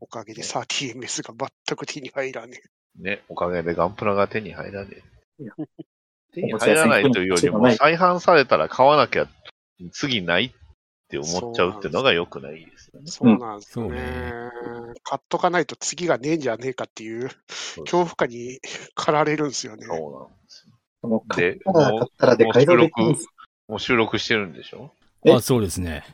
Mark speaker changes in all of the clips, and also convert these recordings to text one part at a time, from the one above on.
Speaker 1: おかげで 30ms が全く手に入らね
Speaker 2: ね、おかげでガンプラが手に入らねえ。手に入らないというよりも、再販されたら買わなきゃ次ないって思っちゃうってのが良くないですよね
Speaker 1: え。。そうなんですよね。
Speaker 3: そう
Speaker 1: 買っとかないと次がねえんじゃねえかっていう
Speaker 2: う
Speaker 1: 恐怖感に駆られるんですよね。
Speaker 2: そうなんですよ。
Speaker 4: もう買
Speaker 2: で
Speaker 4: ったら買ったらで買い取りできます。
Speaker 2: もう収録してるんでしょ
Speaker 4: え
Speaker 3: あ、そうです ね。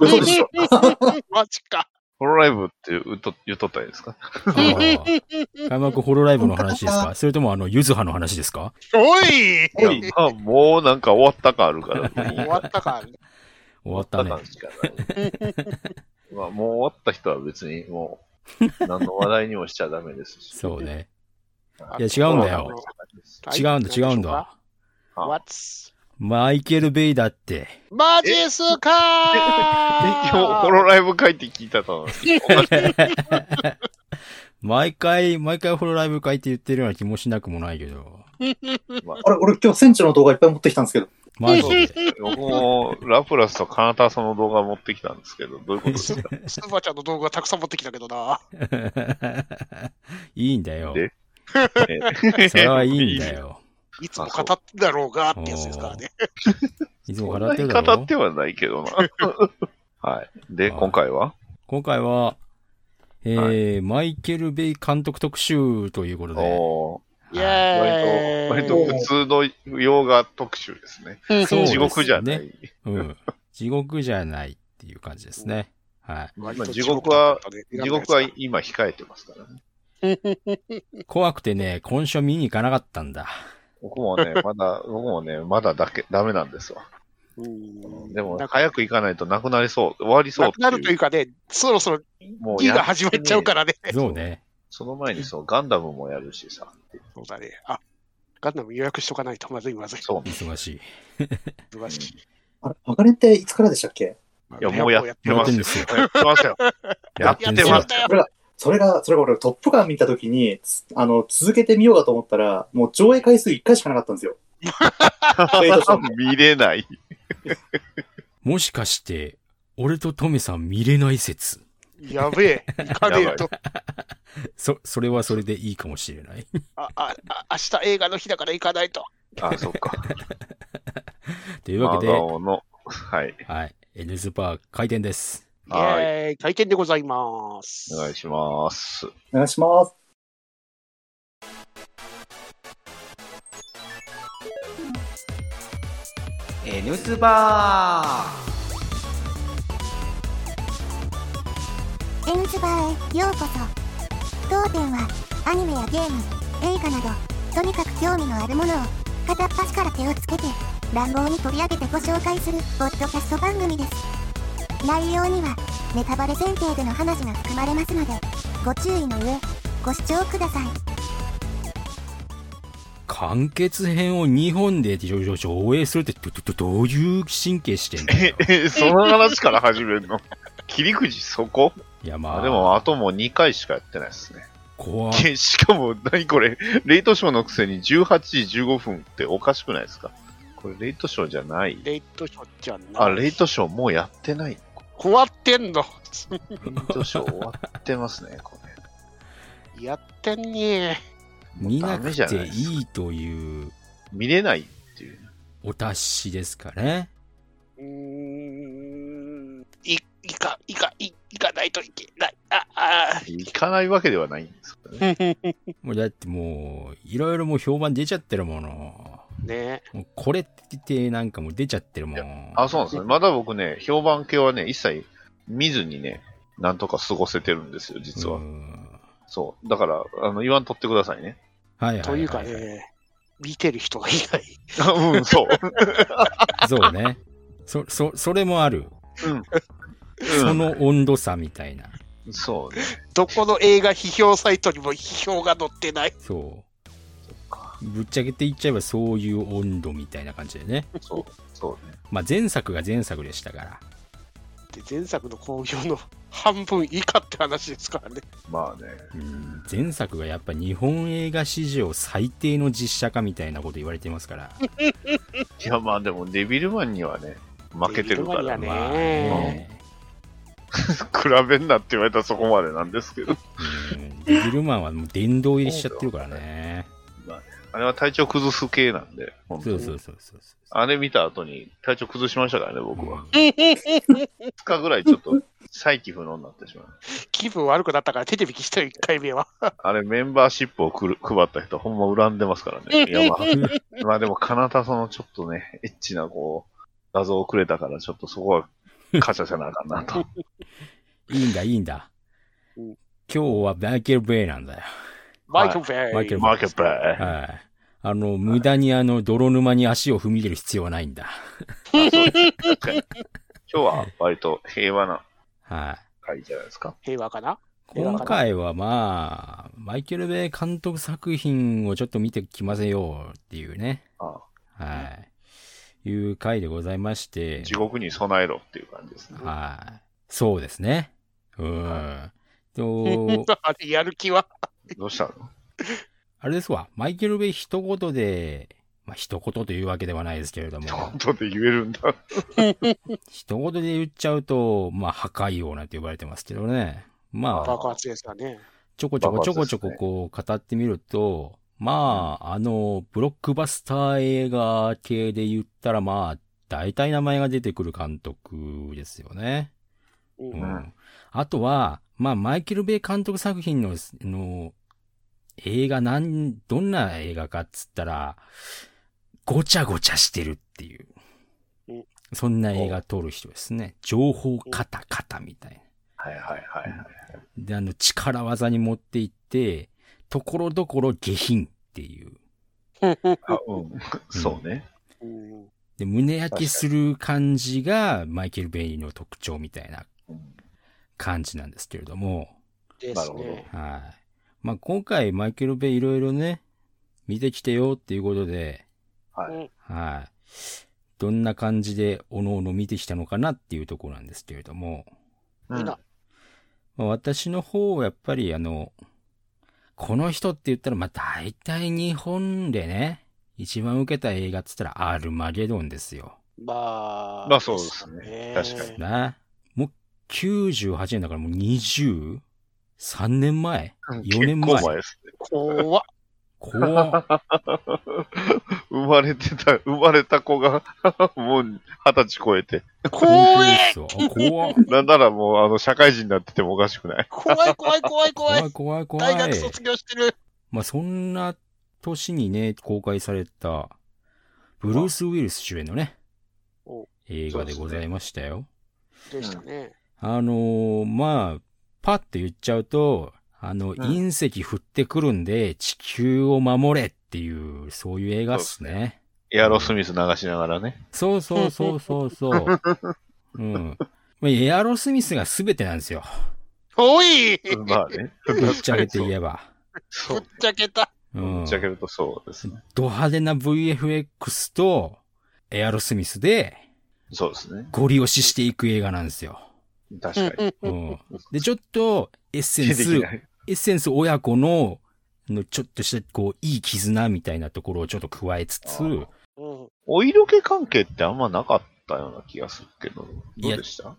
Speaker 4: 嘘でしょ
Speaker 1: マジか。
Speaker 2: ホロライブって言うと言っとったんですか
Speaker 3: あー開幕ホロライブの話ですかそれとも、あの、ゆずはの話ですか
Speaker 1: おい
Speaker 2: いや、まあ、もうなんか終わったかあるから。
Speaker 1: 終わったか。
Speaker 3: 終わったね。
Speaker 2: しかない。まあ、もう終わった人は別にもう、何の話題にもしちゃダメですし。
Speaker 3: そうね。
Speaker 2: あ
Speaker 3: いや違うんだよ。違うんだ、違うんだ。
Speaker 1: What? s
Speaker 3: マイケル・ベイだって。
Speaker 1: マジっす
Speaker 2: 今日、
Speaker 1: か
Speaker 2: ホロライブ会って聞いたと思う。
Speaker 3: 毎回、毎回ホロライブ会って言ってるような気もしなくもないけど。
Speaker 4: あれ、俺今日センチの動画いっぱい持ってきたんですけど。
Speaker 3: マジ で。
Speaker 2: 僕も、ラプラスとカナタソの動画持ってきたんですけど、どういうことですか
Speaker 1: スーパーちゃんの動画たくさん持ってきたけどな。
Speaker 3: いいんだよ。
Speaker 2: で
Speaker 3: それはいいんだ。よ。
Speaker 1: いつも語ってんだろうがってやつですからね。
Speaker 3: いつも
Speaker 2: そん
Speaker 3: 語
Speaker 2: な
Speaker 3: って
Speaker 2: に
Speaker 3: るだ
Speaker 2: 語
Speaker 3: ろ
Speaker 2: ってはないけどな。はい。で、
Speaker 3: あ
Speaker 2: 今回は
Speaker 3: 今回は、えーマイケル・ベイ監督特集ということで。
Speaker 2: おー
Speaker 1: イェーイ。
Speaker 2: 割と、割と普通の洋画特集ですね。
Speaker 3: そうですね
Speaker 2: 地獄じゃない。
Speaker 3: うん。地獄じゃないっていう感じですね。はい。
Speaker 1: 割と
Speaker 2: 地獄は
Speaker 1: 地獄だったね、
Speaker 2: 地獄は今控えてますからね。
Speaker 3: 怖くてね、今週見に行かなかったんだ。
Speaker 2: 僕も ね、まだ、僕もね、まだだけ、ダメなんですわ。
Speaker 1: うん
Speaker 2: でも、
Speaker 1: なんか
Speaker 2: 早く行かないとなくなりそう、終わりそ
Speaker 1: な
Speaker 2: うって
Speaker 1: く
Speaker 2: いう。
Speaker 1: なるというかね、そろそろ
Speaker 2: もう
Speaker 1: 儀
Speaker 2: や
Speaker 1: が始まっちゃうからね。
Speaker 3: そうね。
Speaker 2: その前にそう、ガンダムもやるしさ。
Speaker 1: そうだね。あ、ガンダム予約しとかないとまずいまずい。
Speaker 2: そうね。
Speaker 3: 忙しい。
Speaker 1: 忙しい。
Speaker 4: あれ、あかねっていつからでしたっけ
Speaker 2: いや、もうやってますよ。やってますよ。 やって
Speaker 1: やっ
Speaker 2: ます
Speaker 1: て
Speaker 2: よ。
Speaker 1: ましたよ。
Speaker 4: それが、それが俺、トップガン見たときに、つあの、続けてみようかと思ったら、もう上映回数1回しかなかったんですよ。ウェイトション で
Speaker 2: 見れない。
Speaker 3: もしかして、俺とトメさん見れない説。
Speaker 1: やべえ。行かねえと。
Speaker 3: そ、それはそれでいいかもしれない。
Speaker 1: あ、あ、あ明日映画の日だから行かないと。
Speaker 2: あ、そっか。
Speaker 3: という
Speaker 2: マ
Speaker 3: わ
Speaker 2: ガ
Speaker 3: けで、
Speaker 2: オの、はい。
Speaker 3: はい。N スーパー開店です。
Speaker 1: イ
Speaker 2: はい
Speaker 1: ェーイ。開店でございます。
Speaker 2: お願いします。。
Speaker 4: お願いします。
Speaker 5: N スバー
Speaker 6: エンズバーへようこそ当店はアニメやゲーム映画などとにかく興味のあるものを片っ端から手をつけて乱暴に取り上げてご紹介するポッドキャスト番組です内容にはネタバレ前提での話が含まれますのでご注意の上ご視聴ください
Speaker 3: 完結編を日本で上上上映するってどどどどういう神経してんだよ
Speaker 2: え、その話から始める の切り口そこ
Speaker 3: いや、ま
Speaker 2: あ
Speaker 3: あ、
Speaker 2: でも、あともう2回しかやってないですね。
Speaker 3: 怖
Speaker 2: けしかも、何これ、レイトショーのくせに18時15分っておかしくないですかこれ、レイトショーじゃない。
Speaker 1: レイトショーじゃんな。
Speaker 2: あ、レイトショーもうやってない。
Speaker 1: 終わってんの。
Speaker 2: レイトショー終わってますね、これ。
Speaker 1: やってんね
Speaker 3: 見なく
Speaker 2: ダメじゃない
Speaker 3: て
Speaker 2: ですか
Speaker 3: いいという
Speaker 2: 見れないっていう。
Speaker 3: お達しですかね。
Speaker 1: え。うーん。い、いか、いか、い、いかないといけない。あ、あ、
Speaker 2: 行かないわけではないんですけどね。
Speaker 3: もうだってもう、いろいろもう評判出ちゃってるもの。
Speaker 1: ね
Speaker 3: もうこれってなんかもう出ちゃってるも
Speaker 2: いや
Speaker 3: ん。
Speaker 2: あ、そうなんですね。まだ僕ね、評判系はね、一切見ずにね、なんとか過ごせてるんですよ、実は。
Speaker 3: ん
Speaker 2: そう。だから、あの、言わんとってくださいね。
Speaker 3: はいはい、はい。
Speaker 1: というか。ね、見てる人がいない。
Speaker 2: あうん、 そう。
Speaker 3: そうね。そ、そ、それもある。
Speaker 2: うん。
Speaker 3: その温度差みたいな。
Speaker 2: うん、そうね。
Speaker 1: どこの映画批評サイトにも批評が載ってない。
Speaker 3: そう。ぶっちゃけて言っちゃえばそういう温度みたいな感じで ね。
Speaker 2: そう、そうね。
Speaker 3: まあ前作が前作でしたから。
Speaker 1: で、前作の興行の半分以下って話ですからね。
Speaker 2: まあね。
Speaker 3: うん前作がやっぱ日本映画史上最低の実写化みたいなこと言われてますから。
Speaker 2: いや、まあでも、デビルマンにはね、負けてる
Speaker 1: デビルマ
Speaker 2: から
Speaker 1: ンにはね
Speaker 2: ね。
Speaker 3: まあね。
Speaker 2: 比べんなって言われたらそこまでなんですけど。
Speaker 3: うんデビルマンはもう殿堂入りしちゃってるからね。
Speaker 2: あれは体調崩す系なんで、本当
Speaker 3: そう
Speaker 2: に
Speaker 3: そうそうそうそう。
Speaker 2: あれ見た後に体調崩しましたからね、僕は。2日ぐらいちょっ と再起不能になってしまう。
Speaker 1: 気分悪くなったからテレビ消したよ、1回目は。
Speaker 2: あれ、メンバーシップをくる配った人、ほんま恨んでますからね。いや、まあ、まあでも、カナタそのちょっとね、エッチな、こう、画像をくれたから、ちょっとそこは、カチャせなあかん なと。
Speaker 3: いいんだ、いいんだ。
Speaker 1: うん
Speaker 3: 今日はマイケル・ベイなんだよ。
Speaker 1: マイケル・ベイ。
Speaker 3: マイケル
Speaker 2: マーケットバ
Speaker 3: はい。あの、無駄にあの、泥沼に足を踏み入れる必要はないんだ。
Speaker 2: イ。あそうです確かに今日は割と平和な
Speaker 3: はい。
Speaker 2: 回じゃないですか。
Speaker 1: 平和かな
Speaker 3: 今回はまあ、マイケル・ベイ監督作品をちょっと見てきませようっていうね。
Speaker 2: あ
Speaker 3: はい。いう回でございまして。
Speaker 2: 地獄に備えろっていう感じですね。
Speaker 3: はい。そうですね。うん。と、
Speaker 1: あれ、やる気は。
Speaker 2: どうしたの
Speaker 3: あれですわ。マイケル・ベイ一言で、まあ一言というわけではないですけれども。
Speaker 2: 本当で言えるんだ。
Speaker 3: 一言で言っちゃうと、まあ、破壊王なんて呼ばれてますけどね。まあ、
Speaker 1: 爆発ですかね。
Speaker 3: ちょこちょこちょこちょここう語ってみると、まあ、あの、ブロックバスター映画系で言ったら、まあ、大体名前が出てくる監督ですよね。
Speaker 1: う
Speaker 3: うんん。あとは、まあ、マイケル・ベイ監督作品の、の、映画なん、どんな映画かっつったら、ごちゃごちゃしてるっていう
Speaker 1: うん。
Speaker 3: そんな映画撮る人ですね。情報カタカタみたいな。
Speaker 2: はいはいはいはい。
Speaker 3: で、あの、力技に持っていって、ところどころ下品っていう。
Speaker 2: あうん、そうね。
Speaker 1: うん
Speaker 3: で、胸焼けする感じが、マイケル・ベイの特徴みたいな
Speaker 2: うん
Speaker 3: 感じなんですけれども。
Speaker 1: で
Speaker 2: な
Speaker 1: す
Speaker 2: るほど
Speaker 1: ね。。
Speaker 3: はい。まあ、今回、マイケル・ベイいろいろね、見てきてよっていうことで、
Speaker 2: はい。
Speaker 3: はい。どんな感じで、おのおの見てきたのかなっていうところなんですけれども。
Speaker 1: みんな、
Speaker 3: まあ私の方はやっぱりあの、この人って言ったら、まあ大体日本でね、一番受けた映画って言ったらアルマゲドンですよ。
Speaker 1: まあ、
Speaker 2: まあそうですね
Speaker 1: です
Speaker 2: 確
Speaker 1: ね
Speaker 2: か
Speaker 3: な。もう98年だからもう23年前
Speaker 2: うん
Speaker 3: 4年前
Speaker 2: 結構前ですね。
Speaker 1: 怖っ。
Speaker 3: 怖っ
Speaker 2: 生まれてた、生まれた子が、 もう二十歳超えて、
Speaker 1: 怖い
Speaker 3: 本当ですよ。怖っ
Speaker 2: なんならもう、あの、社会人になっててもおかしくない。
Speaker 1: 怖い怖い怖い怖
Speaker 3: 怖い
Speaker 1: い。
Speaker 3: 怖い怖
Speaker 1: 大
Speaker 3: い。
Speaker 1: 学卒業してる。
Speaker 3: まあそんな年にね、公開された、ブルース・ウィルス主演のね
Speaker 1: お、
Speaker 3: 映画でございましたよ。
Speaker 1: でしたね。
Speaker 3: あのーまあ、パッと言っちゃうと、あの、隕石降ってくるんで、地球を守れっていう、そういう映画っすね。
Speaker 2: エアロスミス流しながらね。
Speaker 3: そうそうそうそうそう。うん。まあエアロスミスが全てなんですよ。
Speaker 1: おいぶ
Speaker 2: まあね。
Speaker 3: ぶっちゃけて言えば。
Speaker 2: そう。
Speaker 1: っちゃけた。
Speaker 3: う
Speaker 2: ぶ
Speaker 3: ん
Speaker 2: っち。ゃけるとそうですね。
Speaker 3: ド派手な VFX と、エアロスミスで、
Speaker 2: そうですね。
Speaker 3: ゴリ押ししていく映画なんですよ。
Speaker 2: 確かに。
Speaker 3: うん。で、ちょっと、エッセン
Speaker 2: 出て
Speaker 3: ス
Speaker 2: き、 ない。
Speaker 3: エッセンス親子の、のちょっとした、こう、いい絆みたいなところをちょっと加えつつ
Speaker 2: あ、ー
Speaker 1: うん
Speaker 2: お色気関係ってあんまなかったような気がするけど、
Speaker 3: い
Speaker 2: ど
Speaker 3: や
Speaker 2: うでした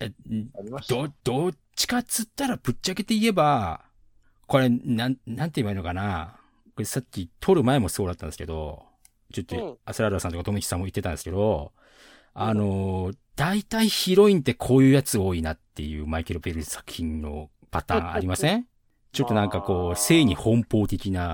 Speaker 3: え
Speaker 2: ありました
Speaker 3: ど、どっちかっつったらぶっちゃけて言えば、これ、なん、なんて言えばいいのかな。これさっき撮る前もそうだったんですけど、ちょっ
Speaker 1: う
Speaker 3: と
Speaker 1: ん、
Speaker 3: アスラーダさんとかトミキさんも言ってたんですけど、あのー、大体ヒロインってこういうやつ多いなっていうマイケル・ベル作品のパターンありませんちょっとなんか
Speaker 1: あ
Speaker 3: こう、
Speaker 1: ー
Speaker 3: 性に奔放的な、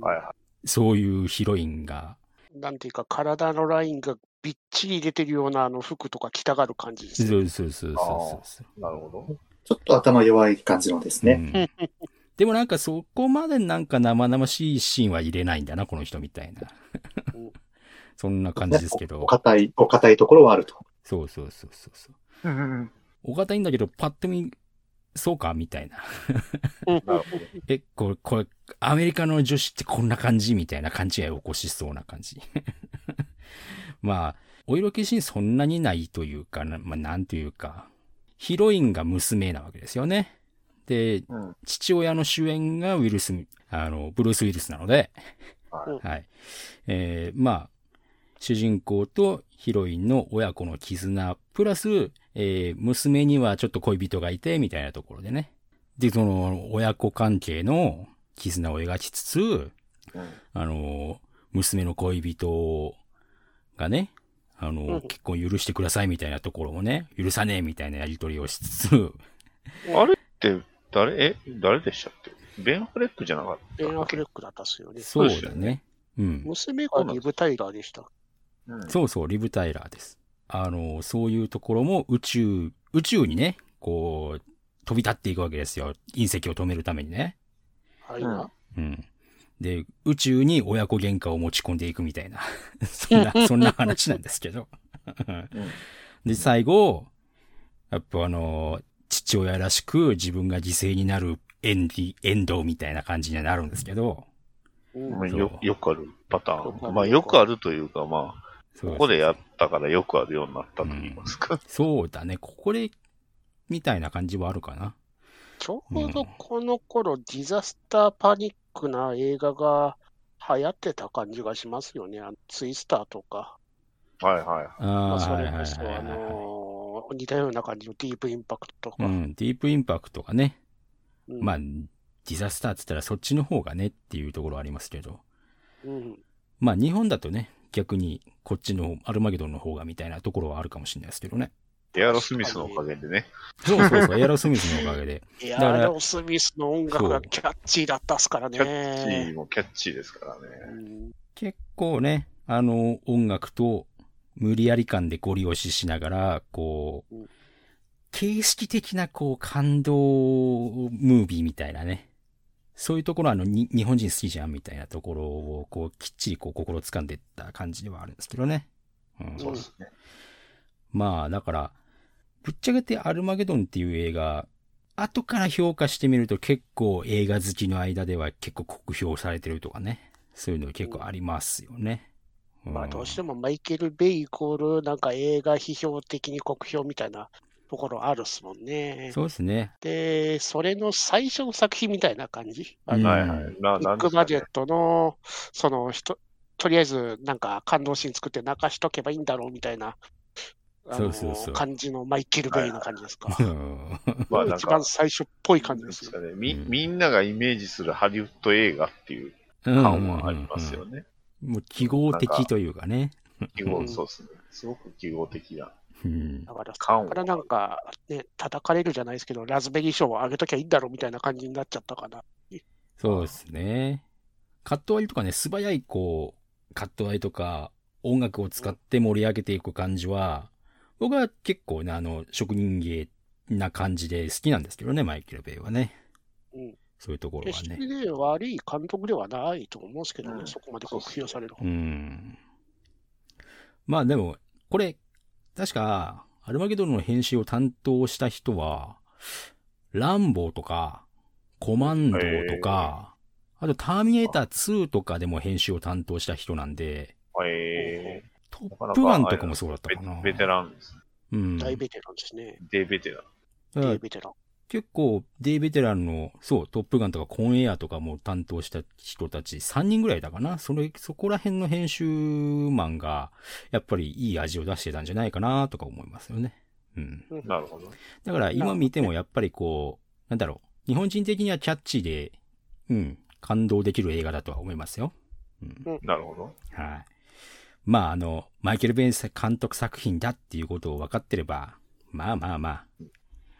Speaker 2: はいは
Speaker 3: そういうヒロインが
Speaker 1: なんていうか、体のラインがびっちり出てるようなあの服とか着たがる感じですね。
Speaker 3: そうそうそうそうそうそう。
Speaker 2: い。なるほど。
Speaker 4: ちょっと頭弱い感じのですね。
Speaker 3: うんでもなんかそこまでなんか生々しいシーンは入れないんだな、この人みたいな
Speaker 1: お。
Speaker 3: そんな感じですけど
Speaker 4: お。堅い、お堅いところはあると。
Speaker 3: そうそうそうそうそう。
Speaker 2: な
Speaker 3: お堅いんだけど、パッと見、そうかみたいな。
Speaker 2: るほど。
Speaker 3: え、これ、これ、アメリカの女子ってこんな感じみたいな勘違いを起こしそうな感じ。 まあ、お色気シーンそんなにないというか、なまあ、なんというか、ヒロインが娘なわけですよね。で、
Speaker 2: うん
Speaker 3: 父親の主演がウィルスミ、あの、ブルース・ウィルスなので、
Speaker 2: はい
Speaker 3: はい。えーまあ、主人公とヒロインの親子の絆、プラス、えー娘にはちょっと恋人がいて、みたいなところでね。で、その、親子関係の絆を描きつつ、あの、娘の恋人がね、あ
Speaker 1: うん
Speaker 3: の、結婚許してくださいみたいなところもね、許さねえみたいなやりとりをしつつ、
Speaker 2: あれって、誰、え、誰でしたっけベン・アフレックじゃなかった
Speaker 1: ベン・アフレックだったっすよね。
Speaker 3: そう
Speaker 2: そうです
Speaker 3: だ
Speaker 2: よ
Speaker 3: ね。うん。
Speaker 1: 娘がリブ・タイガーでした。
Speaker 2: うん
Speaker 3: そうそう、リブ・タイラーです。あの、そういうところも宇宙、宇宙にね、こう、飛び立っていくわけですよ。隕石を止めるためにね。
Speaker 1: はいな。
Speaker 3: うん。で、宇宙に親子喧嘩を持ち込んでいくみたいな。 そんな、そんな話なんですけど。で、最後、やっぱあの、父親らしく自分が犠牲になるエンディ、エンドみたいな感じにはなるんですけど。
Speaker 1: うん
Speaker 2: まあよよくあるパター
Speaker 1: そう
Speaker 2: ン。まあよくあるというか、まあ、
Speaker 3: そう
Speaker 2: ここでやったからよくあるようになったと言いますか。
Speaker 3: そうだね。ここで、みたいな感じはあるかな。
Speaker 1: ちょうどこの頃、ディザスターパニックな映画が流行ってた感じがしますよね。あのツイスターとか、
Speaker 2: はいはい。
Speaker 3: あ
Speaker 1: ま
Speaker 3: あ
Speaker 1: あ、
Speaker 3: ー、
Speaker 1: そ
Speaker 3: はい
Speaker 1: れ
Speaker 3: はいは
Speaker 1: こそ、あ
Speaker 3: いは
Speaker 1: のー似たような感じのディープインパクトと
Speaker 3: い。
Speaker 1: か。
Speaker 3: うん、ディープインパクトがね。
Speaker 1: うん
Speaker 3: まあ、ディザスターって言ったらそっちの方がねっていうところはありますけど。
Speaker 1: うん
Speaker 3: まあ日本だとね、逆にこっちのアルマゲドンの方がみたいなところはあるかもしれないですけどね。
Speaker 2: エアロスミスのおかげでね。
Speaker 3: そうそう そう、エアロスミスのおかげで。
Speaker 1: エ
Speaker 3: だから
Speaker 1: アロスミスの音楽がキャッチーだったっすから
Speaker 2: キャッチ
Speaker 1: ね
Speaker 2: ー。もキャッチーですから
Speaker 1: う
Speaker 2: ね。
Speaker 1: ん
Speaker 3: 結構ね、あの、音楽と無理やり感でゴリ押ししながら、こう
Speaker 1: うん、
Speaker 3: 形式的なこう感動ムービーみたいなね。そういうところはあの、に日本人好きじゃんみたいなところをこうきっちりこう心掴んでった感じではあるんですけどね。うん
Speaker 2: そうですね。
Speaker 3: まあ、だから、ぶっちゃけてアルマゲドンっていう映画、後から評価してみると結構映画好きの間では結構酷評されてるとかね。そういうの結構ありますよね。
Speaker 1: まあどうして
Speaker 3: も。
Speaker 1: もマイケル・ベイイコールなんか映画批評的に酷評みたいなところあるっすもんね。
Speaker 3: そうですね。
Speaker 1: で、それの最初の作品みたいな感じ。あの
Speaker 3: うん
Speaker 2: はいはい。な、
Speaker 1: ビッ
Speaker 2: なんで
Speaker 1: グ
Speaker 2: すか
Speaker 1: バジェ
Speaker 2: ね
Speaker 1: ッ。トの、その人、とりあえずなんか感動シーン作って泣かしとけばいいんだろうみたいな、あの
Speaker 3: そうそうそう
Speaker 1: 感じのマイケル・ベイの感じですか。
Speaker 3: うん
Speaker 2: まあなん
Speaker 1: 一
Speaker 2: か
Speaker 1: 番、最初っぽい感じ
Speaker 2: なん
Speaker 1: で
Speaker 2: ですす
Speaker 1: よ
Speaker 2: かね。み、
Speaker 3: うん
Speaker 2: みんながイメージするハリウッド映画っていう感はありますよ。ね。
Speaker 3: もう記号的というかね。
Speaker 2: 記
Speaker 3: うん
Speaker 2: 号、そうですね。すごく記号的な
Speaker 3: うん
Speaker 1: だから、
Speaker 2: 感
Speaker 1: だ
Speaker 2: は
Speaker 1: からなんか、ね、叩かれるじゃないですけど、ラズベリー賞をあげときゃいいんだろうみたいな感じになっちゃったかな。
Speaker 3: そうですね。カット割りとかね、素早いこう、カット割りとか、音楽を使って盛り上げていく感じは、僕は結構ね、あの、職人芸な感じで好きなんですけどね、マイケル・ベイはね。
Speaker 1: うん
Speaker 3: そういうところ
Speaker 1: 決
Speaker 3: は
Speaker 1: して
Speaker 3: ね。
Speaker 1: ね、悪い監督ではないと思うんですけどね、
Speaker 2: うん
Speaker 1: そこまで酷評される方。
Speaker 3: うん。まあでも、これ、確か、アルマゲドンの編集を担当した人は、ランボーとか、コマンドーとか、あとターミネーター2とかでも編集を担当した人なんで、
Speaker 2: え
Speaker 3: トップガンとかもそうだったか
Speaker 2: ー
Speaker 3: な。
Speaker 2: ベベテランですね。
Speaker 3: うん。
Speaker 1: 大ベテランですね。
Speaker 2: で、ベテラン。
Speaker 3: だから
Speaker 1: 大ベテラン。
Speaker 3: 結構、デイベテランの、そう、トップガンとかコンエアとかも担当した人たち、3人ぐらいだかな。それ、そこら辺の編集マンが、やっぱりいい味を出してたんじゃないかなとか思いますよね。うん。
Speaker 2: なるほど。
Speaker 3: だから今見てもやっぱりこう、なんだろう。日本人的にはキャッチーで、うん、感動できる映画だとは思いますよ。うん。
Speaker 2: なるほど。
Speaker 3: はい。まあ、あの、マイケル・ベンス監督作品だっていうことを分かってれば、まあまあまあ、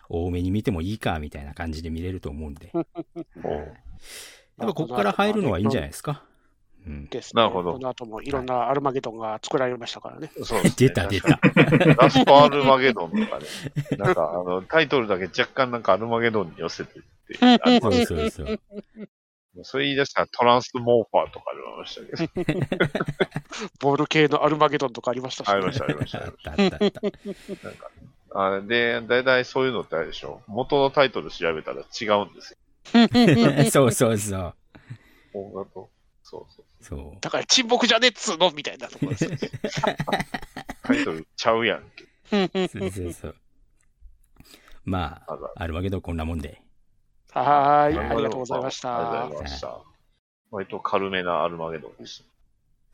Speaker 3: 多めに見てもいいか、みたいな感じで見れると思うんで。やっ
Speaker 2: おう
Speaker 3: ぱここから入るのはいいんじゃないですか。うん。
Speaker 1: です、
Speaker 2: なるほど
Speaker 1: この後もいろんなアルマゲドンが作られましたからね。
Speaker 2: そうですね
Speaker 3: 出た出た。
Speaker 2: ラストアルマゲドンとかね。 なんか、あの、タイトルだけ若干なんかアルマゲドンに寄せてって、 あの
Speaker 3: そうそうそう。
Speaker 2: それ言い出したらトランスモーファーとかありましたけど、
Speaker 1: ボール系のアルマゲドンとかありましたし、
Speaker 2: ありま
Speaker 1: ね。
Speaker 2: した、ありました。あ
Speaker 3: あ
Speaker 2: り
Speaker 3: っ
Speaker 2: ました
Speaker 3: あったあった。
Speaker 2: たなんかあで、だいたいそういうのってあれでしょ元のタイトル調べたら違うんですよ。
Speaker 3: そうそうそう。
Speaker 2: 音楽と。そうそう。
Speaker 3: そう。
Speaker 1: だから沈黙じゃねえっつうのみたいなところですよね。
Speaker 2: タイトルちゃうやんけ。
Speaker 3: そうそうそう。まあ、
Speaker 2: あら
Speaker 3: あるわけどこんなもんで。
Speaker 1: はーい、
Speaker 2: なる
Speaker 1: あ
Speaker 2: ほ
Speaker 1: り
Speaker 2: ど
Speaker 1: がとうございまし
Speaker 2: ありがと
Speaker 1: た
Speaker 2: う。ございました。割と軽めなアルマゲドンでし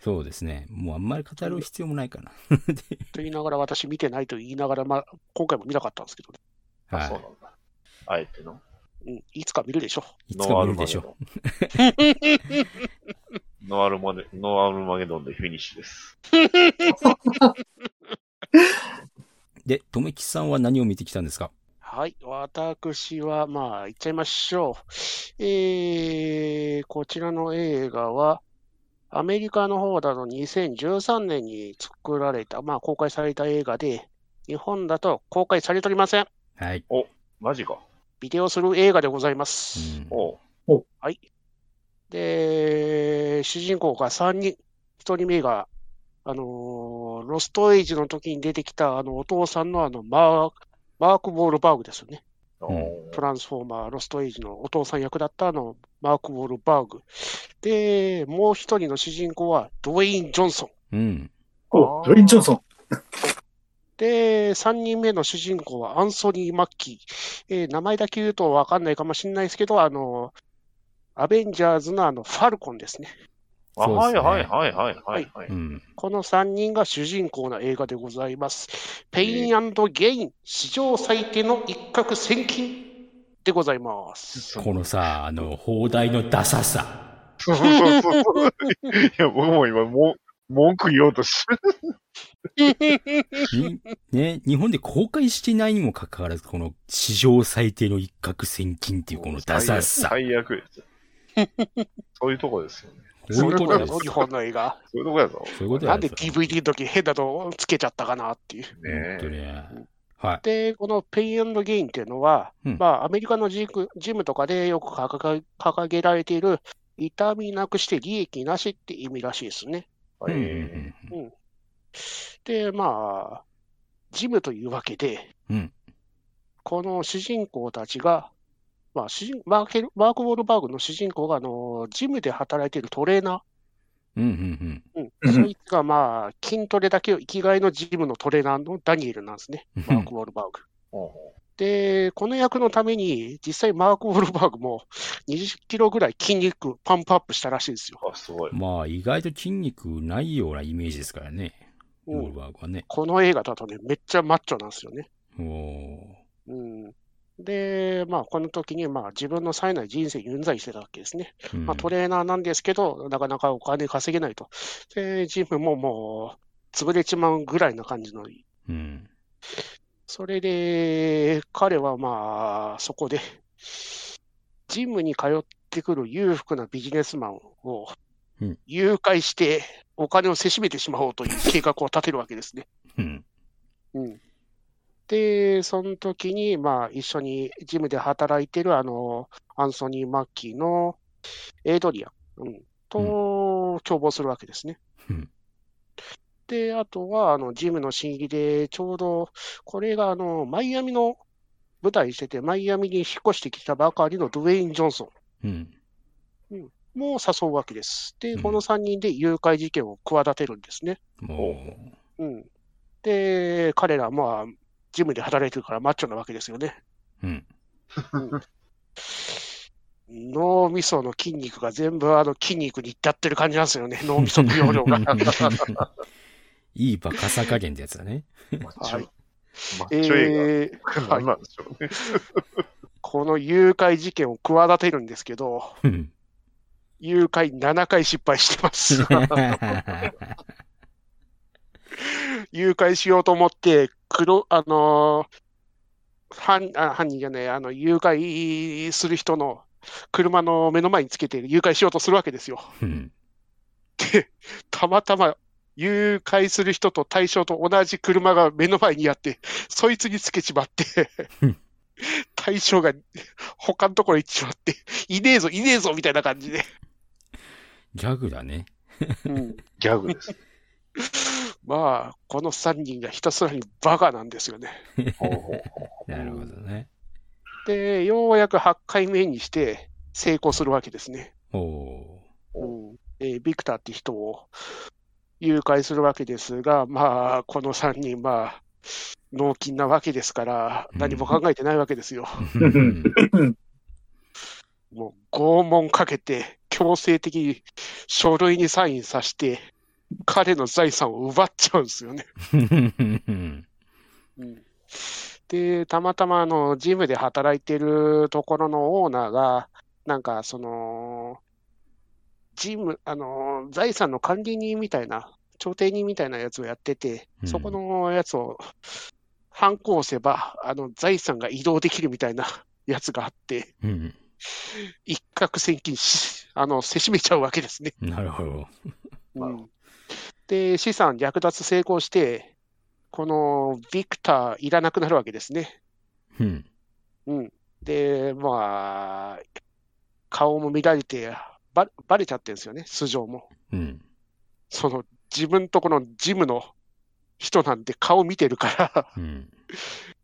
Speaker 3: そうですね。もうあんまり語る必要もないかな。
Speaker 1: と言いながら、私見てないと言いながら、まあ、今回も見なかったんですけどね、
Speaker 2: あそう
Speaker 3: は
Speaker 2: なんだ。あえての。
Speaker 1: うん、いつか見るでしょ
Speaker 3: い。いつか見るでしょ
Speaker 2: う。ノアルマゲドンノアルマゲドンでフィニッシュです。
Speaker 3: う。で、とめきさんは何を見てきたんですか
Speaker 1: はい、私は、まあ、言っちゃいましょう。えー、こちらの映画は、アメリカの方だと2013年に作られた、まあ、公開された映画で、日本だと公開されておりません。
Speaker 3: はい。
Speaker 2: マジか。
Speaker 1: ビデオする映画でございま
Speaker 3: う
Speaker 1: す。
Speaker 3: ん、
Speaker 2: おう。
Speaker 1: で、主人公が3人。1人目が、あのーロストエイジの時に出てきた、あの、お父さんのあの、マーク、マーク・ウォールバーグですよね。
Speaker 2: おう
Speaker 1: トランスフォーマー、ロストエイジのお父さん役だったあの、マーク・ウォールバーグ。で、もう一人の主人公はドウェイン・ジョンソン。
Speaker 3: うん。
Speaker 4: お
Speaker 2: あー
Speaker 4: ドレイン・ジョンソン。
Speaker 1: で、三人目の主人公はアンソニー・マッキー。えー名前だけ言うとわかんないかもしれないですけど、あの、アベンジャーズのあの、ファルコンですね。
Speaker 2: あ
Speaker 3: そうで
Speaker 2: はい
Speaker 3: すね
Speaker 2: はいはいはいはいは
Speaker 3: う
Speaker 2: い。
Speaker 3: ん。
Speaker 1: この三人が主人公の映画でございます。ペインゲイン、史上最低の一攫千金でございます。
Speaker 3: このさ、あの、放題のダサ さ。
Speaker 2: そう そうそうそう。いや、僕も今、もう文句言おうとして
Speaker 3: にね、日本で公開してないにもかかわらず、この史上最低の一攫千金っていうこのダサさ。
Speaker 2: 最悪最悪ですよ。 そういうとこですよね。
Speaker 3: そういうこと
Speaker 1: だ
Speaker 3: で
Speaker 1: ぞ、
Speaker 3: す。
Speaker 1: 日本の映画。
Speaker 2: そういうとこやぞ。
Speaker 3: そういうこと
Speaker 1: な
Speaker 3: や
Speaker 1: んで DVD の時変なのつけちゃったかなっていう。
Speaker 3: 本当に
Speaker 2: ね
Speaker 3: ね。はい。
Speaker 1: で、このペインゲインっていうのは、
Speaker 3: うん
Speaker 1: まあ、アメリカのジムジムとかでよく掲げ掲げられている、痛みなくして利益なしって意味らしいですね。
Speaker 2: は
Speaker 3: うんうん
Speaker 2: い。
Speaker 1: で、まあ、ジムというわけで、
Speaker 3: うん
Speaker 1: この主人公たちが、まあ、主人マーケルマーク・ウォールバーグの主人公があの、ジムで働いているトレーナ
Speaker 3: うんうんうん
Speaker 1: ー、う、
Speaker 4: うんん
Speaker 1: そいつが、まあ、筋トレだけを生きがいのジムのトレーナーのダニエルなんですね、
Speaker 3: うん。
Speaker 1: マーク・ウォールバーグ。
Speaker 2: おう
Speaker 1: で、この役のために、実際マーク・ウォルバーグも20キロぐらい筋肉パンプアップしたらしいんですよ。
Speaker 2: あ、すごい。
Speaker 3: まあ、意外と筋肉ないようなイメージですからね。
Speaker 1: うん
Speaker 3: ウォールバーグはね。
Speaker 1: この映画だとね、めっちゃマッチョなんですよね。
Speaker 3: おお
Speaker 1: うん、で、まあ、この時に、まあ、自分の冴えない人生にうんざりしてたわけですね。
Speaker 3: ー。うん
Speaker 1: まあ、トレーナーなんですけど、なかなかお金稼げないと。で、ジムももう、潰れちまうぐらいな感じの
Speaker 3: うん。
Speaker 1: それで、彼はまあ、そこで、ジムに通ってくる裕福なビジネスマンを
Speaker 3: うん
Speaker 1: 誘拐して、お金をせしめてしまおうという計画を立てるわけですね。
Speaker 3: うん。
Speaker 1: うん、で、その時に、まあ、一緒にジムで働いてる、あの、アンソニー・マッキーのエイドリアン、うん、と共謀するわけですね。
Speaker 3: うん
Speaker 1: で、あとは、あの、ジムの新入りで、ちょうど、これが、あの、マイアミの舞台にしてて、マイアミに引っ越してきたばかりのドウェイン・ジョンソ
Speaker 3: うん。
Speaker 1: ンも誘うわけです。で、
Speaker 3: うん
Speaker 1: この3人で誘拐事件を企てるんですね。
Speaker 3: も
Speaker 1: うん。で、彼ら、まあ、ジムで働いてるからマッチョなわけですよね。
Speaker 3: う。うん。
Speaker 1: 脳みその筋肉が全部あの筋肉に行っちゃってる感じなんですよね、脳みその容量 が。
Speaker 3: いいバカさ加減ってやつだね。
Speaker 2: マッチョ
Speaker 1: はい。
Speaker 2: マッチョ映
Speaker 1: えー
Speaker 2: 画。何なんでしょうね。
Speaker 1: この誘拐事件を企てるんですけど、
Speaker 3: うん。
Speaker 1: 誘拐7回失敗してます。誘拐しようと思って、黒、あのー犯あ犯人じゃない、あの、誘拐する人の車の目の前につけて誘拐しようとするわけですよ。
Speaker 3: うん。
Speaker 1: たまたま誘拐する人と対象と同じ車が目の前にあって、そいつにつけちまって
Speaker 3: うん、
Speaker 1: 対象が他のところに行っちまって、いねえぞ、いねえぞみたいな感じで。
Speaker 3: ギャグだね。
Speaker 2: ギャグです。
Speaker 1: まあ、この3人がひたすらにバカなんですよね。
Speaker 2: ほうほう
Speaker 3: なるほどね。
Speaker 1: で、ようやく8回目にして成功するわけですね。
Speaker 3: おお
Speaker 1: うんえービクターって人を誘拐するわけですが、まあ、この3人、まあ、脳筋なわけですから、
Speaker 3: うん
Speaker 1: 何も考えてないわけですよ。
Speaker 3: ー。うん
Speaker 1: もう拷問かけて、強制的に書類にサインさせて、彼の財産を奪っちゃうんですよね。うんで、たまたまあのジムで働いてるところのオーナーが、なんかその、ジム、あの、財産の管理人みたいな、調停人みたいなやつをやってて、
Speaker 3: うん
Speaker 1: そこのやつを、ハンコを押せば、あの、財産が移動できるみたいなやつがあって、
Speaker 3: うん。
Speaker 1: 一攫千金し、あの、せしめちゃうわけですね。
Speaker 3: なるほど。
Speaker 1: うんで、資産略奪成功して、このビクターいらなくなるわけですね。
Speaker 3: うん。
Speaker 1: で、まあ、顔も見られて、ばバレちゃってるんですよね、素性も。
Speaker 3: うん。
Speaker 1: その自分とこのジムの人なんて顔見てるから、
Speaker 3: うん。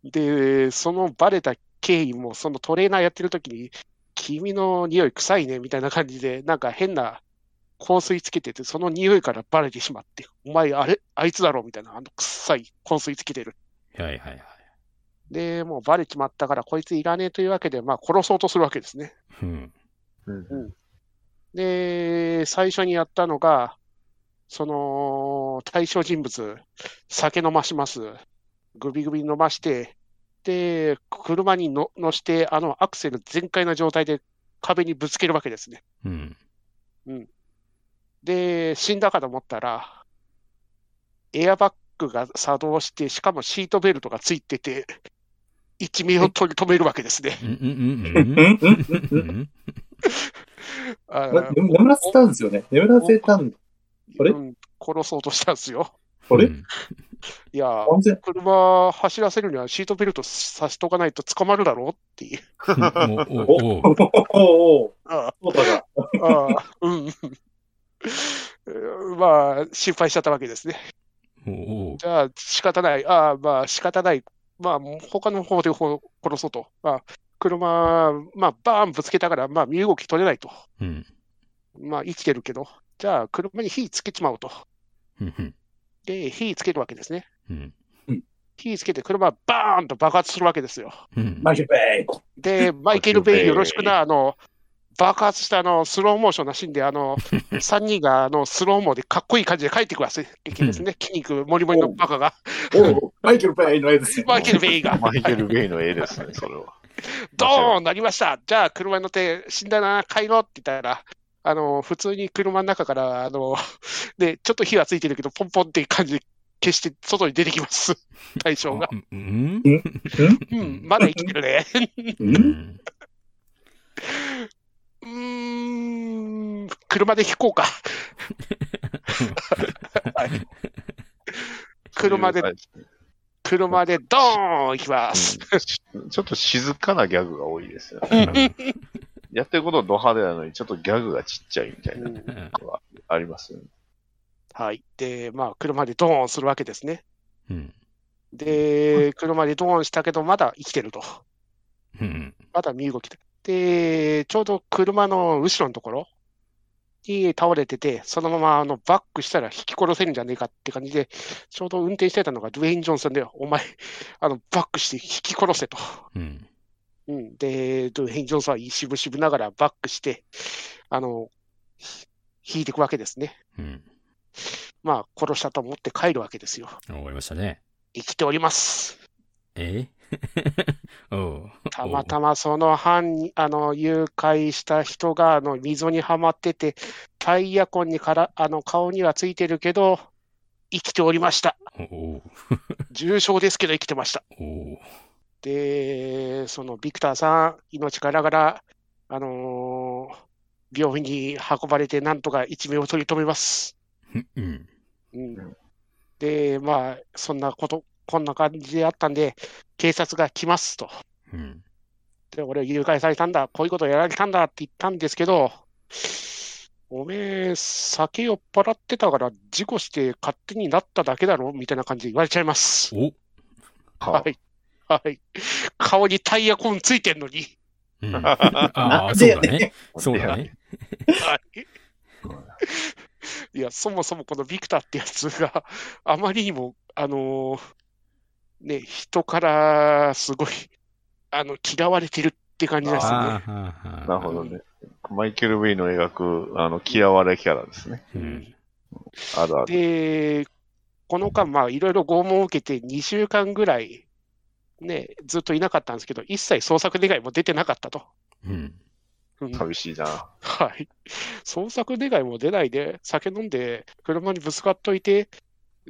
Speaker 1: で、そのバレた経緯も、そのトレーナーやってる時に、君の匂い臭いね、みたいな感じで、なんか変な香水つけてて、その匂いからバレてしまって、お前、あれ、あいつだろ、みたいな、あの臭い香水つけてる。
Speaker 3: はいはいはい。
Speaker 1: で、もうバレちまったから、こいついらねえというわけで、まあ殺そうとするわけですね。
Speaker 3: うん。
Speaker 2: うん
Speaker 1: で、最初にやったのが、その、対象人物、酒飲まします。グビグビ飲まして、で、車にの乗して、あの、アクセル全開な状態で壁にぶつけるわけですね。
Speaker 3: うん。
Speaker 1: で、死んだかと思ったら、エアバッグが作動して、しかもシートベルトがついてて、一命を取り留めるわけですね。
Speaker 3: うんうんう
Speaker 4: うんんうんう
Speaker 3: うんん。
Speaker 1: あ
Speaker 4: うん。眠眠らせたんですよね。眠らせたん、あれ
Speaker 1: うん殺そうとしたんですよ。
Speaker 4: あれ
Speaker 3: うん
Speaker 1: いやー、
Speaker 4: 完全、
Speaker 1: 車走らせるにはシートベルトさしとかないと捕まるだろうっていう。
Speaker 3: もう
Speaker 4: お
Speaker 3: お
Speaker 4: お
Speaker 3: おう
Speaker 4: おお
Speaker 1: あ
Speaker 4: そうだが。
Speaker 1: あ、ああうん。 うんまあ、心配しちゃったわけですね。
Speaker 3: おうおう
Speaker 1: じゃあ、仕方ない。ああ、まあ、仕方ない。まあ、他の方で殺そうと。まあ、車、まあ、バーンぶつけたから、まあ、身動き取れないと。
Speaker 3: うん
Speaker 1: まあ、生きてるけど。じゃあ、車に火つけちまおうと。
Speaker 3: うんうん
Speaker 1: で、火つけるわけですね。
Speaker 3: うん
Speaker 1: 火つけて車バーンと爆発するわけですよ。
Speaker 3: うん
Speaker 4: マジベイク
Speaker 1: で、マイケル・ベイよろしくな、あの、爆発したあのスローモーションなシーンで、あ の、3人があのスローモーでかっこいい感じで帰ってくわけですね。筋肉もりもりのバカが、
Speaker 4: おうマイケル・ベイの絵ですね。
Speaker 1: マイケル・ベイ が、
Speaker 2: マイケル・ベイの絵ですね、それは。
Speaker 1: ドーンなりましたじゃあ車に乗って死んだな、帰ろうって言ったら、あの、普通に車の中から、あの、で、ちょっと火はついてるけど、ポンポンって感じで消して外に出てき ます。対象が。
Speaker 3: うんうん
Speaker 1: うん、まだ生きてるね。
Speaker 3: うんうん
Speaker 1: うーん、車で引こうか。はい 車で
Speaker 2: そういう
Speaker 1: 車でドーン行きます。
Speaker 2: 感じうんちょっと静かなギャグが多いですよね。
Speaker 3: う
Speaker 2: やってることはド派手なのに、ちょっとギャグがちっちゃいみたいな
Speaker 1: うん
Speaker 3: ん
Speaker 2: のがありますよね。
Speaker 1: はい。で、まあ、車でドーンするわけですね。
Speaker 3: うん
Speaker 1: で、車でドーンしたけど、まだ生きてると。
Speaker 3: うん
Speaker 1: まだ身動きで。で、ちょうど車の後ろのところに倒れてて、そのままあのバックしたら引き殺せるんじゃねえかって感じで、ちょうど運転してたのがドゥエイン・ジョンソンで、お前、あの、バックして引き殺せと。
Speaker 3: うん
Speaker 1: うん、で、ドゥヘン・ジョンソンはしぶしぶながらバックして、あの、ひ引いていくわけですね。
Speaker 3: うん
Speaker 1: まあ、殺したと思って帰るわけですよ。
Speaker 3: 終わりましたね
Speaker 1: 生きております。
Speaker 3: え おう
Speaker 1: たまたまその犯人、あの、誘拐した人が、あの、溝にはまってて、タイヤ痕にから、あの、顔にはついてるけど、生きておりました。
Speaker 3: おう
Speaker 1: 重傷ですけど生きてました。
Speaker 3: おう
Speaker 1: で、そのビクターさん、命からがら、あのー病院に運ばれて、なんとか一命を取り留めます。
Speaker 3: うん
Speaker 1: うん
Speaker 2: ん
Speaker 1: で、まあ、そんなこと、こんな感じであったんで、警察が来ますと。
Speaker 3: うん
Speaker 1: で、俺、誘拐されたんだ、こういうことやられたんだって言ったんですけど、おめえ、酒酔っ払ってたから、事故して勝手になっただけだろみたいな感じで言われちゃいます。
Speaker 3: お
Speaker 1: は。
Speaker 2: はい
Speaker 1: はい。顔にタイヤ痕ついてんのに。
Speaker 3: うんああそうだね そうだね
Speaker 1: はいいや、そもそもこのビクターってやつが、あまりにも、あのーね、人からすごい、あの、嫌われてるって感じなんですよね。
Speaker 3: ああはあはあ
Speaker 2: なるほどね。マイケル・ベイの描く、あの、嫌われキャラですね。
Speaker 3: うん
Speaker 2: あるある。
Speaker 1: で、この間、まあ、いろいろ拷問を受けて2週間ぐらい、ね、ずっといなかったんですけど、一切捜索願いも出てなかったと。
Speaker 3: うん。
Speaker 1: うん
Speaker 2: 寂しいな。
Speaker 1: はい。捜索願いも出ないで、酒飲んで、車にぶつかっといて、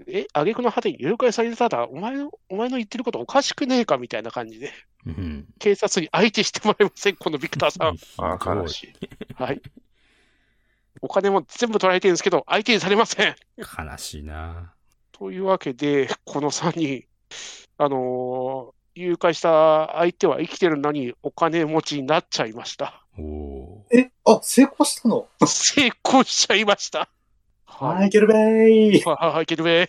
Speaker 1: え、挙句の果てに誘拐されたら、お前の、お前の言ってることおかしくねえかみたいな感じで、
Speaker 3: うん。
Speaker 1: 警察に相手してもらえません、このビクターさん。
Speaker 2: ああ、悲しい。
Speaker 1: はい。お金も全部取られてるんですけど、相手にされません。
Speaker 3: 悲しいな。
Speaker 1: というわけで、この3人、あのー誘拐した相手は生きてるのにお金持ちになっちゃいま した。
Speaker 3: おお
Speaker 4: え、あ、成功したの
Speaker 1: 成功しちゃいました。
Speaker 4: マ
Speaker 1: は
Speaker 4: イ
Speaker 1: い。
Speaker 4: ケルベイ
Speaker 1: はい、けるべ。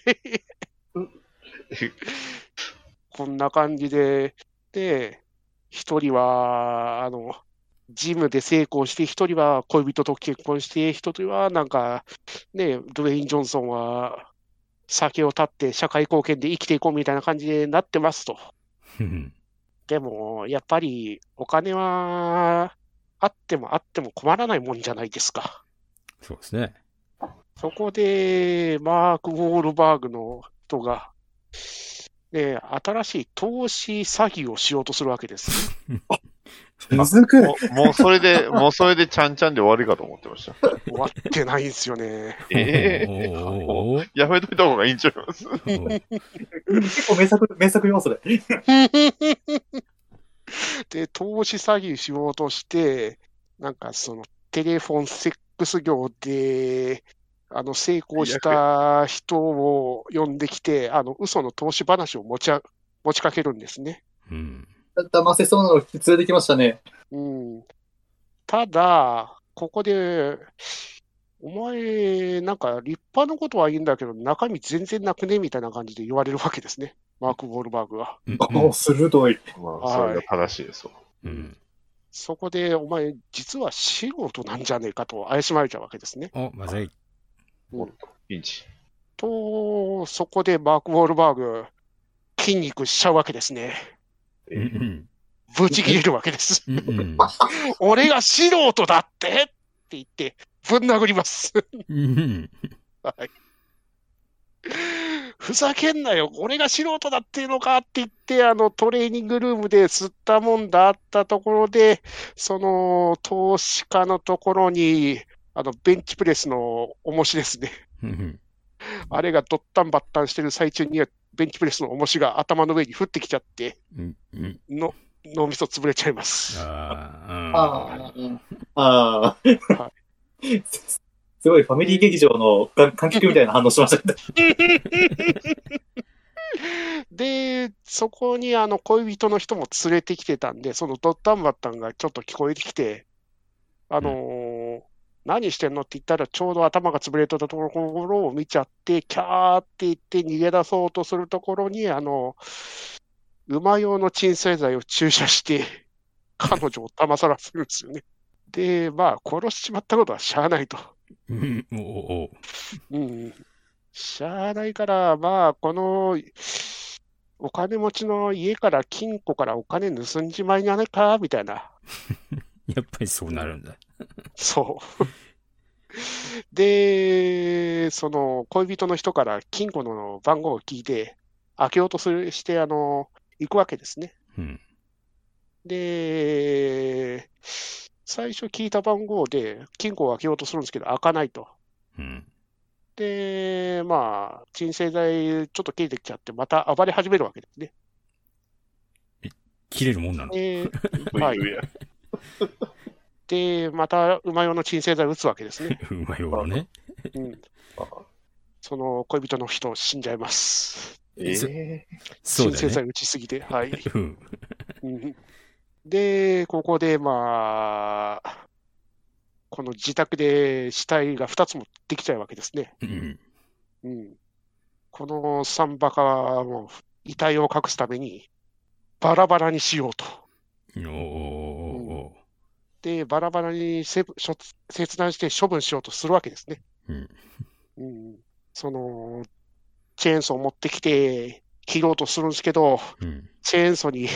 Speaker 1: こんな感じで、で、一人は、あの、ジムで成功して、一人は恋人と結婚して、一人はなんか、ね、ドウェイン・ジョンソンは酒を断って社会貢献で生きていこうみたいな感じになってますと。
Speaker 3: うん。
Speaker 1: でも、やっぱりお金はあってもあっても困らないもんじゃないですか。
Speaker 3: そうですね。
Speaker 1: そこで、マーク・ウォールバーグの人が、ね、新しい投資詐欺をしようとするわけです。
Speaker 4: むずく
Speaker 2: もうもうそれで、 もうそれでちゃんちゃんで終わりかと思ってました。
Speaker 1: 終わってないんですよ ね。
Speaker 2: え
Speaker 3: お
Speaker 2: え
Speaker 3: ーおーおー
Speaker 2: やめといた方がいいんちゃいます
Speaker 3: おー
Speaker 4: 結構名作、名作要素で。
Speaker 1: で、投資詐欺しようとして、なんかそのテレフォンセックス業で、あの成功した人を呼んできて、あの嘘の投資話を持ちあ持ちかけるんですね。
Speaker 3: うん。
Speaker 4: 騙せそうなの連れてきましたね。
Speaker 1: うん、ただ、ここで、お前、なんか立派なことはいいんだけど、中身全然なくねみたいな感じで言われるわけですね、マーク・ウォールバーグは。
Speaker 3: うん
Speaker 4: お鋭い。
Speaker 2: まあ、そ
Speaker 1: はい
Speaker 2: れが正しいですわ。
Speaker 3: うん。
Speaker 1: そこで、お前、実は素人なんじゃねえかと怪しまれちゃうわけですね。
Speaker 3: お、まずい。
Speaker 2: もっと、ピンチ。
Speaker 1: と、そこでマーク・ウォールバーグ、筋肉しちゃうわけですね。
Speaker 2: え
Speaker 3: う
Speaker 2: え
Speaker 3: ん
Speaker 1: ぶち切れるわけです。
Speaker 3: うん。うん
Speaker 1: 俺が素人だってって言って、ぶん殴ります。
Speaker 3: うん。
Speaker 1: はいふざけんなよ、俺が素人だっていうのかって言って、あのトレーニングルームで吸ったもんだあったところで、その投資家のところに、あのベンチプレスの重しですね、
Speaker 3: うん。
Speaker 1: あれがどったんばったんしてる最中には、ベンチプレスの重しが頭の上に降ってきちゃって、
Speaker 3: うん。うん。
Speaker 1: の脳みそ潰れちゃいます。
Speaker 3: ああ。
Speaker 4: ああ。
Speaker 1: は
Speaker 4: すすごいファミリー劇場のが観客みたいな反応しましたけど。
Speaker 1: で、そこにあの恋人の人も連れてきてたんで、そのドッタンバッタンがちょっと聞こえてきて、あのー何してんのって言ったら、ちょうど頭が潰れてたところを見ちゃって、キャーって言って逃げ出そうとするところに、あの、馬用の鎮静剤を注射して、彼女を騙さらせるんですよね。で、まあ、殺しちまったことはしゃあないと。
Speaker 3: うん。おお
Speaker 1: う
Speaker 3: お。
Speaker 1: ん。しゃあないから、まあ、この、お金持ちの家から金庫からお金盗んじまいなのか、みたいな。
Speaker 3: やっぱりそうなるんだ。
Speaker 1: そう。で、その、恋人の人から金庫の番号を聞いて、開けようとする、して、あの、行くわけですね。
Speaker 3: うん。
Speaker 1: で、最初聞いた番号で金庫を開けようとするんですけど、開かないと。
Speaker 3: うん。
Speaker 1: で、まあ、鎮静剤ちょっと切れてきちゃって、また暴れ始めるわけですね。
Speaker 3: 切れるもんなの。
Speaker 1: で、は
Speaker 2: まあ
Speaker 1: い
Speaker 2: 言うやん
Speaker 1: でまた馬用の鎮静剤打つわけですね。
Speaker 3: うまいよね。
Speaker 1: うん、その恋人の人死んじゃいます。
Speaker 2: え
Speaker 3: そ
Speaker 2: え
Speaker 3: そうだ
Speaker 1: 鎮静剤
Speaker 3: ね。
Speaker 1: 打ちすぎて。 はい、
Speaker 3: うん。
Speaker 1: うんで、ここで、まあ、この自宅で死体が2つもできちゃうわけですね。
Speaker 3: うん。
Speaker 1: うん、このサンバカはもう遺体を隠すためにバラバラにしようと。
Speaker 3: おおお。
Speaker 1: で、バラバラにせ処切断して処分しようとするわけですね。
Speaker 3: うん
Speaker 1: うんその、チェーンソーを持ってきて切ろうとするんですけど、
Speaker 3: うん。
Speaker 1: チェーンソーに、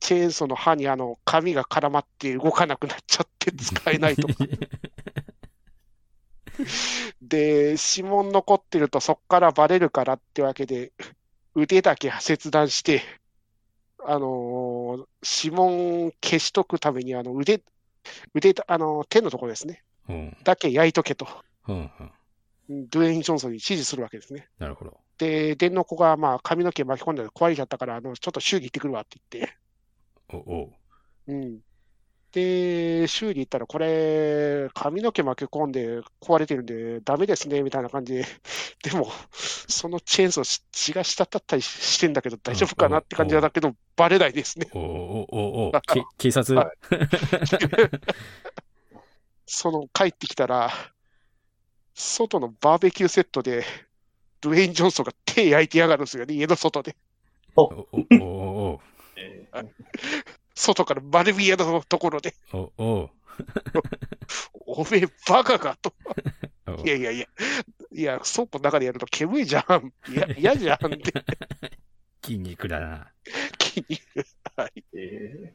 Speaker 1: チェーンソーの刃にあの、 紙が絡まって動かなくなっちゃって使えないとか。で、指紋残ってるとそっからバレるからってわけで、腕だけ切断して、あのー指紋消しとくために、あの、腕、腕、あのー手のところですね。
Speaker 3: うん。
Speaker 1: だけ焼いとけと、
Speaker 3: うん。うん。
Speaker 1: ドゥエイン・ジョンソンに指示するわけですね。
Speaker 3: なるほど。
Speaker 1: で、電の子が、まあ、髪の毛巻き込んで壊れちゃったから、あの、ちょっと修理行ってくるわって言って、
Speaker 3: おおう。
Speaker 1: うん。で、修理行ったら、これ、髪の毛巻き込んで壊れてるんで、ダメですね、みたいな感じで。 でも、そのチェーンソーし、血が滴ったりしてんだけど、大丈夫かなって感じだけど、バレないですね。
Speaker 3: おおおおおけ警察、
Speaker 2: は
Speaker 1: その、帰ってきたら、外のバーベキューセットで、ドゥエイン・ジョンソンが手焼いてやがるんですよね、家の外で。
Speaker 3: おおおお
Speaker 1: 外から丸見えのところで、
Speaker 3: おおお
Speaker 1: おめえバカかと。
Speaker 3: お
Speaker 1: いやいやいや、いや、倉庫の中でやると煙いじゃん。いや、嫌じゃんって
Speaker 3: 筋肉だな。
Speaker 1: 気に
Speaker 2: え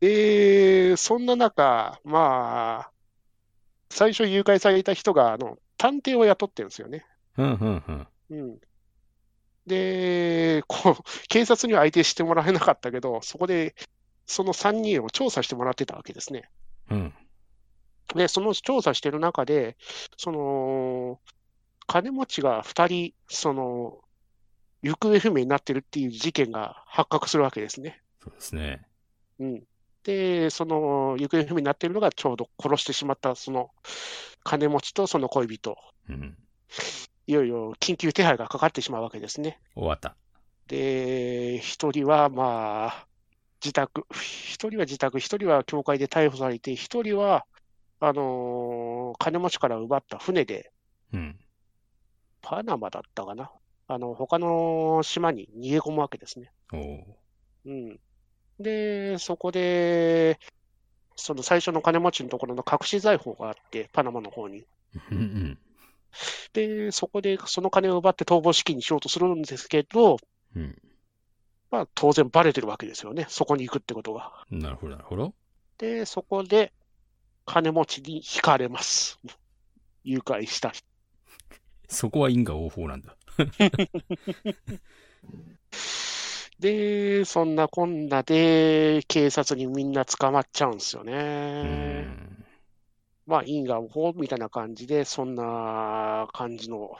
Speaker 1: で、そんな中、まあ、最初誘拐された人が、あの、探偵を雇ってるんですよね。
Speaker 3: うんうんうん。
Speaker 1: うん。で、こう、警察には相手してもらえなかったけど、そこで、その3人を調査してもらってたわけですね。
Speaker 3: うん。
Speaker 1: で、その調査してる中で、その、金持ちが2人、その、行方不明になってるっていう事件が発覚するわけですね。
Speaker 3: そうですね。
Speaker 1: うん。で、その行方不明になっているのがちょうど殺してしまったその金持ちとその恋人、
Speaker 3: うん。
Speaker 1: いよいよ緊急手配がかかってしまうわけですね。
Speaker 3: 終わった。
Speaker 1: で、一人はまあ、自宅、一人は自宅、一人は教会で逮捕されて、一人は、あのー金持ちから奪った船で、
Speaker 3: うん。
Speaker 1: パナマだったかな。あの、他の島に逃げ込むわけですね。
Speaker 3: おお
Speaker 1: うん。で、そこで、その最初の金持ちのところの隠し財宝があって、パナマの方に。
Speaker 3: うんうん。
Speaker 1: で、そこでその金を奪って逃亡資金にしようとするんですけど、
Speaker 3: うん。
Speaker 1: まあ当然バレてるわけですよね。そこに行くってことが。
Speaker 3: なるほど、なるほど。
Speaker 1: で、そこで金持ちに惹かれます。誘拐した人。
Speaker 3: そこは因果応報なんだ。
Speaker 1: で、そんなこんなで警察にみんな捕まっちゃうんですよ
Speaker 3: う
Speaker 1: ね。
Speaker 3: ん。
Speaker 1: まあ、因果応報みたいな感じで、そんな感じの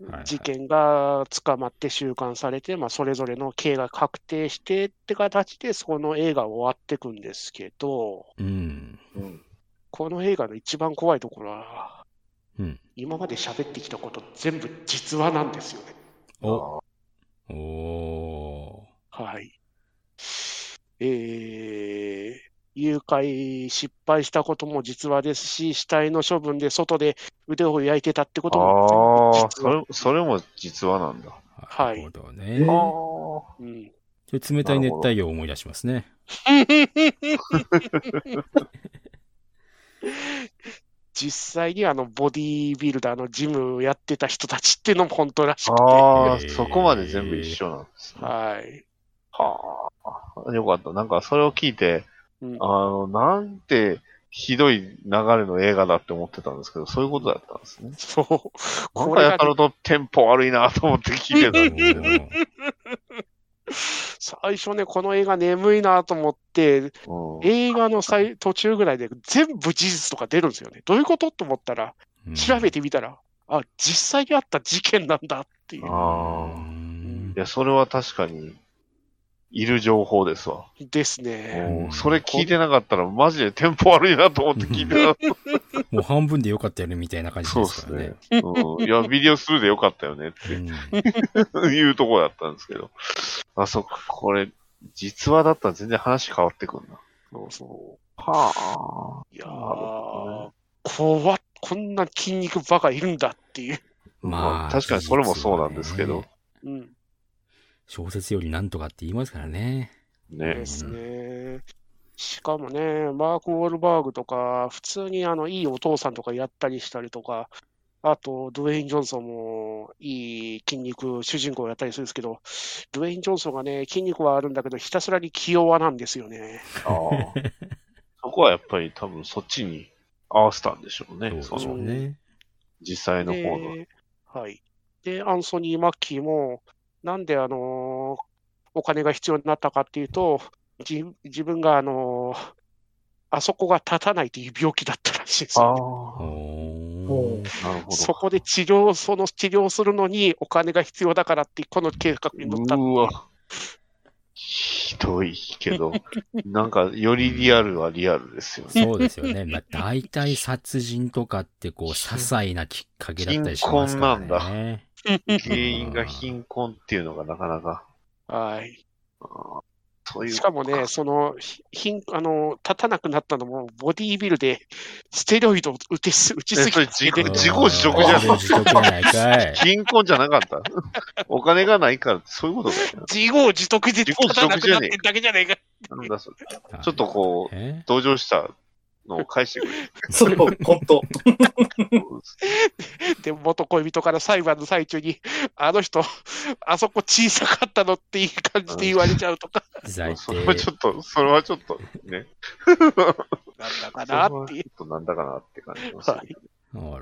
Speaker 3: いはい
Speaker 1: 事件が捕まって収監されて、まあ、それぞれの刑が確定してって形で、その映画は終わっていくんですけど、
Speaker 3: うん。
Speaker 2: うん。
Speaker 1: この映画の一番怖いところは、
Speaker 3: うん
Speaker 1: 今まで喋ってきたこと全部実話なんですよね。
Speaker 3: おお
Speaker 1: はい。えー、誘拐失敗したことも実話ですし、死体の処分で外で腕を焼いてたってことも
Speaker 2: あ
Speaker 1: 全部
Speaker 2: あ、
Speaker 1: 実
Speaker 2: そ
Speaker 1: 話
Speaker 2: れ、それも実話なんだ。
Speaker 3: ー。
Speaker 1: はい
Speaker 3: なるほど
Speaker 4: え
Speaker 3: ね。
Speaker 2: ああ。
Speaker 1: うん。
Speaker 3: それ冷たい熱帯魚を思い出しますね。
Speaker 1: 実際にあのボディービルダーのジムやってた人たちっていうのも本当らしくて、
Speaker 2: ああ
Speaker 3: えー、
Speaker 2: そこまで全部一緒なんですね。
Speaker 1: はい。
Speaker 2: はあ。よかった。なんかそれを聞いて、
Speaker 1: うん
Speaker 2: あの、なんてひどい流れの映画だって思ってたんですけど、そういうことだったんですね。
Speaker 1: そう。
Speaker 2: なん
Speaker 1: こ
Speaker 2: か
Speaker 1: れ
Speaker 2: や
Speaker 1: が
Speaker 2: た
Speaker 1: ね、
Speaker 2: らとテンポ悪いなと思って聞いてた
Speaker 3: お
Speaker 2: んです。
Speaker 3: ー
Speaker 1: 最初ね、この映画眠いなと思って、
Speaker 2: うん
Speaker 1: 映画の最途中ぐらいで全部事実とか出るんですよね。どういうことと思ったら、
Speaker 3: うん
Speaker 1: 調べてみたら、あ、実際にあった事件なんだっていう。
Speaker 2: ああ。
Speaker 3: うん
Speaker 2: いや、それは確かに、いる情報ですわ。
Speaker 1: ですね。
Speaker 2: うんそれ聞いてなかったら、マジでテンポ悪いなと思って聞いて
Speaker 3: もう半分でよかったよね、みたいな感じ
Speaker 2: た。そう
Speaker 3: で
Speaker 2: ですす
Speaker 3: からね
Speaker 2: ね。。 うん、いや、ビデオスルーでよかったよね っ
Speaker 3: う
Speaker 2: て
Speaker 3: ん
Speaker 2: いうところだったんですけど。あ、そっか、これ、実話だったら全然話変わってくるな。
Speaker 1: そうそ
Speaker 2: は
Speaker 1: う。いや
Speaker 2: なるほど
Speaker 1: ー、怖っこんな筋肉バカいるんだっていう。
Speaker 3: まあ、
Speaker 2: 確かにそれもそうなんですけど。
Speaker 1: うん。
Speaker 3: 小説よりなんとかって言いますからね。
Speaker 2: あ。ね
Speaker 1: で。すね。しかもね、マーク・ウォールバーグとか、普通にあのいいお父さんとかやったりしたりとか、あと、ドウェイン・ジョンソンもいい筋肉、主人公やったりするんですけど、ドウェイン・ジョンソンがね、筋肉はあるんだけど、ひたすらに器用なんですよね。
Speaker 2: ああ。そこはやっぱり多分そっちに合わせたんでしょうね。
Speaker 3: そうでしょ
Speaker 2: そうの
Speaker 3: ね。
Speaker 2: 実際の方の。
Speaker 1: で、はい。で、アンソニー・マッキーも、なんであのーお金が必要になったかっていうと、じ自分があのーあそこが立たないっていう病気だったらしいんですよ。
Speaker 2: あ
Speaker 3: おー
Speaker 2: あ、なるほど。
Speaker 1: そこで治療、その治療するのにお金が必要だからって、この計画に乗ったっていう
Speaker 2: うわ。ひどい けど、なんか、よりリアルはリアルですよね。
Speaker 3: そうですよね。まあ、大体殺人とかってこう、些細なきっかけだったりしますからね。
Speaker 2: 貧困原因が貧困っていうのがなかなか、
Speaker 1: はい。
Speaker 2: そういう。
Speaker 1: しかもね、その、ひひんあの、立たなくなったのも、ボディービルで、ステロイドを打てす打ち
Speaker 2: え、
Speaker 1: す
Speaker 2: それ
Speaker 1: ぎ
Speaker 2: 自
Speaker 1: て
Speaker 2: 己、自己自得じゃ
Speaker 3: 自業
Speaker 2: ん。
Speaker 3: 自得じゃないかい。
Speaker 2: 貧困じゃなかった。お金がないからってそういうことだよ
Speaker 1: 自業自得で
Speaker 2: 自
Speaker 1: 立
Speaker 2: 業自
Speaker 1: たな
Speaker 2: 得
Speaker 1: く
Speaker 2: じ
Speaker 1: なっ
Speaker 2: ゃね
Speaker 1: て
Speaker 2: え
Speaker 1: るだけじゃねえか。
Speaker 2: なんだ それ。 ちょっとこう、
Speaker 3: え
Speaker 2: 同情したのを返してくれ。
Speaker 4: それも、本当
Speaker 1: で、元恋人から裁判の最中に、 あの人、あそこ小さかったのっていい感じで言われちゃうとか、
Speaker 3: 最
Speaker 2: それはち
Speaker 3: 低。
Speaker 2: ょっと、それはちょっとね。
Speaker 1: なんだか
Speaker 2: それ
Speaker 1: な
Speaker 2: はちょ
Speaker 1: っていう。
Speaker 2: っとなんだかなって感じますね。
Speaker 1: はい
Speaker 3: ほ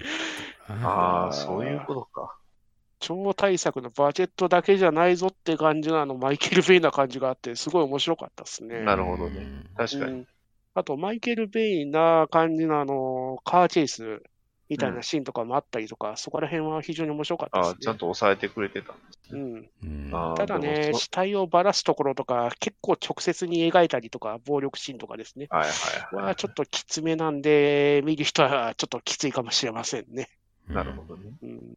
Speaker 3: ら
Speaker 2: ああ、そういうことか。
Speaker 1: 超大作のバジェットだけじゃないぞって感じなの、マイケル・ベイな感じがあって、すごい面白かったですね。
Speaker 2: なるほどね。確か
Speaker 1: う
Speaker 2: に。
Speaker 1: んあと、マイケル・ベイな感じのあのカーチェイスみたいなシーンとかもあったりとか、そこら辺は非常に面白かった
Speaker 2: あ
Speaker 1: で
Speaker 2: あ、ち
Speaker 1: す
Speaker 2: ゃ
Speaker 1: ね
Speaker 2: ん。と抑えてくれてた。
Speaker 1: うん、
Speaker 3: うん。
Speaker 2: ああ
Speaker 1: ただ
Speaker 2: で
Speaker 1: ね、
Speaker 2: もそ
Speaker 1: 死体をばらすところとか、結構直接に描いたりとか、暴力シーンとかですね。
Speaker 2: はいはいは
Speaker 1: はちょっときつめなんで、見る人はちょっときついかもしれませんね。
Speaker 2: い。なるほどね。
Speaker 1: うん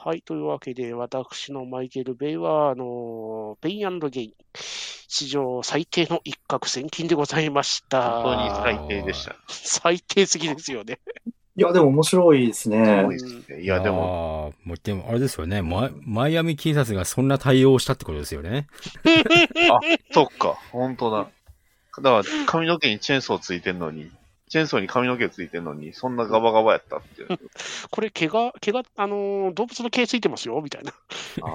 Speaker 1: はい、というわけで、私のマイケル・ベイは、あのペインゲイン、史上最低の一攫千金でございました。
Speaker 2: 本当に最低でした。
Speaker 1: 最低すぎですよね。
Speaker 4: いや、でも面白いですね
Speaker 2: 多。いですね。いや、でも、
Speaker 3: も。もうでも、あれですよね。マイマイアミ警察がそんな対応をしたってことですよね。
Speaker 2: そっか、本当だ。だから、髪の毛にチェーンソーついてんのに、チェーンソーに髪の毛ついてんのに、そんなガバガバやったっていう。
Speaker 1: これ、毛が、毛が、あのー動物の毛ついてますよ、みたいな。
Speaker 2: あ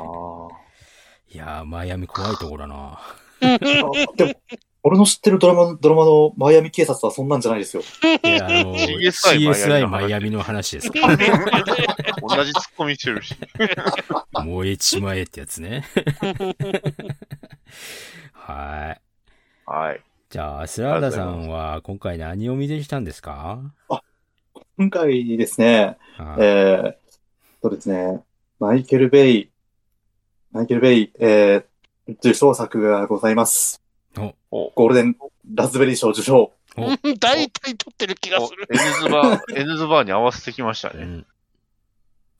Speaker 3: いやー、マイアミ怖いとこ ろだな。
Speaker 4: あでも、俺の知ってるドラマ、ドラマのマイアミ警察はそんなんじゃないですよ。
Speaker 3: いや、あの
Speaker 2: CSI
Speaker 3: マイアミの話ですか
Speaker 2: あ。同じツッコミしてるし。
Speaker 3: ら。燃えちまえってやつね。はい。
Speaker 2: はい。
Speaker 3: じゃあ、スラーダさんは今回何を見てきたんですか
Speaker 4: 今回ですね、え
Speaker 3: はい
Speaker 4: ー、そうですね、マイケル・ベイ、マイケル・ベイ、えー、受賞作がございます。
Speaker 3: お
Speaker 4: ゴールデン・ラズベリー賞受賞。
Speaker 1: 大体撮ってる気が
Speaker 2: お
Speaker 1: する。
Speaker 2: N ズバー、N ズバーに合わせてきました
Speaker 3: う
Speaker 2: ね。
Speaker 3: ん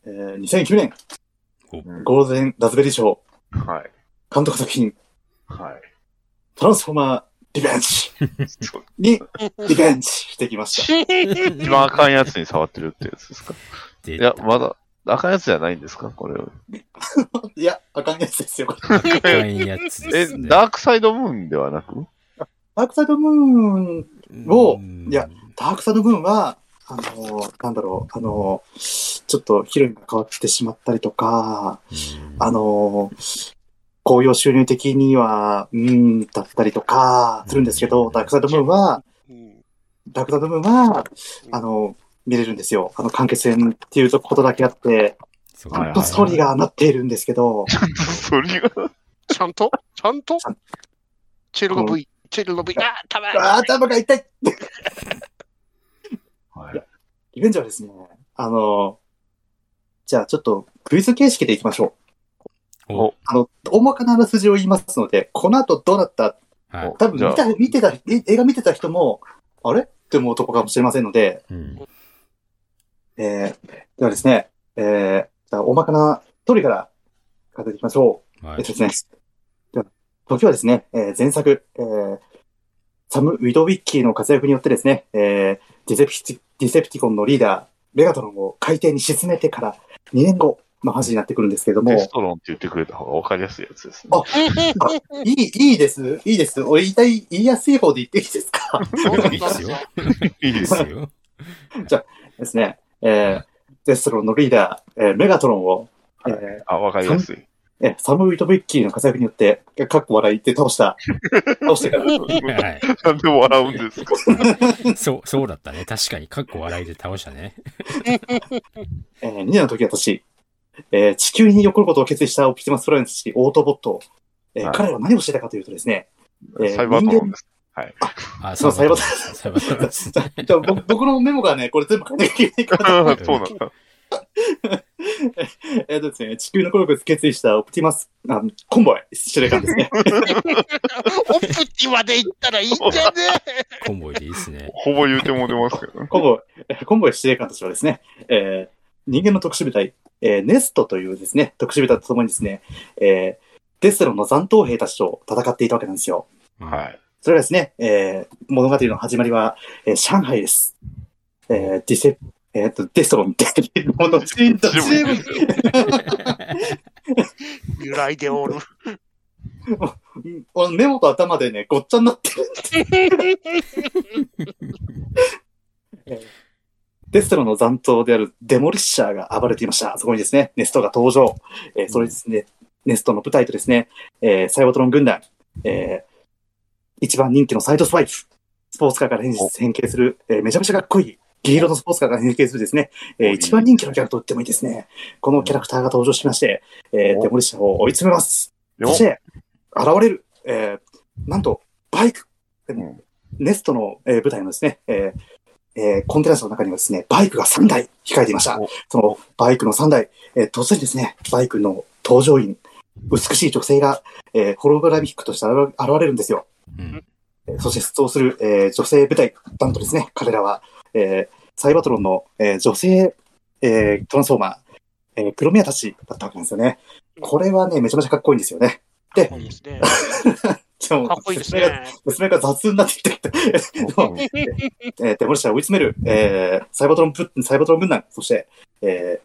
Speaker 4: えー、2009年、
Speaker 2: うん
Speaker 4: ゴールデン・ラズベリー賞、
Speaker 2: はい。
Speaker 4: 監督作品、
Speaker 2: はい。
Speaker 4: トランスフォーマー・リベンジ
Speaker 2: そう
Speaker 4: に、リベンジしてきました。
Speaker 2: 一番赤いやつに触ってるってやつですかい
Speaker 3: 出
Speaker 2: や
Speaker 3: た、
Speaker 2: まだ、赤いやつじゃないんですかこれ。
Speaker 4: いや、あかんやつですよ。これ
Speaker 3: 赤いやつで
Speaker 2: え
Speaker 3: す、ね。
Speaker 2: ダークサイドムーンではなく
Speaker 4: ダークサイドムーン、を
Speaker 3: うん
Speaker 4: いや、ダークサイドムーンは、あの、なんだろう、あの、ちょっとヒロインが変わってしまったりとか、あの、紅葉収入的には、うん、だったりとか、するんですけど、ダークサイドムーンは、
Speaker 1: うん
Speaker 4: ダークサイドムーンは、あの、見れるんですよ。あの、完結編っていうことだけあって、
Speaker 3: そう
Speaker 4: ち
Speaker 2: はいは
Speaker 4: ゃん
Speaker 2: い
Speaker 4: とストーリーがなっているんですけ ど、
Speaker 2: それが、
Speaker 1: ちゃんとちゃんと
Speaker 4: ちゃん
Speaker 1: チェルノブイ、チェルノブイ、あ、たま
Speaker 4: あー頭が痛い
Speaker 2: はい
Speaker 4: リベンジャーはですね、あの、じゃあちょっとクイズ形式でいきましょう。
Speaker 3: お
Speaker 4: あの、大かなあらすじを言いますので、この後どうなった
Speaker 3: はい
Speaker 4: 多
Speaker 2: じゃ
Speaker 4: 分
Speaker 2: あ
Speaker 4: 見た、見てた、え映画見てた人も、あれって思うとこかもしれませんので、
Speaker 3: うん
Speaker 4: えー、ではですね、えー、じゃあ、大まかな通りから数えていきましょう。
Speaker 3: は
Speaker 4: えっ
Speaker 3: い
Speaker 4: とですね、では時はですね、えー前作、えーサム・ウィドウィッキーの活躍によってですね、えーディセプティディセプティコンのリーダー、メガトロンを海底に沈めてから2年後の話になってくるんですけ れど
Speaker 2: テ
Speaker 4: も
Speaker 2: ス、トロンって言ってくれた方が分かりやすいやつですね。
Speaker 4: あいい、いいです、いいです。俺言いたい、言いやすい方で言っていいですか
Speaker 3: いいですよ。
Speaker 2: いい
Speaker 3: いい
Speaker 2: で
Speaker 3: ですす
Speaker 2: よ。
Speaker 3: よ。
Speaker 4: ですね、えー、デストロンのリーダー、えーメガトロンを、えー
Speaker 2: あ、分かりやすい。
Speaker 4: え、サム・ウィトビッキーの活躍によって、かっこ笑いって 倒した、倒してから、
Speaker 3: はい。
Speaker 2: なんで笑うんですか
Speaker 3: そう、そうだったね。確かに、かっこ笑いで倒したね。
Speaker 4: えー、2年の時は年、えー地球に残ることを決意したオプティマス・プライムスオートボット、えー
Speaker 2: はい
Speaker 4: 彼らは何をしていたかというとですね、えー
Speaker 2: サイバートロンです。
Speaker 3: あ、
Speaker 4: そう
Speaker 3: だサイバートランス
Speaker 4: じゃあじゃあ僕 僕のメモがね、これ全部書いていけないから、
Speaker 2: そうなんだ。
Speaker 4: えーとですね、地球に残ることを決意したオプティマス、あコンボイ、司令官ですね。
Speaker 1: オプティまで行ったらいいんじゃね
Speaker 3: コンボイでいいっすね。
Speaker 2: ほぼ言うても出ますけどね。
Speaker 4: コンボイ、えーコンボイ司令官としてはですね、えー人間の特殊部隊、えーネストというですね、特殊部隊とともにですね、えーデスロの残党兵たちと戦っていたわけなんですよ。
Speaker 2: はい。
Speaker 4: それがですね、えー物語の始まりは、えー上海です。えーディセ、えーっと、デストロン、デストロン、のチンとチーム
Speaker 1: え揺らいでおる。
Speaker 4: うん俺メモと頭でね、ごっちゃになってる。デストロの残党であるデモリッシャーが暴れていました。そこにですね、ネストが登場。えーそれですね、ネストの部隊とですね、えーサイボトロン軍団、えー一番人気のサイドスワイプ、スポーツカーから変変形する、えーめちゃめちゃかっこいい、銀色のスポーツカーから変形するですね、えー一番人気のキャラと言ってもいいですね。このキャラクターが登場しまして、えー
Speaker 2: お
Speaker 4: デモリッシャーを追い詰めます。
Speaker 2: で
Speaker 4: そ
Speaker 2: も
Speaker 4: し、て、現れる、えーなんと、バイク。でも、ネストの、えー舞台のですね、えーえーコンテナ車の中にはですね、バイクが3台控えていました
Speaker 2: お。
Speaker 4: そのバイクの3台、えー突然ですね、バイクの搭乗員、美しい女性が、えーホログラフィックとして現れるんですよ。
Speaker 3: うん。
Speaker 4: えーそして出動する、えー女性部隊、なんとですね、彼らは、えーサイバトロンの、えー女性、えートランスフォーマー、えー黒宮たちだったわけなんですよね。これはね、めちゃめちゃかっこいいんですよね。
Speaker 1: かっこいいですね。
Speaker 4: でも
Speaker 1: かっこいいです
Speaker 4: 説明が
Speaker 1: ね。
Speaker 4: 娘が雑になってきて、
Speaker 2: うん
Speaker 4: えー、デモリシャーを追い詰める、えー、サイバトロンブ、サイバトロン軍団、そして、え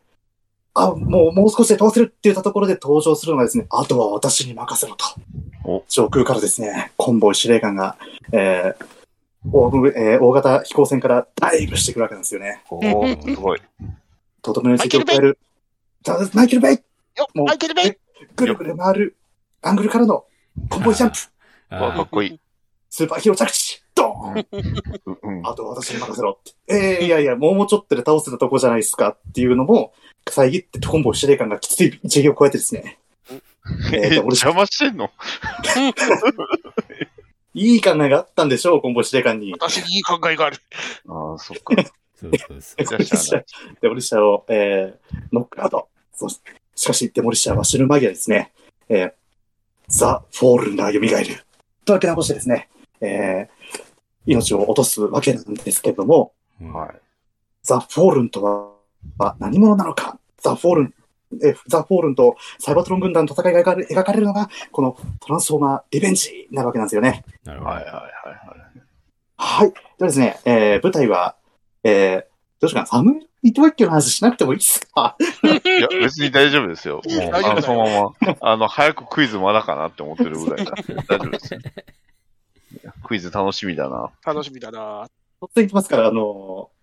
Speaker 4: ー、あ、もう、もう少しで倒せるって言ったところで登場するのがですね、あとは私に任せろ
Speaker 2: お
Speaker 4: と。上空からですね、コンボイ司令官が、えー大えー大型飛行船からダイブしてくるわけなんですよね。
Speaker 2: おーすごい。
Speaker 4: とどめの時期を超える、だマイケル・ベイ
Speaker 1: よ
Speaker 4: もう
Speaker 1: マイケルベイ
Speaker 4: ぐるぐる回るアングルからのコンボイジャンプ
Speaker 2: うわか
Speaker 3: あ
Speaker 2: っこいい。
Speaker 4: スーパーヒーロー着地ドーン
Speaker 2: うんうん
Speaker 4: あとは私に任せろって。えー、いやい や、もうちょっとで倒せたとこじゃないですかっていうのも、遮ってコンボ司令官がきつい一撃を超えてですね。え
Speaker 2: え、
Speaker 4: ー、俺、
Speaker 2: 邪魔してんの
Speaker 4: いい考えがあったんでしょう、コンボ司令官に。
Speaker 1: 私にいい考えがある。
Speaker 2: ああ、そっか。
Speaker 3: そうそうそ
Speaker 4: デ
Speaker 3: う。
Speaker 4: モリッシャーデモリッシャーを、えー、ノックアウト。そしてしかし、デモリッシャーは死ぬ間際ですね、えー、ザ・フォールが蘇る。とだけ残してですね、えー、命を落とすわけなんですけれども、
Speaker 3: うん
Speaker 2: はい。
Speaker 4: ザ・フォールンとはは何者なのか、ザ・フォールン、えザ・フォールンとサイバトロン軍団の戦いが描かれ描かれるのが、このトランスフォーマーリベンジなわけなんですよね。
Speaker 3: なるほど。
Speaker 2: はいはいはいはい。
Speaker 4: はい。ではですね、えー舞台は、えーどうしようかな、サム・イトワッキの話しなくてもいいですか
Speaker 2: いや、別に大丈夫ですよ。も
Speaker 1: 大
Speaker 2: う、
Speaker 1: 丈夫
Speaker 2: あの、そのまま、あの、早くクイズまだかなって思ってるぐらいなんで、大丈夫ですよ。クイズ楽しみだな。
Speaker 1: 楽しみだな。
Speaker 4: 突然いきますから、あのー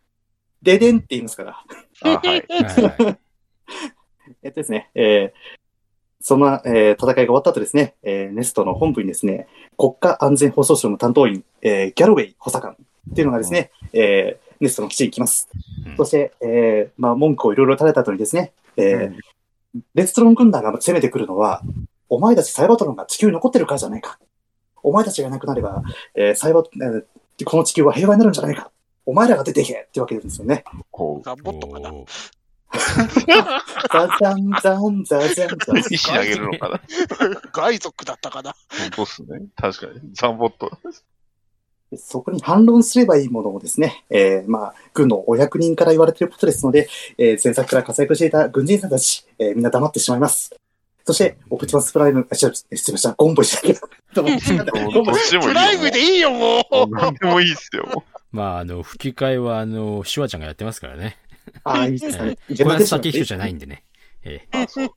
Speaker 4: デデンって言いますから。
Speaker 2: あはい。
Speaker 3: はいはい
Speaker 4: えっとですね、えーそんな、えー戦いが終わった後ですね、えーネストの本部にですね、国家安全保障省の担当員、えーギャロウェイ補佐官っていうのがですね、えーネストの基地に行きます。
Speaker 3: うん
Speaker 4: そして、えーまあ、文句をいろいろ垂れた後にですね、えー
Speaker 2: う
Speaker 4: レストロン軍団が攻めてくるのは、お前たちサイバトロンが地球に残ってるからじゃないか。お前たちがいなくなれば、えーサイバ、えーこの地球は平和になるんじゃないか。お前らが出ていけってわけですよね。
Speaker 2: こ
Speaker 1: ザボットかな。
Speaker 3: おー
Speaker 4: ザザンザンザザ ンザン。
Speaker 2: う、石投げるのかな
Speaker 1: ガイ族だったかな。
Speaker 2: 本当っすね。確かに。ザンボット。
Speaker 4: そこに反論すればいいものをですね、えーまあ、軍のお役人から言われていることですので、えー前作から活躍していた軍人さんたち、えーみんな黙ってしまいます。そして、オプティマスプライム、あ、違う、失礼しました、ゴンボイじゃないけど、
Speaker 2: どっちでもいいよ。
Speaker 1: プライムでいいよ、もう。
Speaker 2: 何でもいいっすよ。
Speaker 3: まあ、あの、吹き替えは、あの、シュワちゃんがやってますからね。
Speaker 4: ああ、いい ですね。
Speaker 3: これは先人じゃない
Speaker 4: ん
Speaker 3: んでね。え
Speaker 2: あそう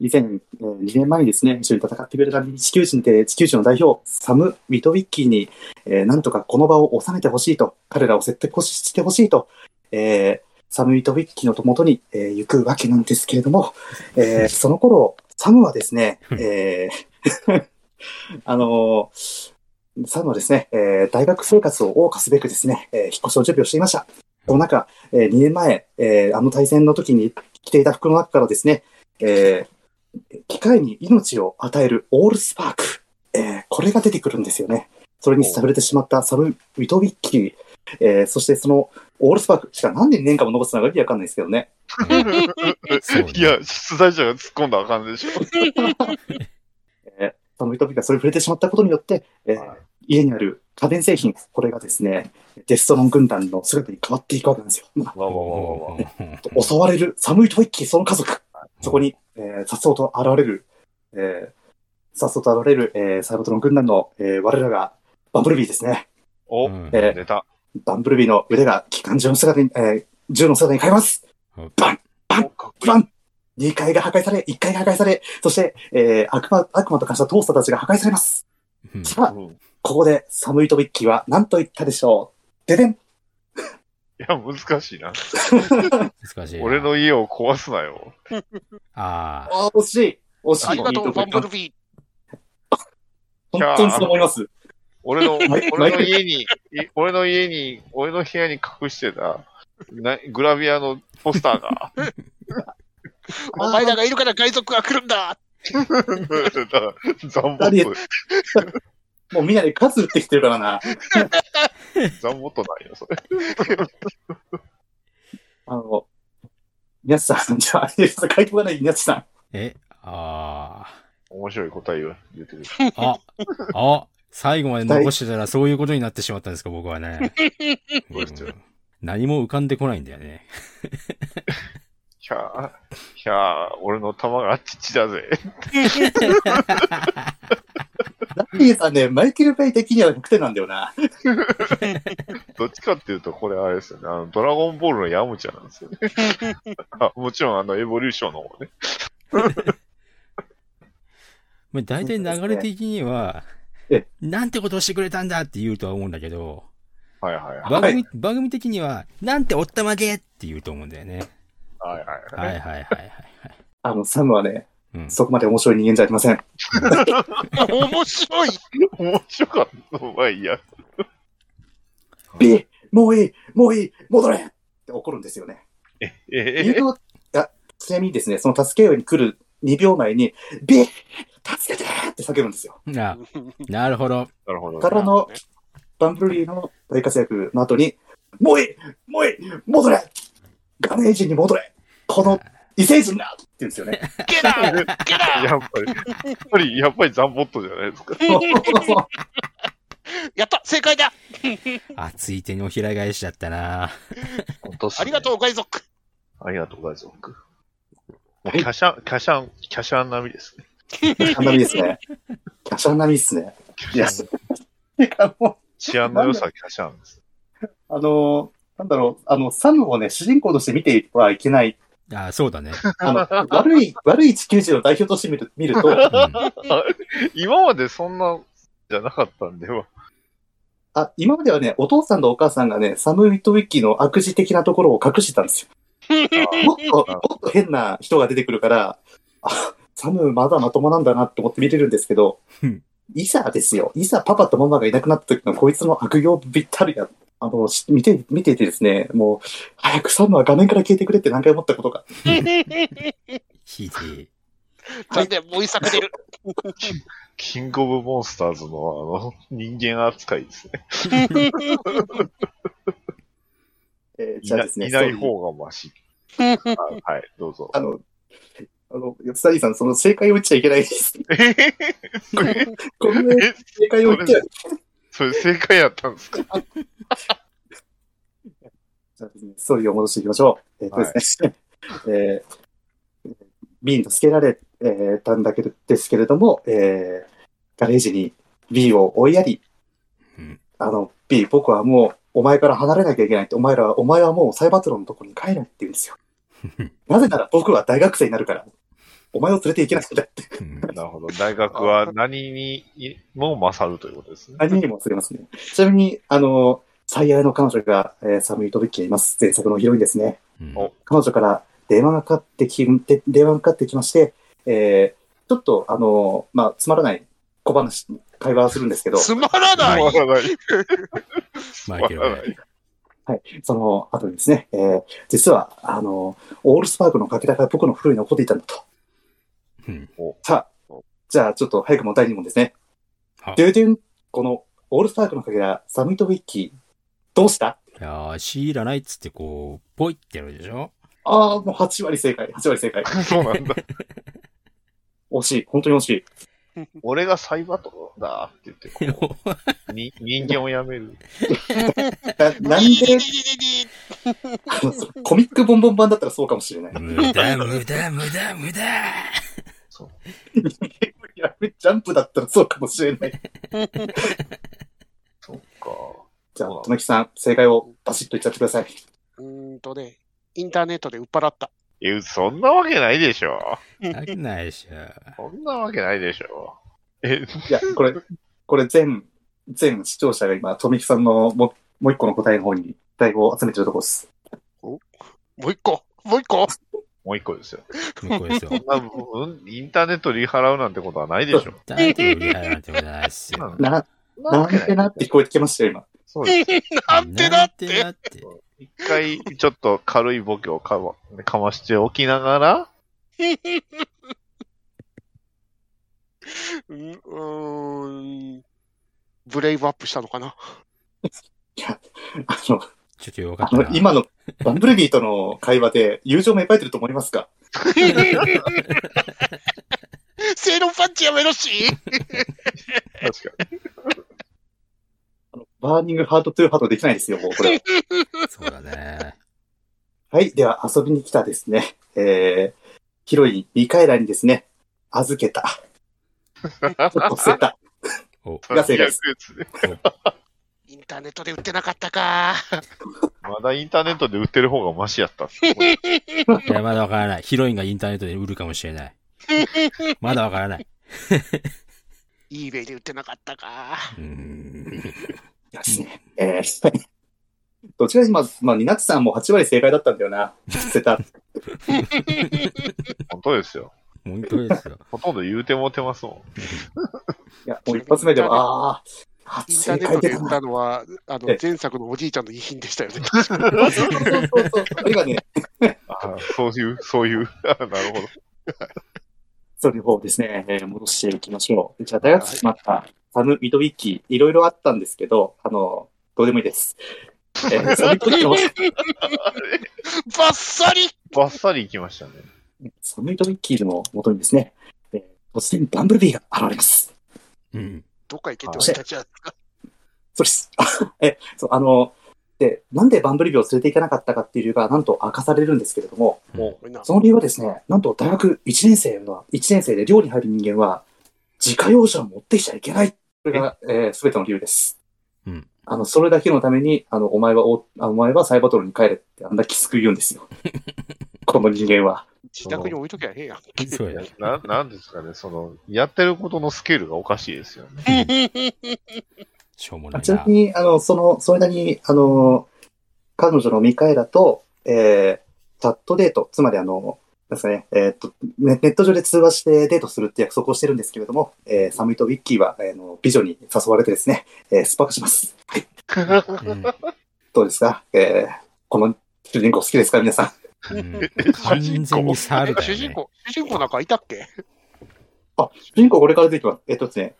Speaker 4: 以前、えー2年前にですね、一緒に戦ってくれた地球人で、地球人の代表、サム・ウィトウィッキーに、えーなんとかこの場を収めてほしいと、彼らを説得してほしいと、えーサム・ウィトウィッキーの元に、えー行くわけなんですけれども、えーその頃、サムはですね、えー、 あのーサムはですね、えー大学生活を謳歌すべくですね、えー引っ越しの準備をしていました。その中、え2年前、えーあの対戦の時に着ていた服の中からですね、えー機械に命を与えるオールスパーク、えーこれが出てくるんですよね。それにされてしまったサム・ウィトビッキー、えーそしてそのオールスパークしか何年年間も残すのか意味わかんないですけどね。
Speaker 3: そうね
Speaker 2: いや、出題者が突っ込んだらあかんでしょ。
Speaker 4: その人々がそれに触れてしまったことによって、えー家にある家電製品、これがですね、デストロン軍団の姿に変わっていくわけなんですよ。ま
Speaker 2: わわわわわ。
Speaker 4: あ襲われる寒いトイッキー、その家族。そこに、えー、さっそうと現れる、えー、さっそうと現れる、えー、サイボトロン軍団の、えー、我らが、バンブルビーですね。
Speaker 2: お、
Speaker 3: うん
Speaker 4: えー
Speaker 2: 出た。
Speaker 4: バンブルビーの腕が機関銃の姿に、えー銃の姿に変えます。
Speaker 3: うん
Speaker 4: バン
Speaker 2: おかっこいい
Speaker 4: バン !2 階が破壊され、1階が破壊され、そして、えー、悪魔、悪魔と化したトースターたちが破壊されます。
Speaker 3: うん
Speaker 4: さあ、
Speaker 2: うんい
Speaker 4: ここで、サムイトビッキーは何と言ったでしょうででん
Speaker 2: や、難しいな。
Speaker 3: 難しいな。
Speaker 2: 俺の家を壊すなよ。
Speaker 3: ああ。
Speaker 4: ああ、惜しい惜しい
Speaker 1: ありがとう、バンブル
Speaker 4: 本
Speaker 1: ビ
Speaker 4: 当にそう思います。
Speaker 2: 俺の、
Speaker 4: 毎
Speaker 2: 俺の家に、い俺の家に、俺の部屋に隠してた、なグラビアのポスターが。
Speaker 1: ー。お前らがいるから海賊が来るんだ。
Speaker 2: ザンボット、
Speaker 4: もうみんなで数打ってきてるからな。
Speaker 2: ザンボットないよ、それ。
Speaker 4: あの、宮地さん、じゃあ、回答がない宮地さん。
Speaker 3: え、あ
Speaker 2: 面白い答えを言ってくる。
Speaker 3: あ。あ、あ、最後まで残してたらそういうことになってしまったんですか、僕はね。
Speaker 2: そうですよ
Speaker 3: うん何も浮かんでこないんだよね。
Speaker 2: ひゃー、ひゃー、俺の玉があっちっちだぜ。
Speaker 4: ラッピーさんね、マイケル・ベイ的には100点なんだよな。
Speaker 2: どっちかっていうと、これあれですよね。あの、ドラゴンボールのヤムチャなんですよね。あもちろん、あの、エボリューションの方ね。
Speaker 3: まあ、大体流れ的には、
Speaker 4: え
Speaker 3: なんてことをしてくれたんだって言うとは思うんだけど、
Speaker 2: はいはいはい。
Speaker 3: 番組、番組的には、なんておったまげって言うと思うんだよね。
Speaker 2: はい
Speaker 3: は
Speaker 2: はいい
Speaker 3: は
Speaker 2: はい。
Speaker 3: いはいはい。
Speaker 4: あの、サムはね、
Speaker 3: うん。
Speaker 4: そこまで面白い人間じゃありません。
Speaker 1: 面白い。
Speaker 2: 面白かった。まあいいや。
Speaker 4: いいもういいもういい戻れって怒るんですよね。
Speaker 2: え、え、
Speaker 4: 2
Speaker 2: え、
Speaker 4: 秒、あ、ちなみにですね、その助けように来る2秒前に、ビッ助けてって叫ぶんですよ。
Speaker 3: あ、なるほど。
Speaker 2: なるほど。
Speaker 4: からの、バンブルリーの大活躍の後に、もういいもういい戻れガレージに戻れこの異星人だって言うんですよね。
Speaker 1: ゲラーゲラ
Speaker 2: やっぱり、やっぱり、やっぱりザンボットじゃないですか。
Speaker 1: ーやった正解だ
Speaker 3: 熱い手のひら返しだったな
Speaker 2: 本当っす
Speaker 1: あ
Speaker 2: ね
Speaker 1: りがとう、海賊
Speaker 2: ありがとう、ガイゾン君。もうキャシャン、キャシャン、キャシャン並みですね。
Speaker 4: キャシャン並みです ね。キャシャン並みですね。いや、そてかも
Speaker 2: 治安の良さはキャシャンです。
Speaker 4: う、あのー、なんだろう、あの、サムをね、主人公として見てはいけない。
Speaker 3: あそうだね。
Speaker 4: あ の、悪い、悪い地球人の代表として見る見ると、
Speaker 3: うん
Speaker 2: 今までそんな、じゃなかったんでは。
Speaker 4: あ、今まではね、お父さんとお母さんがね、サム・ウィットウィッキーの悪事的なところを隠してたん ですよ。もっと、もっと変な人が出てくるから、あ、サムまだまともなんだなって思って見れるんですけど
Speaker 3: うん、
Speaker 4: いざですよ。いざパパとママがいなくなった時のこいつの悪行びったりや、あの、し見て、見ていてですね、もう、早くサムは画面から消えてくれって何回思ったことか。
Speaker 3: ひでえ。
Speaker 1: 残念、もう一作出る。
Speaker 2: キングオブモンスターズの、あの、人間扱いですね。
Speaker 4: えー
Speaker 2: い
Speaker 4: じゃあ
Speaker 2: な
Speaker 4: ですね、
Speaker 2: いない
Speaker 4: そう
Speaker 2: 方がマシ。あはい、どうぞ。
Speaker 4: あの、あの、スタディさん、その正解を言っちゃいけないです。
Speaker 2: え
Speaker 4: こんな
Speaker 2: え
Speaker 4: 正解を言っちゃ
Speaker 2: それ正解やったんですか
Speaker 4: じゃあですね、ストーリーを戻していきましょう。えっ、とですね、 えービーン助けられ、えーたんだけど、ですけれども、えーガレージに B を追いやり、
Speaker 3: うん
Speaker 4: あの、B、僕はもう、お前から離れなきゃいけないって、お前らは、お前はもうサイバトロンのところに帰れって言うん ですよ。なぜなら僕は大学生になるから、お前を連れて行けないんだって、
Speaker 3: うん
Speaker 2: なるほど。大学は何にも勝るということですね。
Speaker 4: 何にも連れますね。ちなみに、あの、最愛の彼女が、えーサムイトビッキーにいます。前作のヒロインですね。
Speaker 3: うん
Speaker 2: お
Speaker 4: 彼女から電話がかかってき、で電話がかかってきまして、えーちょっと、あの、まあ、つまらない小話、会話するんですけど、
Speaker 1: つまらない
Speaker 2: わからない。
Speaker 3: マイケルはね。
Speaker 4: はい、その後にですね、えー実は、あの、オールスパークのかけらが僕の袋に残っていたんだと。
Speaker 3: うん。
Speaker 4: さあ、じゃあちょっと早くも第2問ですね
Speaker 3: は。
Speaker 4: デュデュン、このオールスタークのかけら、サミットウィッキー、どうした
Speaker 3: いやー、シーらないっつってこう、ポイってやるでしょ
Speaker 4: ああ、もう8割正解、8割正解。
Speaker 2: そうなんだ。
Speaker 4: 惜しい、本当に惜しい。
Speaker 2: 俺がサイバトロンだって言って、こう、に人間をやめる。
Speaker 4: なな
Speaker 1: デ
Speaker 4: ん
Speaker 1: ィディデ
Speaker 4: で
Speaker 1: ィデ、ィディ
Speaker 4: あのそうコミックボンボン版だったらそうかもしれない。
Speaker 3: 無駄、無駄、無駄、無駄
Speaker 4: やべ、ジャンプだったら そうかもしれない。
Speaker 2: そっか。
Speaker 4: じゃあ、とめきさん、正解をバシッと言っちゃってくだ さい。
Speaker 1: うーんとね、インターネットで売っ払った。
Speaker 2: え、そんなわけないでしょ。
Speaker 3: なくないでし ょ。
Speaker 2: そんなわけないでしょ。え、
Speaker 4: いや、これ、これ全、全視聴者が今、とめきさんのもうもう一個の答えの方に、題を集めてるとこです。
Speaker 1: もう一個もう一個
Speaker 2: もう一個です よ。
Speaker 3: 向こうですよ。
Speaker 2: そんなうんインターネットで売り払うなんてことはないでしょ。
Speaker 3: ダイエットより早いなんてことないっすよ。
Speaker 4: な、
Speaker 2: そんな
Speaker 4: な
Speaker 2: わけ
Speaker 4: んでなって聞こえてきましたよ、今。
Speaker 2: そうです。
Speaker 1: なんてだって
Speaker 3: なんてだっ
Speaker 2: 一回、ちょっと軽いボケをかまかましておきながら、
Speaker 1: うんうーん、ブレイブアップしたのか ない
Speaker 4: や、あの、
Speaker 3: てちょっとよかっ
Speaker 4: あ
Speaker 3: たな
Speaker 4: の、。今の、バンブルビーとの会話で友情芽生えてると思いますか
Speaker 1: 正論パンチやめろし
Speaker 2: 確か
Speaker 4: あのバーニングハートトゥーハートできないですよ、もうこ れは。
Speaker 3: そうだね。
Speaker 4: はい。では、遊びに来たですね。えー、ヒロイン、リカエラにですね、預けた。 ちょっと捨てた。
Speaker 3: お、
Speaker 4: が正
Speaker 2: に
Speaker 4: 解です。
Speaker 1: インターネットで売ってなかったか。
Speaker 2: まだインターネットで売ってる方がマシやったっす。
Speaker 3: いや、まだわからない。ヒロインがインターネットで売るかもしれない。まだわからない。
Speaker 1: eBay で売ってなかったか。
Speaker 3: うーん。
Speaker 4: いやですね。えー、 どちらにまず、まあ、ニナツさんも8割正解だったんだ よな。捨てた。
Speaker 2: 本当ですよ。
Speaker 3: 本当ですよ。
Speaker 2: ほとんど言うてもうてますも
Speaker 4: いや、もう一発目では、あーあ、
Speaker 1: インター
Speaker 4: 正
Speaker 1: ネット
Speaker 4: 解
Speaker 1: で
Speaker 4: 出
Speaker 1: 売っ
Speaker 4: たな。
Speaker 1: たのは、あ
Speaker 4: え
Speaker 1: の
Speaker 4: え、
Speaker 1: 前作のおじいちゃんの遺品でした よね。
Speaker 4: そうそうそうそう。それがね、
Speaker 2: ん。あーそういう、そういう。あーなるほど。
Speaker 4: それの方ですね、えー戻していきましょう。じゃあ、大学生まった、サム・ミドウィッキー、いろいろあったんですけど、あの、どうでもいいです。えーサム・ミドウィッキーの
Speaker 1: バッサリ
Speaker 2: バッサリ行きましたね。
Speaker 4: サムイドミッキーの元にですね、えー突然バンブルビーが現れます。
Speaker 3: うん。
Speaker 1: どっか行けって俺たちは。
Speaker 4: そうです。 え、そう、あの、で、なんでバンブルビーを連れていかなかったかっていう理由が、なんと明かされるんですけれども、
Speaker 1: もうな、
Speaker 4: その理由はですね、なんと大学1年生の、1年生で寮に入る人間は、自家用車を持ってきちゃいけない。これが、えー、すべての理由です。
Speaker 3: うん
Speaker 4: あの、それだけのために、あの、お前はお、あお前はサイバトルに帰れって、あんなきつく言うんですよ。 この人間は。
Speaker 1: 自宅に置いときゃええやん。
Speaker 3: そう
Speaker 2: い
Speaker 3: や
Speaker 2: や。ななんですかね、その、やってることのスケールがおかしいですよね。
Speaker 3: しょうも
Speaker 4: あ
Speaker 3: ない
Speaker 4: ちな
Speaker 3: な。
Speaker 4: みに、あの、その、それなりに、あの、彼女のミカエラと、えー、チャットデート、つまりあの、なんですかね、えーっとネ、ネット上で通話してデートするって約束をしてるんですけれども、えー、サムイとウィッキーは、えーあの、美女に誘われてですね、えー、スパクします。
Speaker 3: うん
Speaker 4: どうですかえー、この主人公好きですか皆さん。
Speaker 3: うん完全にサルだ
Speaker 1: 主
Speaker 3: よ
Speaker 1: 人
Speaker 3: ね。
Speaker 1: 公、主人公なんかいたっけ
Speaker 4: 主人公これから出てきます。えーっとですね、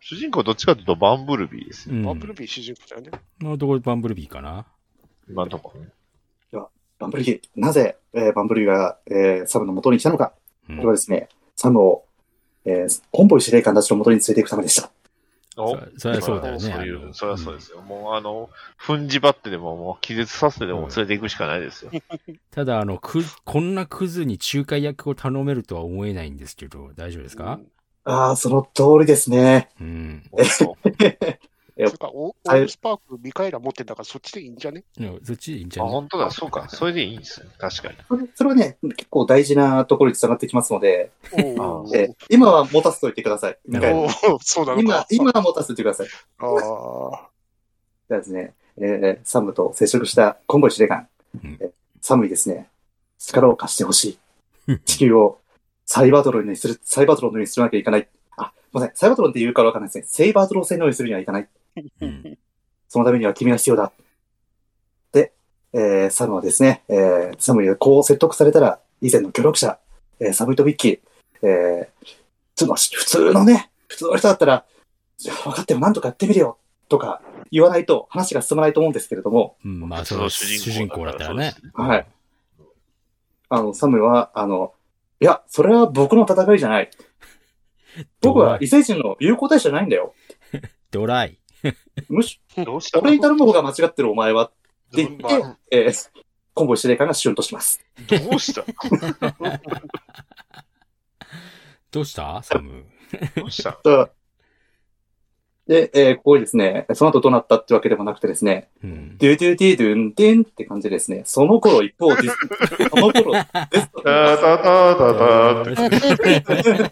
Speaker 2: 主人公どっちかというとバンブルビーです
Speaker 3: う
Speaker 2: ね。
Speaker 3: ん
Speaker 1: アップルビー主人公だよね。
Speaker 3: のところバンブルビーかな。
Speaker 2: 今のところね。
Speaker 4: バンブルギー、なぜ、えーバンブルギーが、えーサムの元に来たのか。
Speaker 3: うん
Speaker 4: これはですね、サムを、えー、コンボイ司令官たちの元に連れていくためでした。
Speaker 2: お
Speaker 3: そりゃそうだよね。
Speaker 2: そうい
Speaker 3: あの
Speaker 2: う、そりゃそうですよ。もうあの、踏んじばってでも、もう気絶させてでも連れていくしかない ですよ。
Speaker 3: ただ、あの、く、こんなクズに仲介役を頼めるとは思えないんですけど、大丈夫ですか
Speaker 4: ああ、その通りですね。
Speaker 3: うん。
Speaker 2: 本当
Speaker 1: それか、オオールスパーク、ミカエラ持ってんだからそっちでいいんじゃね
Speaker 3: いやそっちいいんじ
Speaker 2: あ、
Speaker 3: ゃない
Speaker 2: 本当だ、そうか。それでいいんですよ。確かに。
Speaker 4: それそれはね、結構大事なところに繋がってきますので、
Speaker 1: お
Speaker 4: え
Speaker 1: ー
Speaker 4: ー今は持たせておいてください。
Speaker 3: なる
Speaker 1: おー、そうなの
Speaker 4: 今
Speaker 1: か、。
Speaker 4: 今は持たせておいてください。
Speaker 1: あー
Speaker 4: じゃあですね、えーサムと接触したコンボイ司令官、
Speaker 3: うん
Speaker 4: えーサムにですね、力を貸してほしい。地球をサイバードロンにする、サイバードロンにするわけにいかない。あ、ごめんなさい。サイバードロンって言うからわかんないですね。セイバードロン性能にするにはいかない。
Speaker 3: うん。
Speaker 4: そのためには君が必要だ。で、えーサムはですね、えーサムにこう説得されたら、以前の協力者、えーサムとビッキー、えーつまし普通のね、普通の人だったら、じゃあ分かっても何とかやってみるよ、とか言わないと話が進まないと思うんですけれども、
Speaker 3: うん、まあ、
Speaker 2: 普通
Speaker 3: その
Speaker 2: の
Speaker 3: 主
Speaker 2: 主
Speaker 3: 人
Speaker 2: 人
Speaker 3: 公
Speaker 2: 公だ
Speaker 3: だ
Speaker 2: っ
Speaker 3: っ
Speaker 2: たた
Speaker 3: ら
Speaker 2: ら
Speaker 3: ね
Speaker 2: ね。
Speaker 4: はい。あの、サムは、あの、いや、それは僕の戦いじゃない。僕は異星人の友好対象じゃないんだよ。
Speaker 3: ドライ。
Speaker 4: むし
Speaker 2: どうした
Speaker 4: ろ、俺に頼む方が間違ってるお前はって言
Speaker 2: どう
Speaker 4: って、えー、コンボイ司令官がシュンとします。
Speaker 2: どうした
Speaker 3: どうしたサム。
Speaker 2: どう した
Speaker 4: だで、えーここにですね、その後どうなったってわけでもなくてですね、
Speaker 3: うん。
Speaker 4: ドゥドゥディドゥンデンって感じでですね、その頃一 方ディス、その頃デスト
Speaker 2: たたたたたって。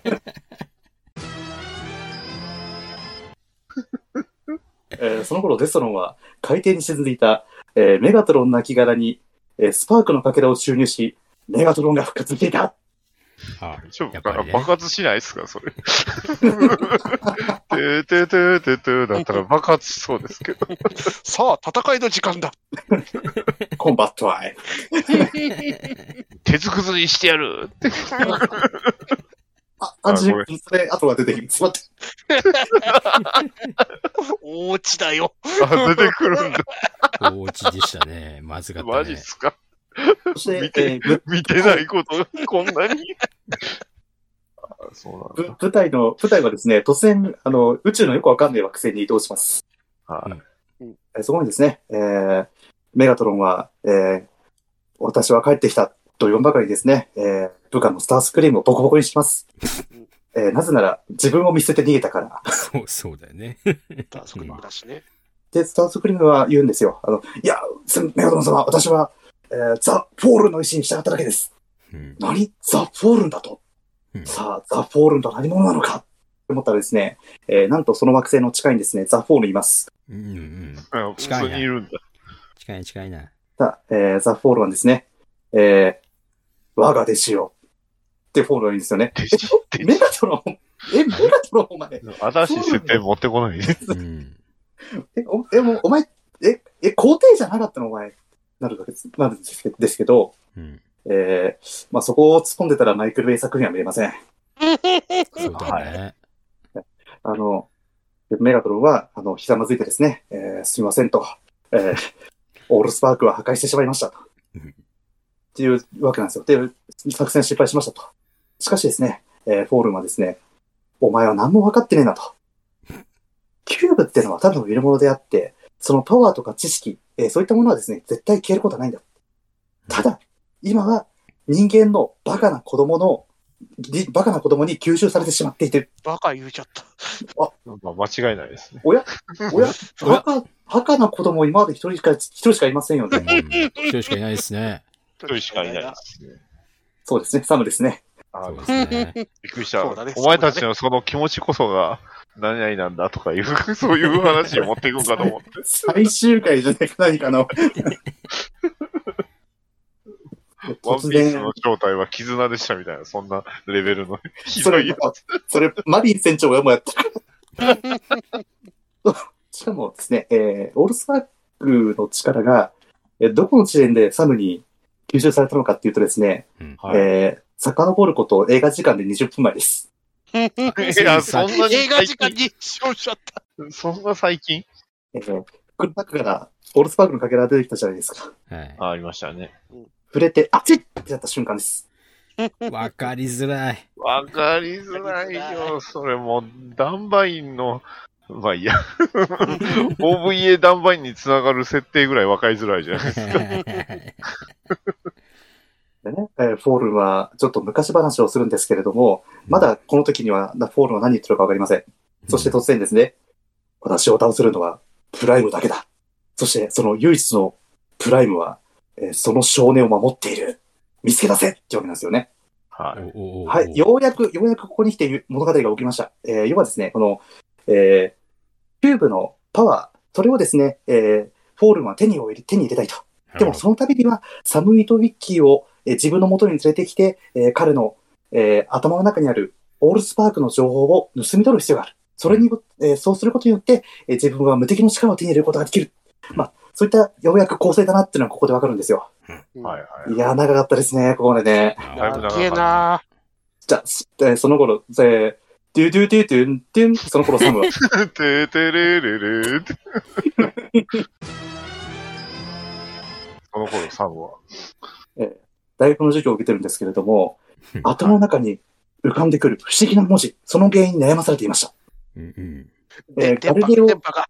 Speaker 4: えーその頃デストロンは海底に沈んでいた、えーメガトロンの亡骸に、えースパークのかけらを注入し、メガトロンが復活していた
Speaker 3: あ
Speaker 2: 大丈
Speaker 3: や
Speaker 2: 夫
Speaker 3: っぱ
Speaker 2: か
Speaker 3: り
Speaker 2: な
Speaker 3: ね
Speaker 2: 爆発しないですか それ。てーてーてーてーてーだったら爆発しそうですけど。
Speaker 1: さあ、戦いの時間だ。
Speaker 4: コンバットアイ。
Speaker 2: 鉄くずにしてやるって。
Speaker 4: あ、
Speaker 2: あ
Speaker 4: あ、じ
Speaker 2: ごめん
Speaker 4: それ、後が出てきます。待って。
Speaker 1: お家だよ。
Speaker 2: あ、出てくるんだ。
Speaker 3: お家でしたね。まずかった、ね。
Speaker 2: マジっすか
Speaker 4: そして
Speaker 2: 見、
Speaker 4: え
Speaker 2: て
Speaker 4: ーぶ
Speaker 2: 見てないことがこんなに。あそうなん
Speaker 4: ぶ
Speaker 2: だ。
Speaker 4: 舞台の、舞台はですね、突然、あの、宇宙のよくわかんない惑星に移動します。
Speaker 2: はい
Speaker 4: えーそこにですね、えーメガトロンは、えー私は帰ってきたと言わんばかりですね、えー部下のスタースクリームをボコボコにします。えーなぜなら、自分を見捨てて逃げたから。
Speaker 3: そう、そうだよね。
Speaker 1: あそこにだしね。
Speaker 4: で、スタースクリームは言うんですよ。あの、いや、すメガドン様、私は、えーザ・フォールの意思に従っただけです。
Speaker 3: うん。
Speaker 4: 何ザ・フォールンだと。
Speaker 3: うん
Speaker 4: さあ、ザ・フォールンとは何者なのかって思ったらですね、えーなんとその惑星の近いにですね、ザ・フォールンいます。
Speaker 3: うんうん。
Speaker 2: あ普通にいるんだ。
Speaker 3: 近い近いな。
Speaker 4: さあ、えーザ・フォールンはですね、えー、我が弟子よ。ってフォールンが言うんですよね。
Speaker 2: 弟子
Speaker 4: えメガトロン、え、メガトロンお前、
Speaker 2: 新しい設定持ってこないね。
Speaker 3: うん。
Speaker 4: え、おえもうお前、え、え、皇帝じゃなかったのお前、なるわけです、なるんですけですけど、
Speaker 3: うん。
Speaker 4: えー、まあ、そこを突っ込んでたらマイクル・ベイ作品は見えません。
Speaker 3: そうだね。
Speaker 4: あの、メガトロンは、あの、ひざまずいてですね、えーすみませんと、えーオールスパークは破壊してしまいましたと。
Speaker 3: うん
Speaker 4: っていうわけなんですよ。で、作戦失敗しましたと。しかしですね、えーフォールンはですね、お前は何も分かってねえなと。キューブってのは単なる入れ物であって、そのパワーとか知識、えーそういったものはですね、絶対消えることはないんだ。ただ、今は人間のバカな子供の、りバカな子供に吸収されてしまっていて、
Speaker 1: バカ言うちゃった。
Speaker 2: まあ、間違いないですね。
Speaker 4: おや、バカ、バカな子供今まで一人しか、一人しかいませんよ
Speaker 3: う
Speaker 4: ね。
Speaker 3: ん。一人しかいないですね。
Speaker 2: 一人しかいないですね。
Speaker 4: そうですね、サムですね。
Speaker 2: あ
Speaker 3: そう
Speaker 2: び
Speaker 3: で
Speaker 2: っ
Speaker 3: すね。
Speaker 2: くりした、
Speaker 1: そうだね
Speaker 2: お前たちのその気持ちこそが何々なんだとかいう、そういう話を持っていこうかと思 って。
Speaker 4: 最終回じゃないか何かの。
Speaker 2: ワン
Speaker 4: 突
Speaker 2: ピース
Speaker 4: 然
Speaker 2: の、正体は絆でしたみたいな、そんなレベルのひ
Speaker 4: そ
Speaker 2: どい
Speaker 4: れ。、それ、マリン船長がもうやった。 しかもですね、えーオールスパークの力が、えーどこの地点でサムに吸収されたのかっていうとですね、
Speaker 3: うん。
Speaker 2: はい
Speaker 4: えー、遡ること映画時間で20分前です。
Speaker 2: いや、そんなに
Speaker 1: 映画
Speaker 2: 最
Speaker 1: 時間
Speaker 2: 近、
Speaker 1: に使用しちゃった。
Speaker 2: そんな最近
Speaker 4: えー、クルバックから、オールスパークのかけらが出てきたじゃないですか。
Speaker 3: はい。
Speaker 2: あありましたね。
Speaker 4: 触れて、あっちってなった瞬間です。
Speaker 3: わかりづ らい。
Speaker 2: わかりづらいよ、それもう、ダンバインの、まあいいや、OVA ダンバインにつながる設定ぐらいわかりづらいじゃない
Speaker 4: でね、えーフォールは、ちょっと昔話をするんですけれども、まだこの時には、なフォールは何言ってるかわかりません。そして突然ですね、私を倒せるのは、プライムだけだ。そして、その唯一のプライムは、えーその少年を守っている。見つけ出せってわけなんですよね。
Speaker 2: はい。
Speaker 3: おおお
Speaker 4: はい、ようやく、ようやくここに来て物語が起きました。えー要はですね、この、えーキューブのパワー、それをですね、えーフォールマンは手に入れ、手に入れたいと。でもその度には、サムイとウィッキーを、えー自分の元に連れてきて、えー彼の、えー頭の中にあるオールスパークの情報を盗み取る必要がある。それによ、えーそうすることによって、えー自分は無敵の力を手に入れることができる。まあ、そういったようやく構成だなっていうのはここでわかるんですよ。
Speaker 2: はい
Speaker 1: い。
Speaker 2: はい
Speaker 4: い。やー、長かったですね、ここまでね。
Speaker 2: だいぶ長かった
Speaker 1: 長えな
Speaker 4: じゃあ、すえーその頃、えー、デュデュデュデュンデュン、その頃 サムは、
Speaker 2: ててれれれって。 この頃、サムは。
Speaker 4: 大学の授業を受けてるんですけれども、頭の中に浮かんでくる不思議な文字、その原因に悩まされていました。
Speaker 3: うんうん。
Speaker 1: で
Speaker 4: えー
Speaker 1: 電
Speaker 4: ガルデ
Speaker 1: 波、
Speaker 4: オ
Speaker 1: 電波が。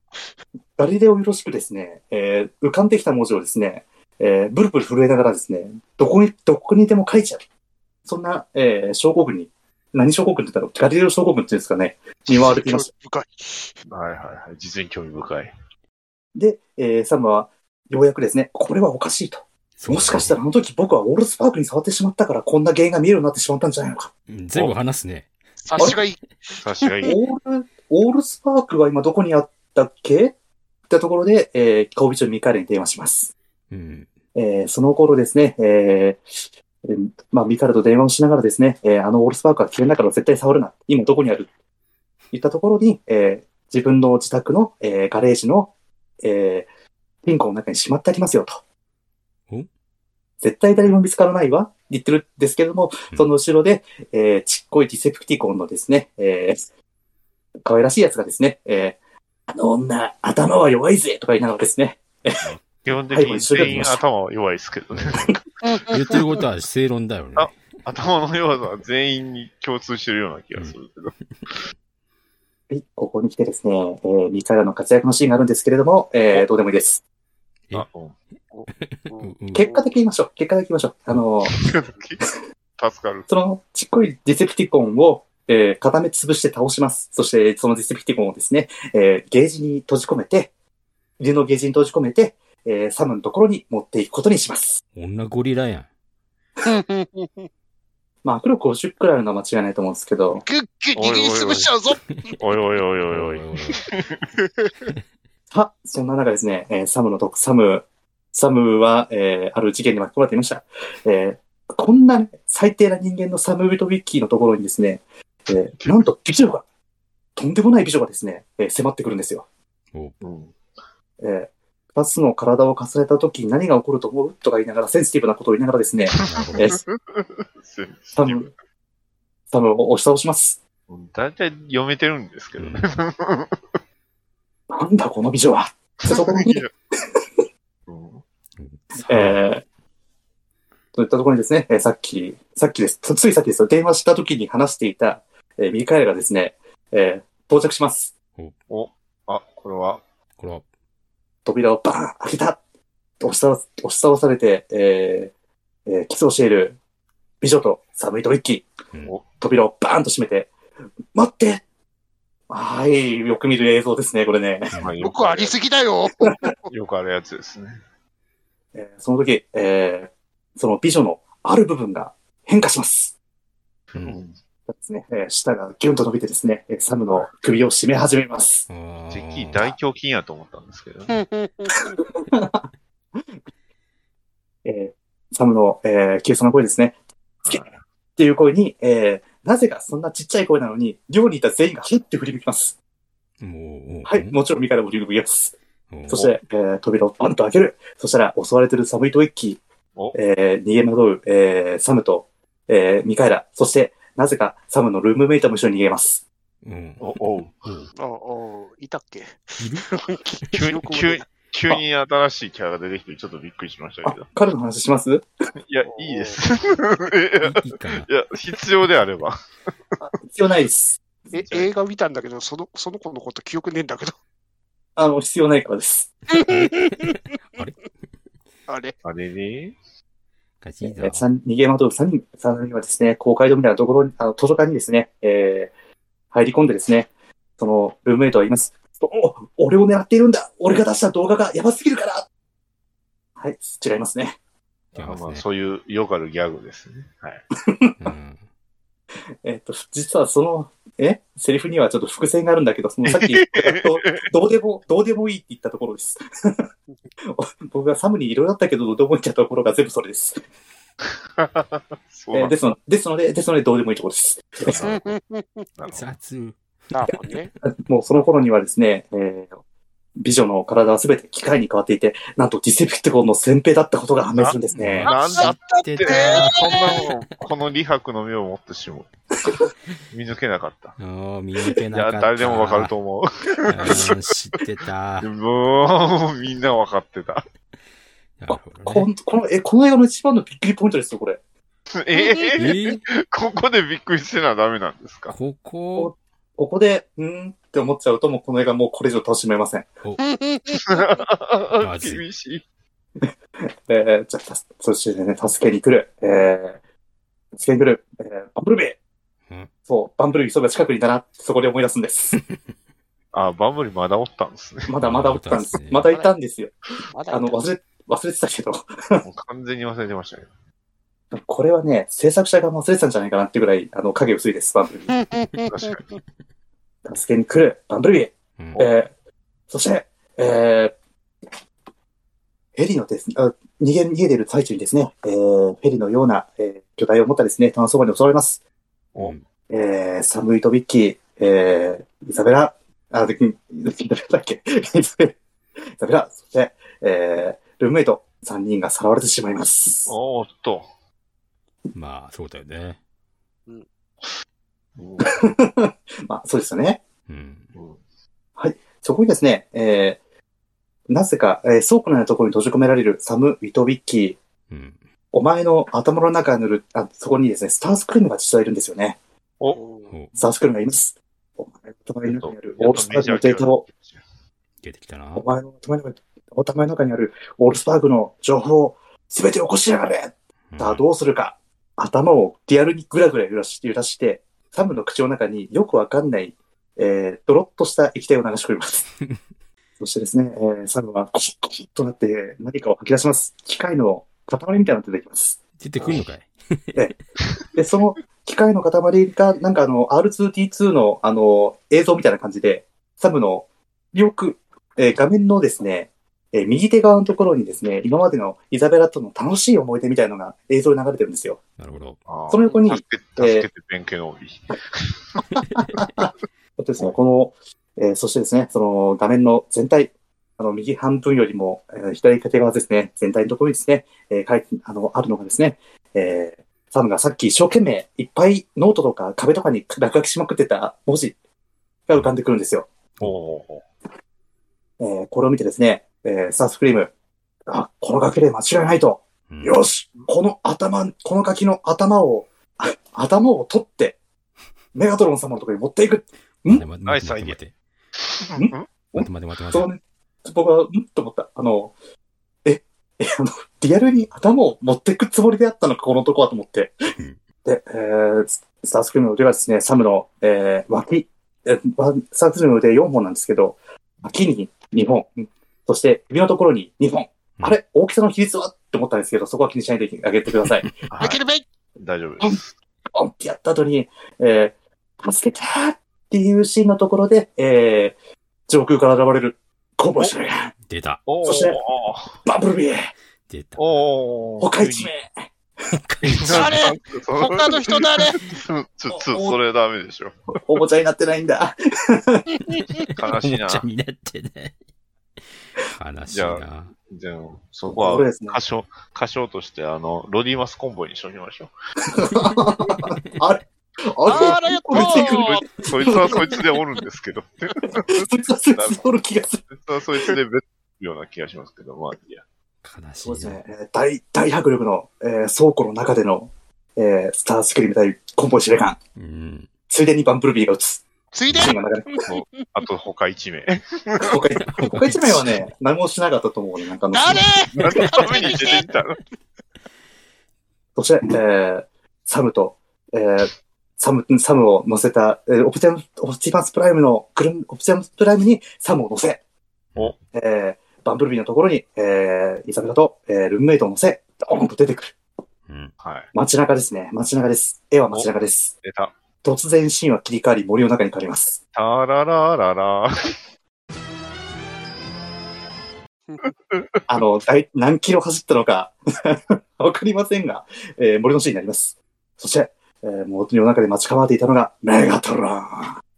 Speaker 4: ガリレオよろしくですね、えー浮かんできた文字をですね、えーブルブル震えながらですね、どこに、どこにでも書いちゃう。そんな、えー症候群に、何症候群って言ったら、ガリレオ症候群っていうんですかね、見舞われていました。
Speaker 1: 深い。
Speaker 2: はいはいはい。実に興味深い。
Speaker 4: で、えーサムは、ようやくですね、これはおかしいと。もしかした
Speaker 3: ら。
Speaker 4: らあの時僕はオールスパークに触ってしまったから、こんな原因が見えるようになってしまったんじゃないのか。
Speaker 3: 全部話すね。
Speaker 1: 察しがいい。
Speaker 2: 察しがいい。
Speaker 4: オール、オールスパークは今どこにあったっけってところで、えー、顔人ミカエルに電話します。
Speaker 3: うん。
Speaker 4: えーその頃ですね、えーえーまあ、ミカルと電話をしながらですね、えーあのオールスパークは危険だから絶対触るな。今どこにある言ったところに、えー自分の自宅の、えーガレージの、えー、金庫の中にしまってありますよと
Speaker 3: ん。
Speaker 4: 絶対誰も見つからないわって言ってるんですけども
Speaker 3: う、ん
Speaker 4: その後ろで、えーちっこいディセプティコンのですね、えー可愛らしいやつがですね、えーあの女、頭は弱いぜとか言いながらですね、
Speaker 2: 基本的に全員頭は弱いですけどね。
Speaker 3: 言ってることは正論だよね。
Speaker 2: あ頭の弱さは全員に共通してるような気がするけど。
Speaker 4: はい、ここに来てですね、えー、ミカラの活躍のシーンがあるんですけれども、えー、どうでもいいです。
Speaker 3: うん
Speaker 2: あ、うん。
Speaker 3: うんうん
Speaker 4: 結果だけ言いましょう。結果だけ言いましょう。あのー、
Speaker 2: 助かる。
Speaker 4: そのちっこいディセプティコンを、えー、固め潰して倒します。そして、そのディセプティコンをですね、えー、ゲージに閉じ込めて、腕のゲージに閉じ込めて、えー、サムのところに持っていくことにします。
Speaker 3: 女ゴリラやん。
Speaker 4: まあ、握力50くらいあるのは間違いないと思うんですけど、
Speaker 1: ギュッギュッ握りつぶしちゃうぞ。
Speaker 2: おいおいおいおいおい。
Speaker 3: おい
Speaker 4: は、そんな中ですね、えーサムのとこ、サム、サムは、えーある事件に巻き込まれていました。えーこんな、ね、最低な人間のサムウィトウィッキーのところにですね、えーなんと美女が、とんでもない美女がですね、えー迫ってくるんですよ。
Speaker 2: うん
Speaker 4: えー二つの体を重ねた時に何が起こると思うとか言いながら、センシティブなことを言いながらですね、
Speaker 3: なるほ
Speaker 4: え
Speaker 3: ど
Speaker 4: ーサム、サムを押し倒します。
Speaker 2: 大体読めてるんですけどね。
Speaker 4: なんだこの美女はってところに、
Speaker 2: うん
Speaker 4: えー、といったところにですね、えーさっき、さっきです、つついさっきですよ、電話した時に話していた、えーミカエルがですね、えー到着します。
Speaker 2: お、 あ、これは、
Speaker 3: これは、
Speaker 4: 扉をバーン開けた押し倒す押し倒されて、えーえーキスをしている美女と寒いと一気、
Speaker 3: うん
Speaker 4: 扉をバーンと閉めて、待ってはい、よく見る映像ですね、これね。
Speaker 2: まあよ
Speaker 1: よくありすぎだよ。
Speaker 2: ぎ。よくあるやつですね。
Speaker 4: えーその時、えーその美女のある部分が変化します。
Speaker 3: う
Speaker 2: うんん。
Speaker 4: ですね、えー舌がギュンと伸びてですね、えーサムの首を絞め始めます。
Speaker 3: あー
Speaker 2: てっきり大胸筋やと思ったんですけどね。
Speaker 4: えーサムの、えー、急所の声ですね。つけっていう声に、えーなぜかそんなちっちゃい声なのに、寮にいた全員がふって振り向きます。
Speaker 3: もう、
Speaker 4: はい、
Speaker 3: ん
Speaker 4: もちろんミカエルも振り向きます。
Speaker 3: うん
Speaker 4: そして、えー扉をパンと開ける。そしたら、襲われてるサムイトウィッキ
Speaker 2: お
Speaker 4: ー、えー逃げ惑う、えーサムと、えーミカエラ、そして、なぜかサムのルームメイトも一緒に逃げます。
Speaker 3: うん。
Speaker 2: お、おう。
Speaker 1: おおいたっけ
Speaker 3: いる
Speaker 2: 急に、急に
Speaker 1: に。、
Speaker 2: 急に新しいキャラが出てきて、ちょっとびっくりしました
Speaker 4: あ
Speaker 2: けど。、
Speaker 4: 彼の話します
Speaker 2: いや、いいです。 い
Speaker 3: いいかな。
Speaker 2: や、必要であれば。
Speaker 4: 必要ないです。
Speaker 1: え、映画見たんだけど、その、その子のこと記憶ねえんだけど。
Speaker 4: あの、必要ないからです。
Speaker 1: あれ
Speaker 2: あれね
Speaker 3: ガチだ
Speaker 4: えー。三逃げ惑う三人、三人はですね、公会堂みたいなところに、あの、図書館にですね、えー入り込んでですね、その、ルームメイトは言います。お俺を狙っているんだ俺が出した動画がやばすぎるからはい、違いますね。
Speaker 3: 違い
Speaker 2: あ
Speaker 3: ます
Speaker 2: まあ、
Speaker 3: ね
Speaker 2: そういうよくあるギャグですね。はい。
Speaker 3: うん
Speaker 4: えっと、実はその、えセリフにはちょっと伏線があるんだけど、そのさっき、 どどうでも、どうでもいいって言ったとこ ろです。僕がサムにいろいろあったけど、どうでもいいって言ったところが全部それです。
Speaker 2: そう
Speaker 4: え
Speaker 2: なんだ
Speaker 4: ーですのですので、ですのでどうでもいいところです。
Speaker 2: なるほど
Speaker 3: 雑。
Speaker 1: なるほど ね。
Speaker 4: もうその頃にはですね、えー美女の体はすべて機械に変わっていて、なんとディセプティコンの先兵だったことが判明するんですね。
Speaker 2: なんだって、
Speaker 3: 知って
Speaker 2: そんなもん、この李白の目を持ってしまう。 見抜けなかった。
Speaker 3: おー見抜け
Speaker 2: い
Speaker 3: な
Speaker 2: や、
Speaker 3: かった。
Speaker 2: 誰でもわかると思う。
Speaker 3: うん知っ てた。な
Speaker 2: で
Speaker 3: る
Speaker 2: もうみんなわかってた。
Speaker 3: ほど
Speaker 4: こ
Speaker 3: ね。
Speaker 4: んこの、え、この映画の一番のびっくりポイントですよ、これ。
Speaker 2: え
Speaker 3: え
Speaker 2: ー
Speaker 3: ー
Speaker 2: ここでびっくりしてのはダメなんですか
Speaker 3: ここ、
Speaker 4: ここで、うーんって思っちゃうと、もうこの映画もうこれ以上楽しめません。
Speaker 3: まずい
Speaker 2: 厳しい。
Speaker 4: えー、じゃあ、たそしてね、助けに来る。えー、助けに来る。えー、バンブルビー、
Speaker 3: うん
Speaker 4: そう、バンブルビー、そば近くにいたな、そこで思い出すんです。
Speaker 2: あ、バンブリまだおったんです ね。
Speaker 4: まだまだおったんです
Speaker 3: そうです。ね
Speaker 4: まだいたんですよ。
Speaker 1: まだいた
Speaker 4: あの、忘れ、忘れてたけど。
Speaker 2: もう完全に忘れてましたけど。
Speaker 4: これはね、制作者が忘れてたんじゃないかなってぐらい、あの、影薄いです、バンブルビー。
Speaker 2: 確かに。
Speaker 4: 助けに来る、バンブルビー。
Speaker 3: うん
Speaker 4: えー、そして、えー、ヘリのですね、あ逃げ、逃げている最中にですね、えー、ヘリのような、えー、巨大を持ったですね、炭素場に襲われます。
Speaker 3: うん
Speaker 4: えー、サムイトビッキー、えー、イザベラ、あ、で、イザベラだっけ イザベラ、イザベラそして、えー、ルームメイト、3人がさらわれてしまいます。
Speaker 2: おーっと。
Speaker 3: まあ、そうだよね。
Speaker 2: うん
Speaker 4: まあ、そうですよね。
Speaker 3: うん。
Speaker 4: そこにですね、えー、なぜか、えー、倉庫のようなところに閉じ込められるサム・ウィトビッキー、
Speaker 3: うん。
Speaker 4: お前の頭の中に塗る、あ、そこにですね、スタースクリームが実はいるんですよね。
Speaker 1: うん
Speaker 3: お、
Speaker 4: スタースクリームがいます。お前の頭の中にある
Speaker 2: や
Speaker 4: オ
Speaker 2: っ
Speaker 4: ール
Speaker 2: と
Speaker 4: スパークのデータを、
Speaker 3: 出てきたな
Speaker 4: お。前の頭の中に、お頭の中にあるオールスパークの情報を全て起こしやがれ
Speaker 3: うん
Speaker 4: さあ、どうするか。頭をリアルにぐらぐら揺らし揺らして、サムの口の中によくわかんない、えー、ドロッとした液体を流し込みます。そしてですね、えーサムはコシッコシッとなって何かを吐き出します。機械の塊みたいなのが出てきます。
Speaker 3: 出てくんのかい
Speaker 4: で、その機械の塊が、なんかあの、R2D2 の、あの、映像みたいな感じで、サムの、よく、えー画面のですね、えー右手側のところにですね、今までのイザベラとの楽しい思い出みたいなのが映像で流れてるんですよ。
Speaker 3: なるほど。
Speaker 2: あー
Speaker 4: その横に
Speaker 2: 助け助けて弁慶の帯。
Speaker 4: あとですね、この、えーそしてですね、その画面の全体、あの、右半分よりも、えー左縦側ですね、全体のところにですね、えー書いて、あの、あるのがですね、えーサムがさっき一生懸命いっぱいノートとか壁とかに落書きしまくってた文字が浮かんでくるんですよ。
Speaker 2: おお
Speaker 4: えーこれを見てですね、えーサースクリーム、あ、この書きで間違いないと、
Speaker 3: うん
Speaker 4: よしこの頭、この柿の頭を、あ頭を取って、メガトロン様のところに持っていく。
Speaker 3: 待て待て
Speaker 2: ナイ
Speaker 3: 待
Speaker 2: スアイ
Speaker 3: て
Speaker 2: ディ
Speaker 3: 待
Speaker 2: ア
Speaker 3: て
Speaker 4: ん
Speaker 3: 待て待て待て待て
Speaker 4: そのね、僕は、んと思った。あの、え、え、あの、リアルに頭を持ってくつもりであったのか、この男はと思って
Speaker 3: うん。
Speaker 4: で、えー、ススタースクリームの腕がですね、サムの、えー、脇、えーわスタースクリームの腕4本なんですけど、脇に2本、うんそして指のところに2本。
Speaker 3: うん
Speaker 4: あれ大きさの比率はって思ったんですけど、そこは気にしないであげてください。
Speaker 2: ーは
Speaker 1: で
Speaker 2: い
Speaker 1: きるべい
Speaker 2: 大丈夫です。
Speaker 4: ポンってやった後に、えー、助けてーっていうシーンのところで、えー、上空から現れる、コンボイシュが、
Speaker 3: 出た。
Speaker 2: おー
Speaker 4: そしてバブルビー
Speaker 3: 出た。
Speaker 2: お
Speaker 4: 他一名。
Speaker 1: あれ他の人 誰
Speaker 2: ちょ、ちょ、それはダメでしょ。
Speaker 4: おもちゃになってないんだ。
Speaker 2: 悲しい
Speaker 3: お
Speaker 2: な
Speaker 3: もち。ゃになってね。悲しい
Speaker 2: じゃ
Speaker 3: な。
Speaker 2: じゃあ、そこ
Speaker 4: こ
Speaker 2: は
Speaker 4: れですね。
Speaker 2: 歌唱、歌唱として、あの、ロディマスコンボイにしときましょう。
Speaker 4: あれ
Speaker 1: あ
Speaker 4: あ
Speaker 1: れやっ
Speaker 4: これ出てくる
Speaker 1: た
Speaker 2: そいつはそいつでおるんですけど。
Speaker 4: そいつはそいつでおる気がする。
Speaker 2: そいつはそいつで別ような気がしますけど、まあ、いいや。
Speaker 3: 悲し
Speaker 4: そうで
Speaker 3: い
Speaker 4: す
Speaker 3: な
Speaker 4: ね。。えー大、大迫力の、えー倉庫の中での、えースタースクリーム対コンボイ司令官。
Speaker 3: うん。
Speaker 4: ついでにバンブルビーが撃つ。
Speaker 1: ついで
Speaker 4: シーンが流れ
Speaker 2: そうあと、他1名。
Speaker 4: 他一名他一名はね、何もしなかったと思うね。なんかあの
Speaker 1: 誰
Speaker 2: 何のために出てきたの
Speaker 4: そして、えーサムと、えーサム、サムを乗せた、えーオプティマス、オプティマスプライムの、くるんオプティマスプライムにサムを乗せ、
Speaker 2: お
Speaker 4: えーバンブルビーのところに、えーイザベラと、えールームメイトを乗せ、ドーンと出てくる。
Speaker 3: うん。
Speaker 2: はい。
Speaker 4: 街中ですね。街中です。絵は街中です。
Speaker 2: 出た。
Speaker 4: 突然シーンは切り替わり、森の中に変 わります。
Speaker 2: タララララ。
Speaker 4: あの、大何キロ走ったのか、 わかりませんが、えー森のシーンになります。そして、えー、もう世の中で待ち構えていたのが、メガトロン。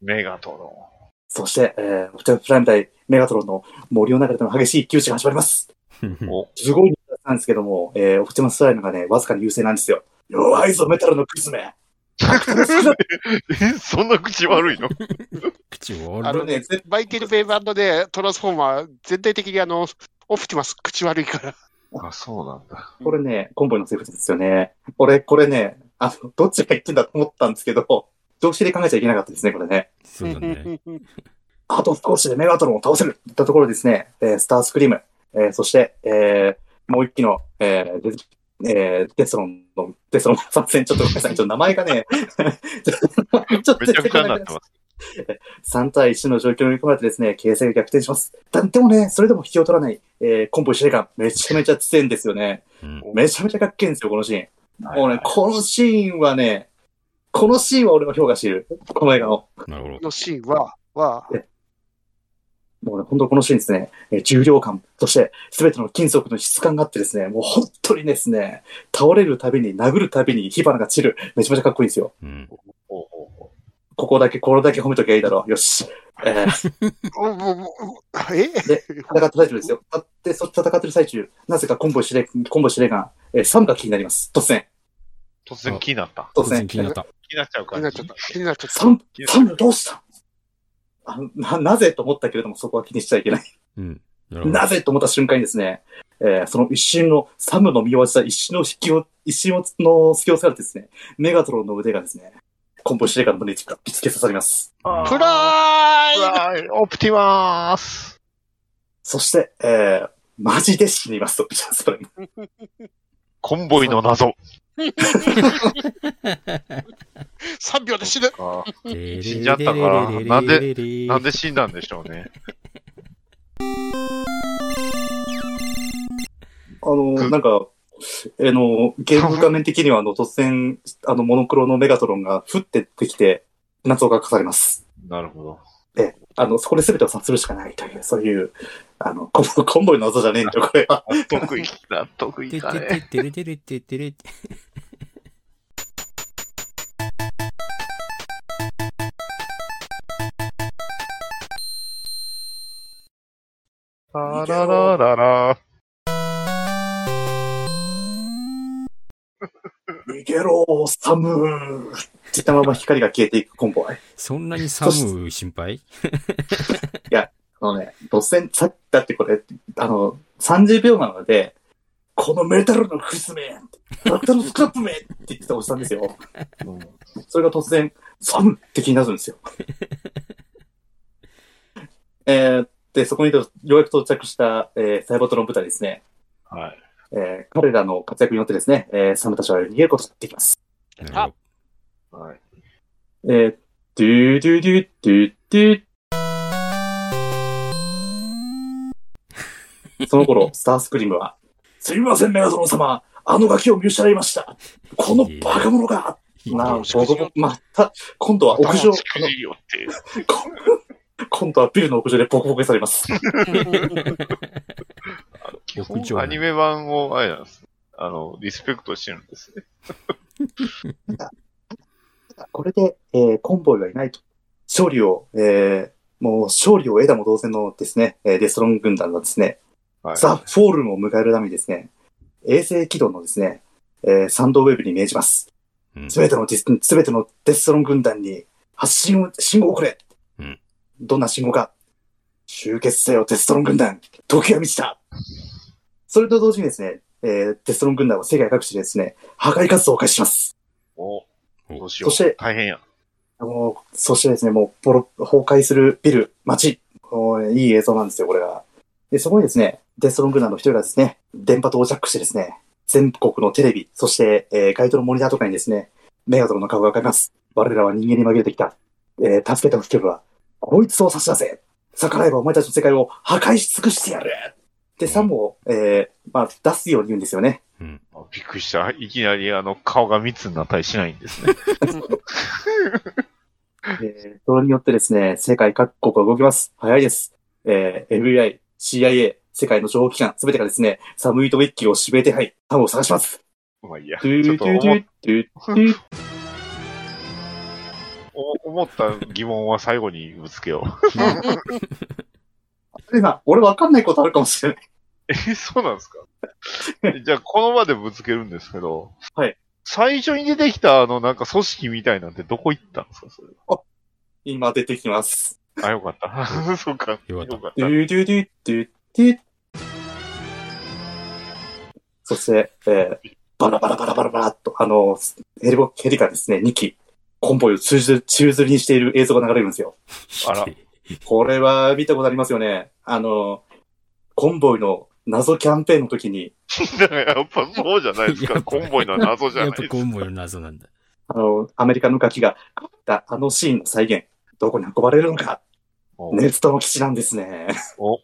Speaker 2: メガトロ
Speaker 4: そして、えー、ホテルプライム対メガトロンの森の中での激しい窮地が始まります。すごい人気だったんですけども、えー、オプティマスプライムがね、わずかに優勢なんですよ。弱いぞ、メタルのクズめ。
Speaker 2: ン。え、 そんな口悪 いの
Speaker 3: 口
Speaker 4: あの
Speaker 3: 悪い。
Speaker 4: ね、ぜ
Speaker 1: マイケル・ベイバンドでトランスフォーマー、全体的にあの、オプティマス口悪いから。
Speaker 2: あ、そうなんだ。
Speaker 4: これね、コンボイのセリフですよね。俺、これね、あの、どっちが言ってんだと思ったんですけど、常識で考えちゃいけなかったですね、これね。
Speaker 3: そうだね。
Speaker 4: あと少しでメガトロンを倒せるといったところですね、えースタースクリーム、えーそして、えーもう一機の、えーデえーデスロンの、デスロンの参戦、ちょっとごめんなさい、ちょっと名前がね、 ちょっと、ちょっと
Speaker 2: めちゃくちゃになってます。
Speaker 4: 3対1の状況に追い込まれてですね、形勢が逆転します。だでもね、それでも引きを取らない、えーコンボイ司令官、めちゃめちゃ強いんですよね。
Speaker 3: うん
Speaker 4: めちゃめちゃかっけえんですよ、このシーン。もう
Speaker 2: はい
Speaker 4: ね、このシーンはね、このシーンは俺は評価している。この映画の。
Speaker 3: なるほど。
Speaker 1: のシーンは、は、
Speaker 4: もうね、本当このシーンですね、えー重量感、そして全ての金属の質感があってですね、もう本当にですね、倒れるたびに、殴るたびに火花が散る。めちゃめちゃかっこいいんですよ。
Speaker 3: うん。
Speaker 2: ほうほうほ
Speaker 4: ここだけ、これだけ褒めときゃいいだろう。よし。えー
Speaker 1: おもうもうえ
Speaker 4: 戦ってる最中ですよ。だって、そ戦ってる最中、なぜかコンボイ司令、コンボイ司令官、えー、3が気になります。突然。
Speaker 2: う突然気になった。
Speaker 4: 突
Speaker 3: 突
Speaker 4: 然
Speaker 3: 然。気になった。
Speaker 2: 気になっちゃう
Speaker 1: 気に
Speaker 2: 感
Speaker 1: なっ
Speaker 2: じ
Speaker 1: ちゃった。気になっちゃった。
Speaker 4: サン、サンどうしたあのな、なぜと思ったけれども、そこは気にしちゃいけない。
Speaker 3: うん。なるほど。
Speaker 4: なぜと思った瞬間にですね、えーその一瞬の、サムの身を味わった一瞬の引きを、一瞬をの隙をつかれてですね、メガトロンの腕がですね、コンボイ司令官の胸に突きつけ刺さります。
Speaker 2: あー
Speaker 1: プライ
Speaker 2: うわーオプティマース
Speaker 4: そして、えーマジで死にますと。それも
Speaker 2: コンボイの謎。
Speaker 1: !3 秒で死ぬ
Speaker 2: あー
Speaker 3: 死
Speaker 2: 死んじゃったからなん
Speaker 3: で
Speaker 2: なんで死んだんでしょうね。
Speaker 4: あの、なんか、あの、ゲーム画面的には、あの、突然、あの、モノクロのメガトロンが、ふってできて、謎が課されます。
Speaker 2: なるほど。
Speaker 4: あの、そこで全てを察するしかないという、そういう、あの、コンボコンボイの謎じゃねえんだよ、これは。
Speaker 2: 得意だ、得意
Speaker 3: て
Speaker 2: か
Speaker 3: て
Speaker 2: ね。
Speaker 3: ててれてれててれて。
Speaker 2: ラララララ。
Speaker 4: 逃げろ、サムーって言ったまま光が消えていくコンボイ。
Speaker 3: そんなに寒い心配
Speaker 4: あのね、突然、さっだってこれ、あの、30秒なので、このメタルのクズめメタルのスクラップめって言ってたおじさんですよ。それが突然、サムって気になるんですよ。 えー、で、そこにようやく到着した、えー、サイボトロン部隊ですね。
Speaker 2: はい。
Speaker 4: えー、彼らの活躍によってですね、えー、サムたちは逃げることができます。
Speaker 3: なる
Speaker 2: はい。
Speaker 4: えー、ドゥードゥードゥードゥードゥーその頃、スタースクリームは、すみません、メガトロン様あのガキを見失いましたこのバカ者が
Speaker 3: ほど。
Speaker 4: まあ、
Speaker 1: しかし
Speaker 4: ボコボコまた、今度は屋上、
Speaker 2: 頭近
Speaker 4: あの
Speaker 2: いよって。
Speaker 4: こ 今度はビルの屋上でボコボコにされます。
Speaker 2: 基
Speaker 3: 屋上
Speaker 2: 本アニメ版を、あれなんです。あの、リスペクトしてるんですね。
Speaker 4: これで、えーコンボイはいないと。勝利を、えーもう勝利を得たも同然のですね、えーデストロン軍団がですね、
Speaker 2: はい。
Speaker 4: ザ・フォールムを迎えるためにですね、衛星軌道のですね、えーサンドウェーブに命じます。
Speaker 3: うん
Speaker 4: すべてのディス、すべてのデストロン軍団に発信を、信号をくれ、
Speaker 3: うん
Speaker 4: どんな信号か集結せよ、デストロン軍団時が満ちたそれと同時にですね、えーデストロン軍団は世界各地でですね、破壊活動を開始します。
Speaker 2: お、どうしよ
Speaker 4: そして
Speaker 2: う。大変や。
Speaker 4: もう、そしてですね、もう、ボロ、崩壊するビル、街、もういい映像なんですよ、これが。で、そこにですね、デストロングナーの一人がですね、電波塔をジャックしてですね、全国のテレビ、そして、えー、街頭のモニターとかにですね、メガトロンの顔が浮かびます。我らは人間に紛れてきた。えー、助けてほしければ、こいつを差し出せ逆らえばお前たちの世界を破壊し尽くしてやるで、サムを、えー、まあ、出すように言うんですよね。
Speaker 2: あびっくりした。いきなり、あの、顔が密になったりしないんですね。
Speaker 4: えーそれによってですね、世界各国が動きます。早いです。えー FBI、CIA、世界の情報機関、すべてがですね、サムイートウィッキーを指名手配、タムを探します。
Speaker 2: まあいいや、
Speaker 4: ト
Speaker 2: ち
Speaker 4: ゥ
Speaker 2: ょっと
Speaker 4: ートゥート
Speaker 2: 思
Speaker 4: ゥ
Speaker 2: っ
Speaker 4: ートゥートゥー
Speaker 2: お思った疑問は最後にぶつけよう。
Speaker 4: でな、俺わかんないことあるかもしれない。
Speaker 2: え、そうなんですかじゃあ、この場でぶつけるんですけど、
Speaker 4: はい。
Speaker 2: 最初に出てきた、あの、なんか組織みたいなんてどこ行ったんですかそれ
Speaker 4: 今出てきます。
Speaker 2: はあ、よかった。そうか。
Speaker 3: よかった
Speaker 4: ドゥドゥドゥドゥドゥそして、えーバラバラバラバラバラっと、あの、ヘリボ、ヘリがですね、2機、コンボイを宙づり、宙づりにしている映像が流れるんですよ。
Speaker 2: あら
Speaker 4: これは見たことありますよね。あの、コンボイの謎キャンペーンの時に、
Speaker 2: だからやっぱそうじゃないです
Speaker 3: や
Speaker 2: か。
Speaker 3: っぱ
Speaker 2: コンボイの謎じゃ
Speaker 3: や
Speaker 2: ない
Speaker 3: っぱ
Speaker 2: ですか
Speaker 3: コ。ンボイの謎なんだ。
Speaker 4: あの、アメリカのガキが買ったあのシーンの再現、どこに運ばれるのか、
Speaker 2: お
Speaker 4: ネストの基地なんですね。
Speaker 3: お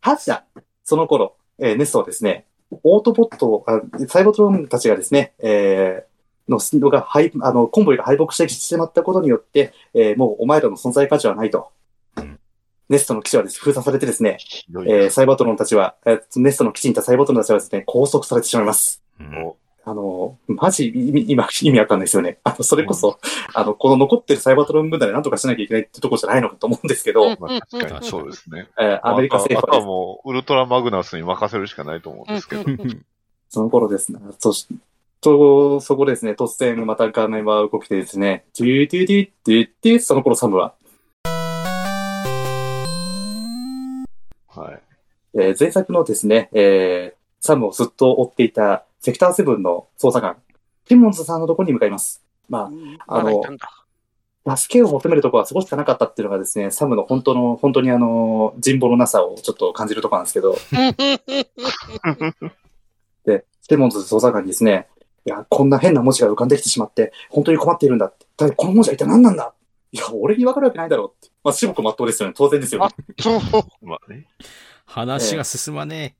Speaker 4: ただ、その頃、えーネストはですね、オートポットを、あサイボトロンたちがですね、えーの、のが敗、あの、コンボイが敗北してしまったことによって、えーもうお前らの存在価値はないと。ネストの基地はです、封鎖されてですね、
Speaker 2: ひどい
Speaker 4: えーサイバトロンたちは、えーネストの基地にいたサイバトロンたちはですね、拘束されてしまいます。
Speaker 3: うん
Speaker 4: あの、マジ、意味今、意味わかんないですよね。あの、それこそ、あの、この残ってるサイバトロン分隊で何とかしなきゃいけないってとこじゃないのかと思うんですけど、
Speaker 2: まあ、確かにそうですね。
Speaker 4: えーアメリカ政
Speaker 2: あ
Speaker 4: 府
Speaker 2: とあと
Speaker 4: はです
Speaker 2: はもう、ウルトラマグナスに任せるしかないと思うんですけど。
Speaker 4: その頃ですね。そし、と、そこでですね、突然また画面は動きてですね、ドゥドゥドゥドゥドゥ、その頃サムは、
Speaker 2: はい。
Speaker 4: えー前作のですね、えーサムをずっと追っていたセクターセブンの捜査官、ティモンズさんのところに向かいます。ま
Speaker 1: まだいたんだ。
Speaker 4: あ、助けを求めるところはそこしかなかったっていうのがですね、サムの本当の、本当にあの、人望のなさをちょっと感じるところなんですけど、で、テモンズ捜査官にですね、いや、こんな変な文字が浮かんできてしまって、本当に困っているんだって。だこの文字は一体何なんだいや、俺に分かるわけないだろうって。まあ、至極真っ当ですよね。当然ですよね。
Speaker 1: そう。
Speaker 2: まあね。
Speaker 3: 話が進まね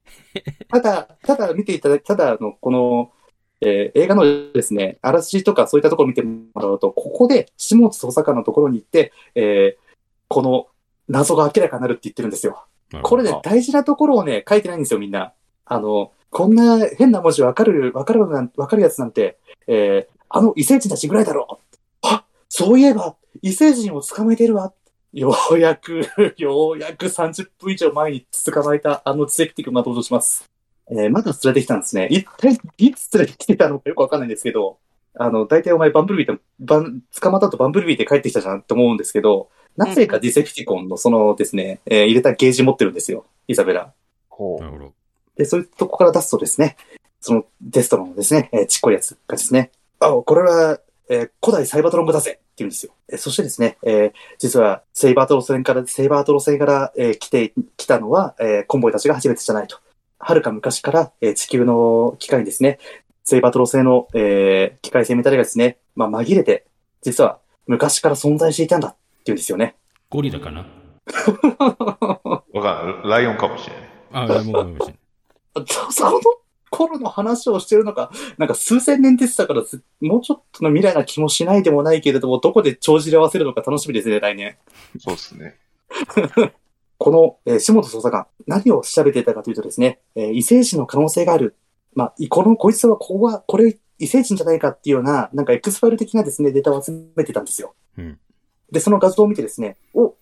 Speaker 4: ただ、ただ見ていただき、ただあの、この、えー映画のですね、あらすじとかそういったところを見てもらうと、ここで、下津捜査官のところに行って、えーこの謎が明らかになるって言ってるんですよ。
Speaker 3: え。
Speaker 4: これね、大事なところをね、書いてないんですよ、みんな。あの、こんな変な文字わかる、わかるなん、わかるやつなんて、えーあの異星人たちぐらいだろう。あ、そういえば、異星人を捕まえてるわ。ようやく、 ようやく30分以上前に捕まえたあの知的的が登場します。えーまだ連れてきたんですね。一体、い つ連れてきてたのかよくわかんないんですけど、あの、大体お前バンブルビーって、バン、捕まった後バンブルビーって帰ってきたじゃんって思うんですけど、なぜかディセプティコンのそのですね、えー入れたゲージ持ってるんですよ、イザベラ。
Speaker 2: こ
Speaker 3: なるほど。
Speaker 4: で、そういうとこから出すとですね、そのデストロンのですね、えーちっこいやつがですね、あ、これは、えー古代サイバトロン語だぜって言うんですよ。えーそしてですね、えー実はセイバートロ戦から、セイバートロ戦から、えー来て、来たのは、えーコンボイたちが初めてじゃないと。はるか昔から、えー地球の機械にですね、セイバートロ製の、えー機械生命体がですね、まあ、紛れて、実は昔から存在していたんだって言うんですよね。
Speaker 3: ゴリラかな
Speaker 2: う、わかんない。ライオンかもしれない。
Speaker 3: あ、でもごめんなさい
Speaker 4: その頃の話をしてるのか、なんか数千年でしたから、ずもうちょっとの未来な気もしないでもないけれども、どこで帳尻合わせるのか楽しみですね、来年。
Speaker 2: そうですね。
Speaker 4: この、えー、下津捜査官、何を調べていたかというとですね、えー異星人の可能性がある。まあ、いこの、こいつは、ここは、これ、異星人じゃないかっていうような、なんかエクスファイル的なですね、データを集めてたんですよ。
Speaker 3: うん
Speaker 4: で、その画像を見てですね、お、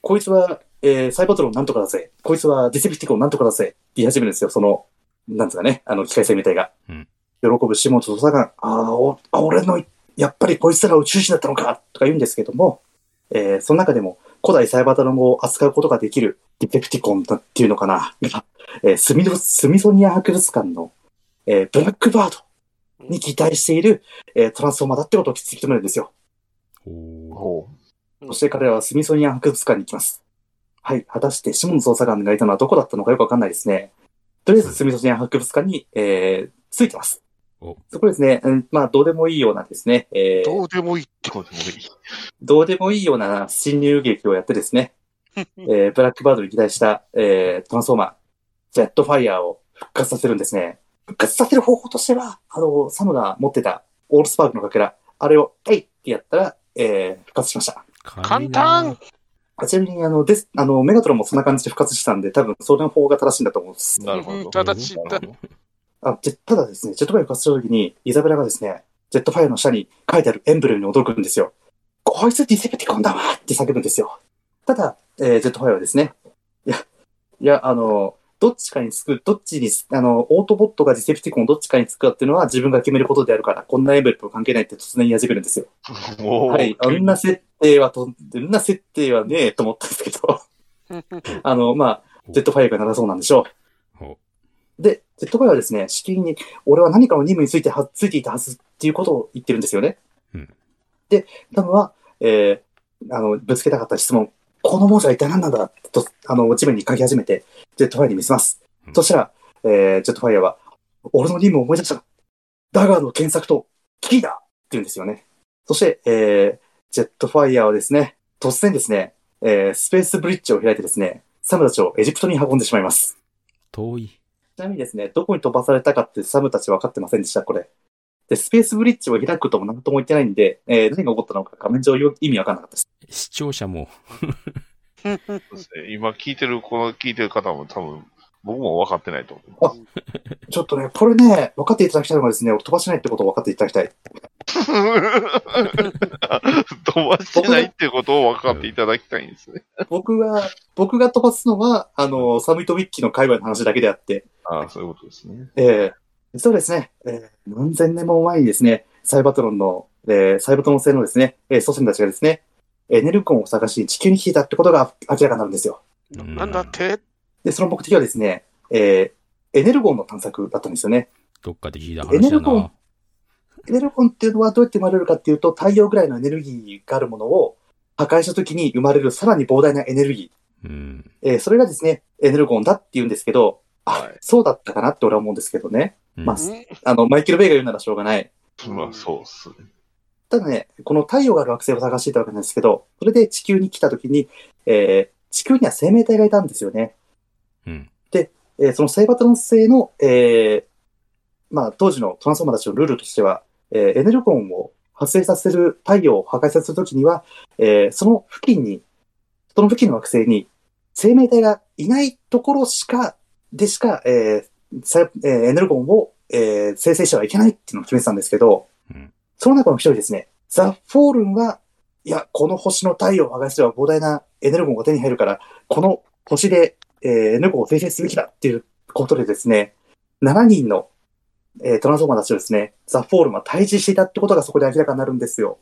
Speaker 4: こいつは、えーサイバトロンなんとかだぜ。こいつはディセプティコンなんとかだぜ。って言い始めるんですよ、その、なんですかね、あの、機械生命体が。
Speaker 3: うん
Speaker 4: 喜ぶ下津捜査官、あーおあ、俺の、やっぱりこいつら宇宙人だったのか、とか言うんですけども、えーその中でも、古代サイバートロン語を扱うことができるディペプティコンだっていうのかな、えースミドスミソニア博物館の、えーブラックバードに擬態している、えートランスフォーマーだってことを突き止めるんですよ。
Speaker 3: おー
Speaker 2: こう。
Speaker 1: うん
Speaker 4: そして彼らはスミソニア博物館に行きます。はい、果たして下野捜査官がいたのはどこだったのかよくわかんないですね。とりあえずスミソニア博物館に、えー、ついてます
Speaker 3: お。
Speaker 4: そこですね、うん、まあ、どうでもいいようなですね、えー
Speaker 1: どうでもいいって。
Speaker 2: こうでもいい。
Speaker 4: どうでもいいような侵入劇をやってですね、 えーブラックバードに期待した、えートランスフォーマー、ジェットファイヤーを復活させるんですね。復活させる方法としては、あの、サムが持ってたオールスパークのかけら、あれを、えいってやったら、えー復活しました。
Speaker 3: 軽いな
Speaker 1: 簡単
Speaker 4: あちなみに、あの、です、あの、メガトロンもそんな感じで復活したんで、多分、それの方が正しいんだと思うんです。
Speaker 2: なるほど。
Speaker 1: 正しい
Speaker 2: なるほど
Speaker 4: あでただですね、ジェットファイアを復活した時に、イザベラがですね、ジェットファイアの下に書いてあるエンブレムに驚くんですよ。こいつディセプティコンだわって叫ぶんですよ。ただ、えージェットファイアはですね、いや、いや、あの、どっちかにつく、どっちにつ、あの、オートボットがディセプティコンをどっちかにつくかっていうのは自分が決めることであるから、こんなエンブレムと関係ないって突然言い始めるんですよ。
Speaker 2: おー
Speaker 4: はい、あんな設定はと、あんな設定はねえと思ったんですけど、あの、まあ、ジェットファイアがならそうなんでしょう。
Speaker 3: ほ
Speaker 4: で、ジェットバイはですね、しきりに、俺は何かの任務については、ついていたはずっていうことを言ってるんですよね。
Speaker 3: うん
Speaker 4: で、ダムは、えー、あの、ぶつけたかった質問、この文字は一体何なんだと、あの、地面に書き始めて、ジェットファイアに見せます。
Speaker 3: うん
Speaker 4: そしたら、えー、ジェットファイアは、俺の任務を思い出した。ダガーの検索と、キーだって言うんですよね。そして、えー、ジェットファイアはですね、突然ですね、えー、スペースブリッジを開いてですね、サムたちをエジプトに運んでしまいます。
Speaker 3: 遠い。
Speaker 4: ちなみにですね、どこに飛ばされたかってサムたち分かってませんでした、これ。で、スペースブリッジを開くとも何とも言ってないんで、えー何が起こったのか画面上よ意味分かんなかったです。
Speaker 3: 視聴者も、
Speaker 2: そうですね今聞いてる、この聞いてる方も多分、僕も分かってないと思う。
Speaker 4: ちょっとね、これね、分かっていただきたいのはですね、俺飛ばしないってことを分かっていただきたい。
Speaker 2: 飛ばしてないってことを分かっていただきたいんですね。
Speaker 4: 僕が、僕が飛ばすのは、あの、サミとミッキーの界隈の話だけであって、
Speaker 2: ああ、そういうことですね。
Speaker 4: えー、実はですね、えー何千年も前にですね、サイバトロンの、えーサイバトロン製のですね、えー祖先たちがですね、エネルコンを探しに地球に引いたってことが明らかになるんですよ。
Speaker 3: うん
Speaker 1: なんだって
Speaker 4: で、その目的はですね、えーエネルゴンの探索だったんですよね。
Speaker 3: どっかで聞いた話だな。
Speaker 4: エネルゴンっていうのはどうやって生まれるかっていうと、太陽ぐらいのエネルギーがあるものを破壊した時に生まれるさらに膨大なエネルギ
Speaker 3: うん。
Speaker 4: ー。えーそれがですね、エネルゴンだって言うんですけど、あ
Speaker 2: はい、
Speaker 4: そうだったかなって俺は思うんですけどね。
Speaker 3: うん
Speaker 4: まああの、マイケル・ベイが言うならしょうがない。
Speaker 2: まあ、そうっすね。
Speaker 4: ただね、この太陽がある惑星を探していたわけなんですけど、それで地球に来た時に、えー地球には生命体がいたんですよね。
Speaker 3: うん。
Speaker 4: えーそのサイバトロン製の、えーまあ、当時のトランスフォーマーたちのルールとしては、えーエネルゴンを発生させる、太陽を破壊させるときには、えーその付近に、その付近の惑星に生命体がいないところしか、でしか、えーサイえーエネルゴンを、えー生成してはいけないっていうのを決めてたんですけど、
Speaker 3: うん
Speaker 4: その中の一人ですね、ザ・フォールンは、いや、この星の太陽を破壊すれば膨大なエネルゴンが手に入るから、この星でえー、猫を生成すべきだっていうことでですね、7人の、えートランスフォーマーたちをですね、ザ・フォールマンは退治していたってことがそこで明らかになるんですよ。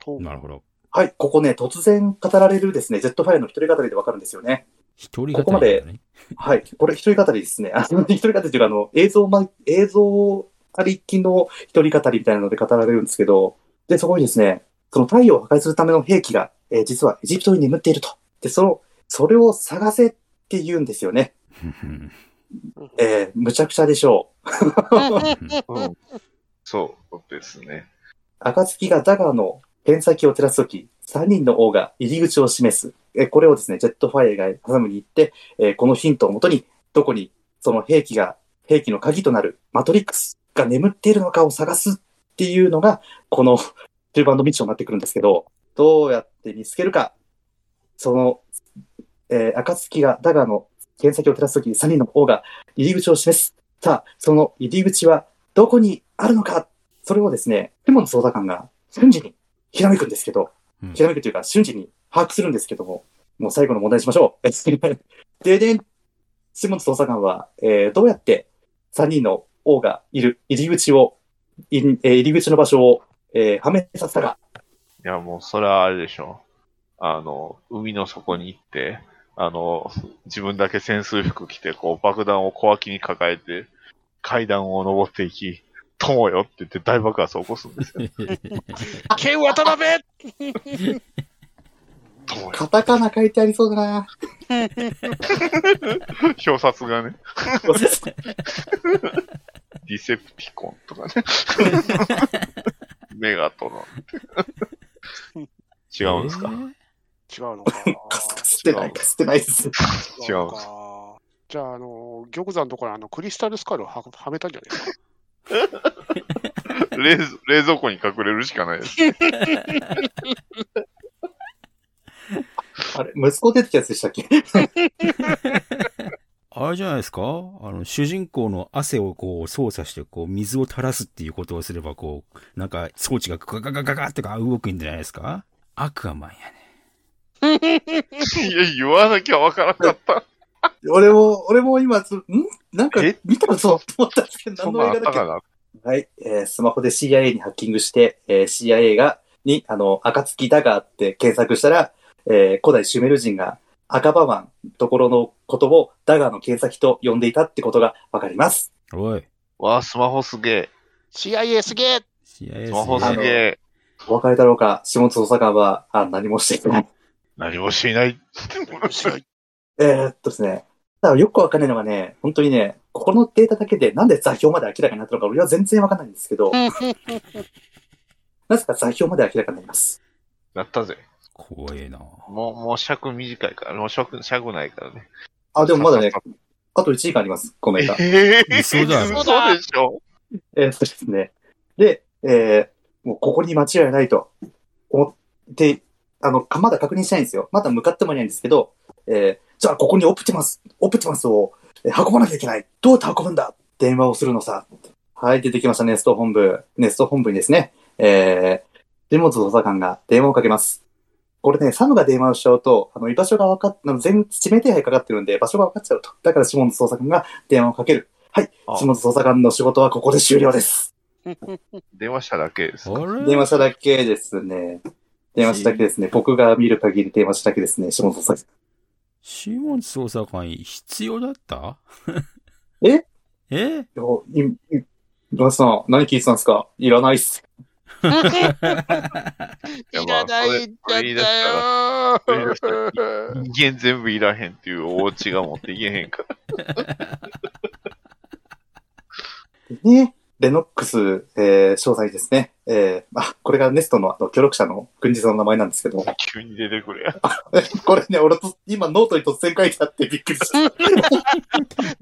Speaker 1: と
Speaker 3: なるほど。
Speaker 4: はい、ここね、突然語られるですね、ジェットファイアの一人語りでわかるんですよね。
Speaker 3: 一人
Speaker 4: ここ
Speaker 3: 語
Speaker 4: ま
Speaker 3: りだ
Speaker 4: で
Speaker 3: ったね。
Speaker 4: はい、これ一人語りですね。あ の一人語りというか、あの、映像、ま、映像ありきの一人語りみたいなので語られるんですけど、で、そこにですね、その太陽を破壊するための兵器が、えー実はエジプトに眠っていると。で、その、それを探せって言うんですよね。
Speaker 3: うん
Speaker 4: えー、むちゃくちゃでしょう。
Speaker 2: うん、そうですね。
Speaker 4: 暁がダガーの剣先を照らすとき、3人の王が入り口を示す。えこれをですね、ジェットファイアが挟むに行って、えーこのヒントをもとに、どこにその兵器が、兵器の鍵となるマトリックスが眠っているのかを探すっていうのが、この中盤のミッションになってくるんですけど、どうやって見つけるか、その、えー、暁がダガーの剣先を照らすとき、3人の王が入り口を示す。さあ、その入り口はどこにあるのかそれをですね、雲の捜査官が瞬時にひらめくんですけど、
Speaker 3: うん
Speaker 4: ひらめくというか瞬時に把握するんですけども、もう最後の問題にしましょう。 ででん、下野捜査官は、えーどうやって3人の王がいる入り口を、いえー入り口の場所を、えーはめさせたか。
Speaker 2: いや、もう、それはあれでしょう。あの、海の底に行って、あの、自分だけ潜水服着て、こう、爆弾を小脇に抱えて、階段を登っていき、友よって言って大爆発を起こすんですよ。
Speaker 1: ケン渡辺
Speaker 2: 友よ。
Speaker 4: カタカナ書いてありそうだ な。
Speaker 2: 表札がね、
Speaker 4: は
Speaker 2: ディセプティコンとかね。 メガトロン。違うんですか、
Speaker 1: 違うのかな
Speaker 4: かすってない、かすってないです。
Speaker 2: 違うんです
Speaker 1: か。じゃあ、あの、玉座のところにあのクリスタルスカルをははめたんじゃないですか。
Speaker 2: 冷蔵冷蔵庫に隠れるしかないです。
Speaker 4: あれ、息子出てきたやつでしたっけ
Speaker 3: あれじゃないですかあの、主人公の汗をこう操作して、こう、水を垂らすっていうことをすれば、こう、なんか装置がガガガガガってか動くんじゃないですかアクアマンやね。
Speaker 2: いや、言わなきゃわからなかった。
Speaker 4: 俺も、俺も今、つんなんか
Speaker 2: え
Speaker 4: 見たぞと思ったんですけど、
Speaker 2: そ
Speaker 4: 何
Speaker 2: んなん
Speaker 4: の
Speaker 2: あ
Speaker 4: 映
Speaker 2: っ
Speaker 4: 画だ
Speaker 2: た
Speaker 4: っけ
Speaker 2: かな
Speaker 4: はい、えースマホで CIA にハッキングして、えー CIA が、に、あの、暁だがって検索したら、えー古代シュメル人が赤バマンところのことをダガーの検索と呼んでいたってことがわかります。
Speaker 3: おい。
Speaker 2: わあ、スマホすげえ。
Speaker 1: CIA すげえ
Speaker 2: ス
Speaker 3: CS
Speaker 2: マホすげえ。
Speaker 4: お別れだろうか、下津捜査官は、あ何もしていない。
Speaker 2: 何もしてい ない。
Speaker 4: えーっとですね。だからよくわかんないのがね、本当にね、ここのデータだけでなんで座標まで明らかになったのか俺は全然わかんないんですけど、なぜか座標まで明らかになります。
Speaker 2: なったぜ。
Speaker 3: 怖えな。
Speaker 2: もう、もう尺短いから、もう尺、尺ないからね。
Speaker 4: あ、でもま だね、あと1時間あります。ごめんな。
Speaker 2: ええ
Speaker 3: 嘘だ
Speaker 1: ろ
Speaker 2: そうでしょ
Speaker 4: えーそうですね。で、えーもうここに間違いないと思って、あの、かまだ確認してないんですよ。まだ向かってもいないんですけど、えーじゃあここにオプティマス、オプティマスをえー運ばなきゃいけない。どうやって運ぶんだ電話をするのさ。はい、出てきました、ネスト本部。ネスト本部にですね、えー、地元捜査官が電話をかけます。これね、サムが電話をしちゃうと、あの、居場所が分かっ、あの全、指名手配かかってるんで、場所が分かっちゃうと。だから、下津捜査官が電話をかける。はい、
Speaker 2: あ
Speaker 4: 下津捜査官の仕事はここで終了です。
Speaker 2: 電話しただけです。
Speaker 3: あれ
Speaker 4: 電話しただけですね。電話しただけですね。僕が見る限り電話しただけですね。下本さん。
Speaker 3: シモン捜査官必要だった
Speaker 4: え
Speaker 3: え
Speaker 4: おい、い、ロスさん、何聞いてたんですかいらないっす。
Speaker 1: いらないんだった
Speaker 2: それ言い出した
Speaker 1: よ
Speaker 2: 人間全部いらへんっていうお家が持っていけへんから。
Speaker 4: ね。レノックス、えー、詳細ですね。えー、あ、これがネストのあの協力者の軍事さんの名前なんですけど、
Speaker 2: 急に出てくれや。
Speaker 4: これね、俺と、今ノートに突然書いてあってびっくりした。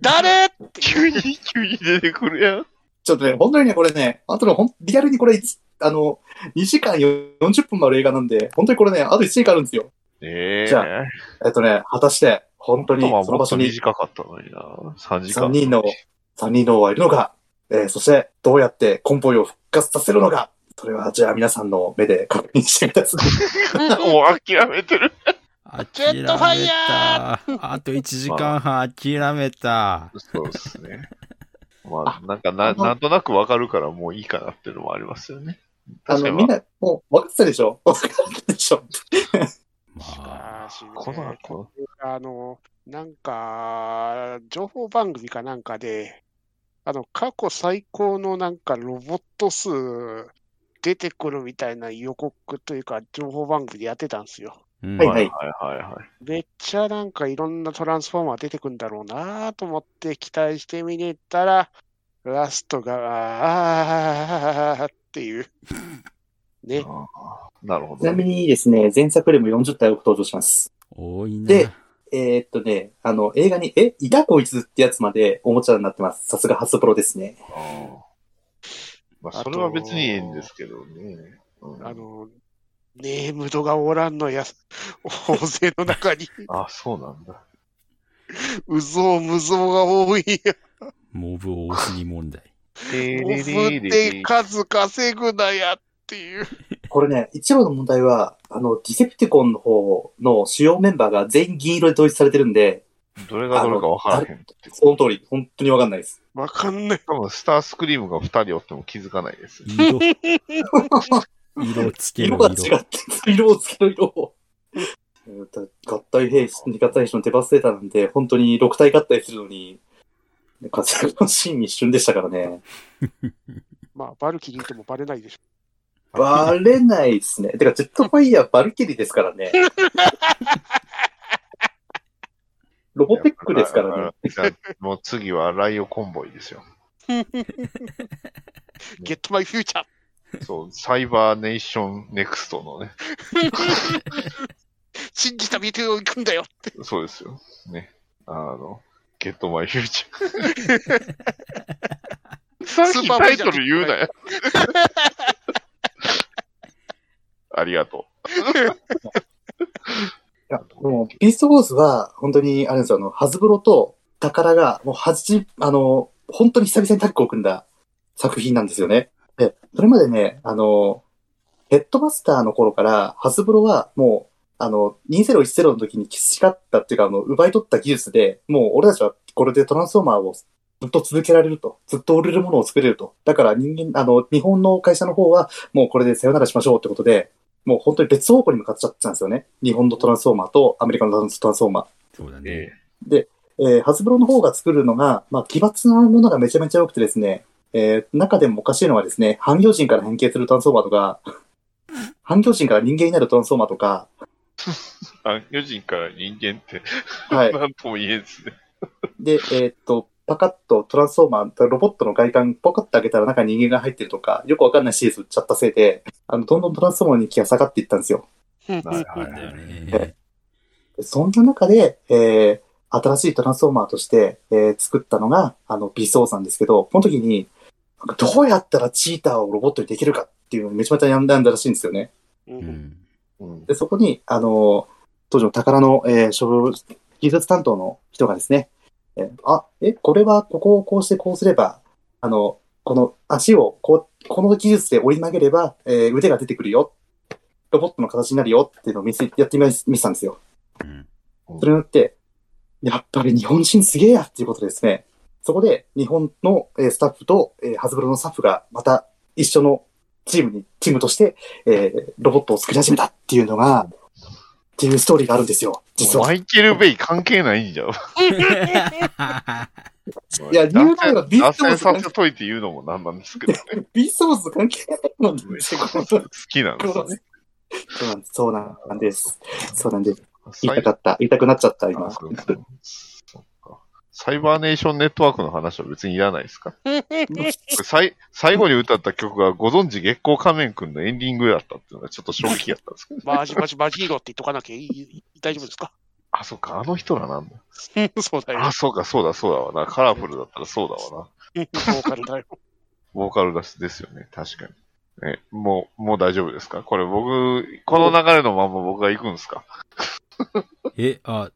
Speaker 1: 誰
Speaker 2: 急に、急に出てくるやん。
Speaker 4: ちょっとね、本当にね、これね、あとのほん、リアルにこれ、いつあの、2時間40分もある映画なんで、本当にこれね、あと1時間あるんですよ。
Speaker 2: ええ
Speaker 4: じゃえっとね、果たして、本当に
Speaker 2: まあ、
Speaker 4: その
Speaker 2: もっ
Speaker 4: 場
Speaker 2: と
Speaker 4: 所に
Speaker 2: 短かったのにな。3時間。
Speaker 4: 三人の、三人のはいるのか、えーそして、どうやってコンボイを復活させるのか、それは、じゃあ皆さんの目で確認してみたいですね。
Speaker 2: もう諦めてる。
Speaker 1: ジェットファイヤ
Speaker 3: ーあと1時間半諦めた。
Speaker 2: そうです ね。まあ、なんかな、なんとなくわかるからもういいかなっていうのもありますよね。
Speaker 4: あ
Speaker 2: 確か
Speaker 4: の、
Speaker 2: に
Speaker 4: みん
Speaker 2: まあ、
Speaker 4: な、もう、分かってたでし ょ分かったでしょ
Speaker 3: まあ、
Speaker 1: あーしね
Speaker 2: この、この、
Speaker 1: あの、なんか、情報番組かなんかで、あの、過去最高のなんかロボット数出てくるみたいな予告というか、情報番組でやってたんですよ。
Speaker 3: うん
Speaker 4: はい
Speaker 2: は
Speaker 4: はいい
Speaker 2: はいはいはい。
Speaker 1: めっちゃなんかいろんなトランスフォーマー出てくんだろうなと思って期待して見に行ったら、ラストが、あーっていう。ね。
Speaker 2: あーなるほ
Speaker 4: ちな
Speaker 2: どね。
Speaker 4: みにですね、前作でも40体を登場します。
Speaker 3: 多いな。
Speaker 4: でえーっとね、あの、映画に、え、いたこいつってやつまでおもちゃになってます。さすがハスプロですね。
Speaker 2: あーまあ、それは別にいいんですけどね。うん
Speaker 1: あの、ネームドがおらんのや、大勢の中に、
Speaker 2: あ、そうなんだ。
Speaker 1: うぞうむぞうが多い。
Speaker 3: モブ多すぎ問題。
Speaker 1: おふって数稼ぐなやっていう。
Speaker 4: これね、一番の問題は、あの、ディセプティコンの方の主要メンバーが全員銀色で統一されてるんで、
Speaker 2: どれがどれかわからへんって。
Speaker 4: その通り、本当にわかんないです。
Speaker 1: わかんない。
Speaker 2: 多分、スタースクリームが2人おっても気づかないです。
Speaker 3: 色。色つける
Speaker 4: 色
Speaker 3: 色
Speaker 4: が違って、色をつける色を。合体兵士、合体兵士のデバステーターなんで、本当に6体合体するのに、活躍のシーン一瞬でしたからね。
Speaker 1: まあ、バルキリーともバレないでしょ。
Speaker 4: バレないですね。てか、ジェットファイヤーバルキリーですから ね。ロボテックですからね。
Speaker 2: ね。もう次はライオコンボイですよ。
Speaker 1: ゲットマイフューチャー
Speaker 2: そう、サイバーネーションネクストのね。
Speaker 1: 信じた道を行くんだよ
Speaker 2: そうですよ。ね。あの、ゲットマイフューチャー。さっきタイトル言うなよ。ありがと
Speaker 4: いや、もビーストボーイズは、本当に、あれなんですよ、あの、ハズブロと宝が、もう、はじ、あの、本当に久々にタッグを組んだ作品なんですよね。で、それまでね、あの、ヘッドマスターの頃から、ハズブロはもう、あの、2010の時に培ったっていうか、あの、奪い取った技術で、もう俺たちはこれでトランスフォーマーをずっと続けられると。ずっと売れるものを作れると。だから人間、あの、日本の会社の方は、もうこれでさよならしましょうってことで、もう本当に別方向に向かっちゃってたんですよね。日本のトランスフォーマーとアメリカのトランスフォーマー。
Speaker 3: そうだ
Speaker 2: え
Speaker 3: ね。
Speaker 4: えーハズブロの方が作るのが、まあ、奇抜なものがめちゃめちゃ多くてですね、えー中でもおかしいのはですね、半魚人から変形するトランスフォーマーとか、半魚人から人間になるトランスフォーマーとか、
Speaker 2: あ、魚人から人間って、
Speaker 4: はい。
Speaker 2: なんとも言えずね。
Speaker 4: で、えーっと、パカッとトランスフォーマー、ロボットの外観ポカッと開けたら中に人間が入ってるとか、よくわかんないシリーズ売っちゃったせいで、あの、どんどんトランスフォーマーに気が下がっていったんですよ。
Speaker 2: はいは
Speaker 3: だよね
Speaker 4: え。そんな中で、えー新しいトランスフォーマーとして、えー作ったのが、あの、ビースオーさんですけど、この時に、なんかどうやったらチーターをロボットにできるかっていうのをめちゃめちゃやんだんだらしいんですよね。
Speaker 1: う。
Speaker 3: うんん。
Speaker 2: うん。
Speaker 4: で、そこに、あの、当時の宝の、えー、処分、技術担当の人がですね、えーあ、え、これは、ここをこうしてこうすれば、あの、この足を、こう、この技術で折り曲げれば、えー腕が出てくるよ。ロボットの形になるよっていうのを見せ、やってみま見せたんですよ。
Speaker 3: うん。
Speaker 4: それによって、やっぱり日本人すげえやっていうことですね。そこで日本のえースタッフとえーハズブロのスタッフがまた一緒のチームに、チームとして、えーロボットを作り始めたっていうのが、っていうストーリーがあるんですよ、実は。
Speaker 2: マイケル・ベイ関係ない んじゃん。
Speaker 4: いやニューローがビー
Speaker 2: 脱
Speaker 4: ストボー
Speaker 2: 線
Speaker 4: イズ
Speaker 2: させといて言うのもなんなんです けどね。
Speaker 4: ビーストボーズと関係ないのに
Speaker 2: め ちゃくちゃ好きなんですよね。
Speaker 4: そうなんです。そうなんです。そうなんです。
Speaker 2: サ
Speaker 4: 言いた
Speaker 2: イ
Speaker 4: かった。言いたくなっちゃった、
Speaker 2: あ
Speaker 4: 今。
Speaker 2: そうそうそっかサイバーネーションネットワークの話は別にいらないですかさい最後に歌った曲がご存知月光仮面くんのエンディングだったっていうのがちょっと衝撃だったんですけど。
Speaker 1: マジマ ジマジーロって言っとかなきゃいい大丈夫ですか
Speaker 2: あ、そうか、あの人らなんだ。
Speaker 1: そうだよ。
Speaker 2: あ、そうか、そうだ、そうだわな。カラフルだったらそうだわな。
Speaker 1: ボーカルだよ。
Speaker 2: ボーカルだしですよね。確かに。え、もう、もう大丈夫ですかこれ僕、この流れのまま僕が行くんですか
Speaker 3: え、あ、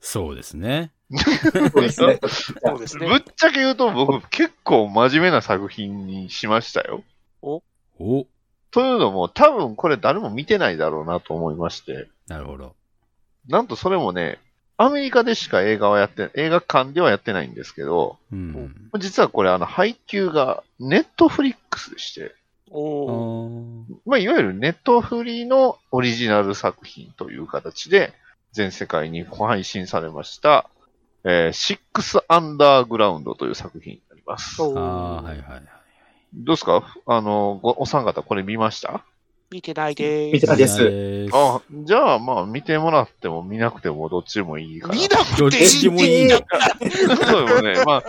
Speaker 3: そうですね。
Speaker 4: そうです ね。
Speaker 1: そうです
Speaker 2: ぶっ
Speaker 1: ね。
Speaker 2: ちゃけ言うと僕結構真面目な作品にしましたよ。
Speaker 3: お、
Speaker 2: というのも多分これ誰も見てないだろうなと思いまして。
Speaker 3: なるほど。
Speaker 2: なんとそれもね、アメリカでしか映画はやって、映画館ではやってないんですけど、
Speaker 3: うん。
Speaker 2: 実はこれあの配給がネットフリックスでして、
Speaker 3: あ
Speaker 1: おお。
Speaker 3: ー
Speaker 2: まあいわゆるネットフリのオリジナル作品という形で全世界に配信されました、えー、シックスアンダーグラウンドという作品になります。
Speaker 1: そう
Speaker 3: あー、はいはいはい。
Speaker 2: どうですかあの、ごお三方これ見ました
Speaker 1: 見てないでー
Speaker 4: 見てないです
Speaker 3: で
Speaker 2: あ、じゃあまあ見てもらっても見なくてもどっちでもいいから。
Speaker 1: 見な
Speaker 3: ど
Speaker 1: く
Speaker 3: って
Speaker 1: い
Speaker 3: ちでもいい
Speaker 1: い。
Speaker 3: な。
Speaker 2: そうよね。まあ、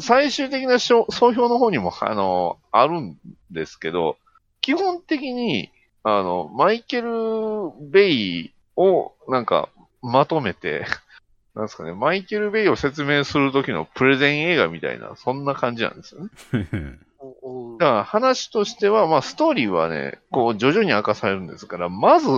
Speaker 2: 最終的なしょ総評の方にも、あの、あるんですけど、基本的に、あの、マイケル・ベイを、なんか、まとめて、なんですかね、マイケル・ベイを説明するときのプレゼン映画みたいな、そんな感じなんですよね。
Speaker 1: おー
Speaker 2: だから話としては、まあ、ストーリーはね、こう、徐々に明かされるんですから、まず、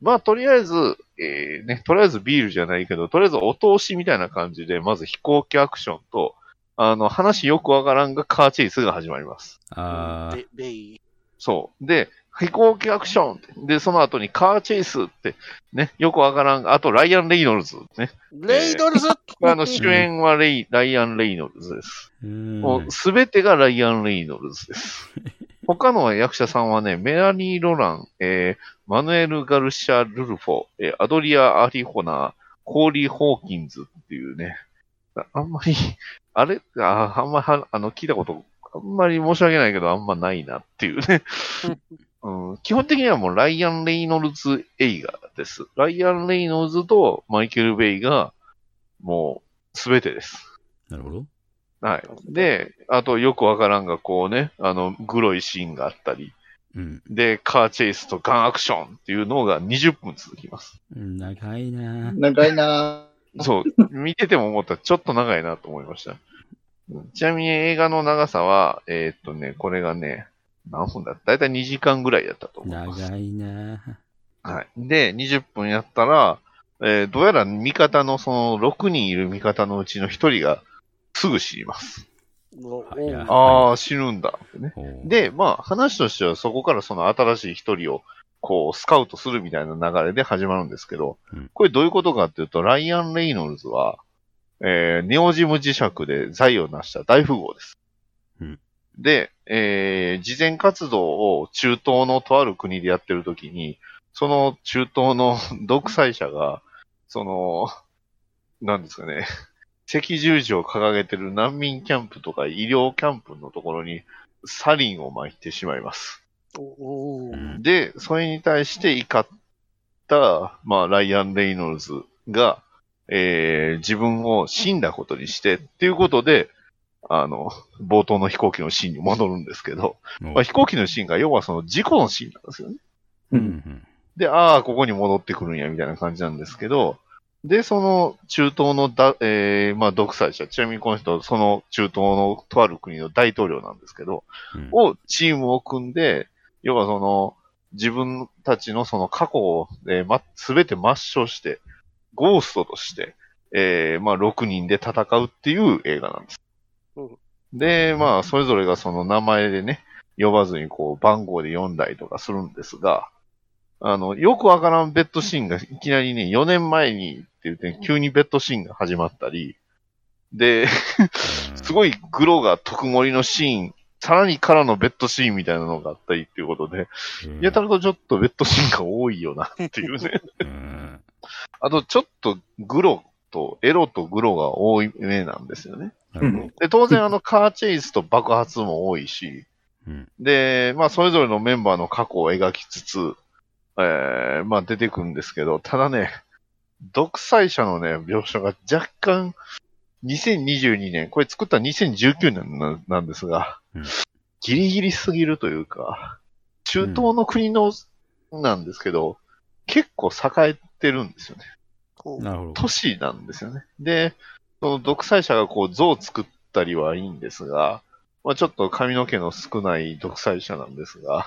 Speaker 2: まあ、とりあえず、えーね、とりあえずビールじゃないけど、とりあえずお通しみたいな感じで、まず飛行機アクションと、あの、話よくわからんがカーチェイスが始まります。
Speaker 3: あー
Speaker 1: ベベイ。
Speaker 2: そう。で、飛行機アクションってで、その後にカーチェイスって、ね、よくわからん。あと、ライアン・レイノルズ、ね。
Speaker 1: レイドルズ
Speaker 2: あの、主演はレイ、ライアン・レイノルズです。
Speaker 3: うん
Speaker 2: もう、すべてがライアン・レイノルズ です。他の役者さんはね、メラニー・ロラン、えーマヌエル・ガルシャ・ルルフォ、えーアドリア・アリホナー、コーリー・ホーキンズっていうね、ああんまり、 あれああんまりは、あの、聞いたこと、あんまり申し訳ないけど、あんまないなっていう ね。うん、基本的にはもうライアン・レイノルズ映画です。ライアン・レイノルズとマイケル・ベイが、もう、すべてです。
Speaker 3: なるほど。
Speaker 2: はい。で、あとよくわからんが、こうね、あの、グロいシーンがあったり、
Speaker 3: うん。
Speaker 2: で、カーチェイスとガンアクションっていうのが20分続きます。
Speaker 3: 長いな
Speaker 4: 長いな
Speaker 2: そう、 見てても思ったらちょっと長いなと思いました。うんちなみに映画の長さは、えーっとね、これがね、何分だっただいたい2時間ぐらいだったと思います。
Speaker 3: 長いな
Speaker 2: はい。で、20分やったら、えーどうやら味方の、その、6人いる味方のうちの1人が、すぐ死にます。
Speaker 1: もう
Speaker 3: はいはい
Speaker 2: ああ、死ぬんだってね。
Speaker 3: おー、
Speaker 2: で、まあ、話としては、そこからその新しい一人を、こう、スカウトするみたいな流れで始まるんですけど、
Speaker 3: うん
Speaker 2: これどういうことかっていうと、ライアン・レイノルズは、えーネオジム磁石で財を成した大富豪です。
Speaker 3: うん
Speaker 2: で、えー慈善活動を中東のとある国でやってるときに、その中東の 独裁者が、その、なんですかね、 赤十字を掲げてる難民キャンプとか医療キャンプのところにサリンを撒いてしまいます。
Speaker 1: おおー
Speaker 3: うん
Speaker 2: で、それに対して怒った、まあ、ライアン・レイノルズが、えー自分を死んだことにして、っていうことで、あの、冒頭の飛行機のシーンに戻るんですけど、まあ、飛行機のシーンが要はその事故のシーンなんですよね。
Speaker 3: うんうん
Speaker 2: で、ああ、ここに戻ってくるんや、みたいな感じなんですけど、で、その中東のだ、えーまあ、独裁者、ちなみにこの人、その中東のとある国の大統領なんですけど、
Speaker 3: うん
Speaker 2: を、チームを組んで、要はその、自分たちのその過去を、えーま、すべて抹消して、ゴーストとして、えーまあ、6人で戦うっていう映画なんです
Speaker 1: うん。
Speaker 2: で、まあ、それぞれがその名前でね、呼ばずにこう、番号で読んだりとかするんですが、あの、よくわからんベッドシーンがいきなりね、4年前にって言って、急にベッドシーンが始まったり、で、すごいグロが特盛りのシーン、さらにからのベッドシーンみたいなのがあったりっていうことで、
Speaker 3: うん
Speaker 2: やたらとちょっとベッドシーンが多いよなっていう ね。
Speaker 3: うん
Speaker 2: あとちょっとグロとエロとグロが多い目なんですよね。
Speaker 3: なるほど
Speaker 2: で、当然あのカーチェイスと爆発も多いし、
Speaker 3: うん
Speaker 2: で、まあそれぞれのメンバーの過去を描きつつ、えー、まあ出てくるんですけど、ただね、独裁者のね、描写が若干、2022年、これ作ったの2019年ななんですが、
Speaker 3: うん
Speaker 2: ギリギリすぎるというか、中東の国の、なんですけど、結構栄えてるんですよね。
Speaker 1: こう
Speaker 3: なるほど
Speaker 2: 都市なんですよね。で、その独裁者がこう像を作ったりはいいんですが、まあ、ちょっと髪の毛の少ない独裁者なんですが、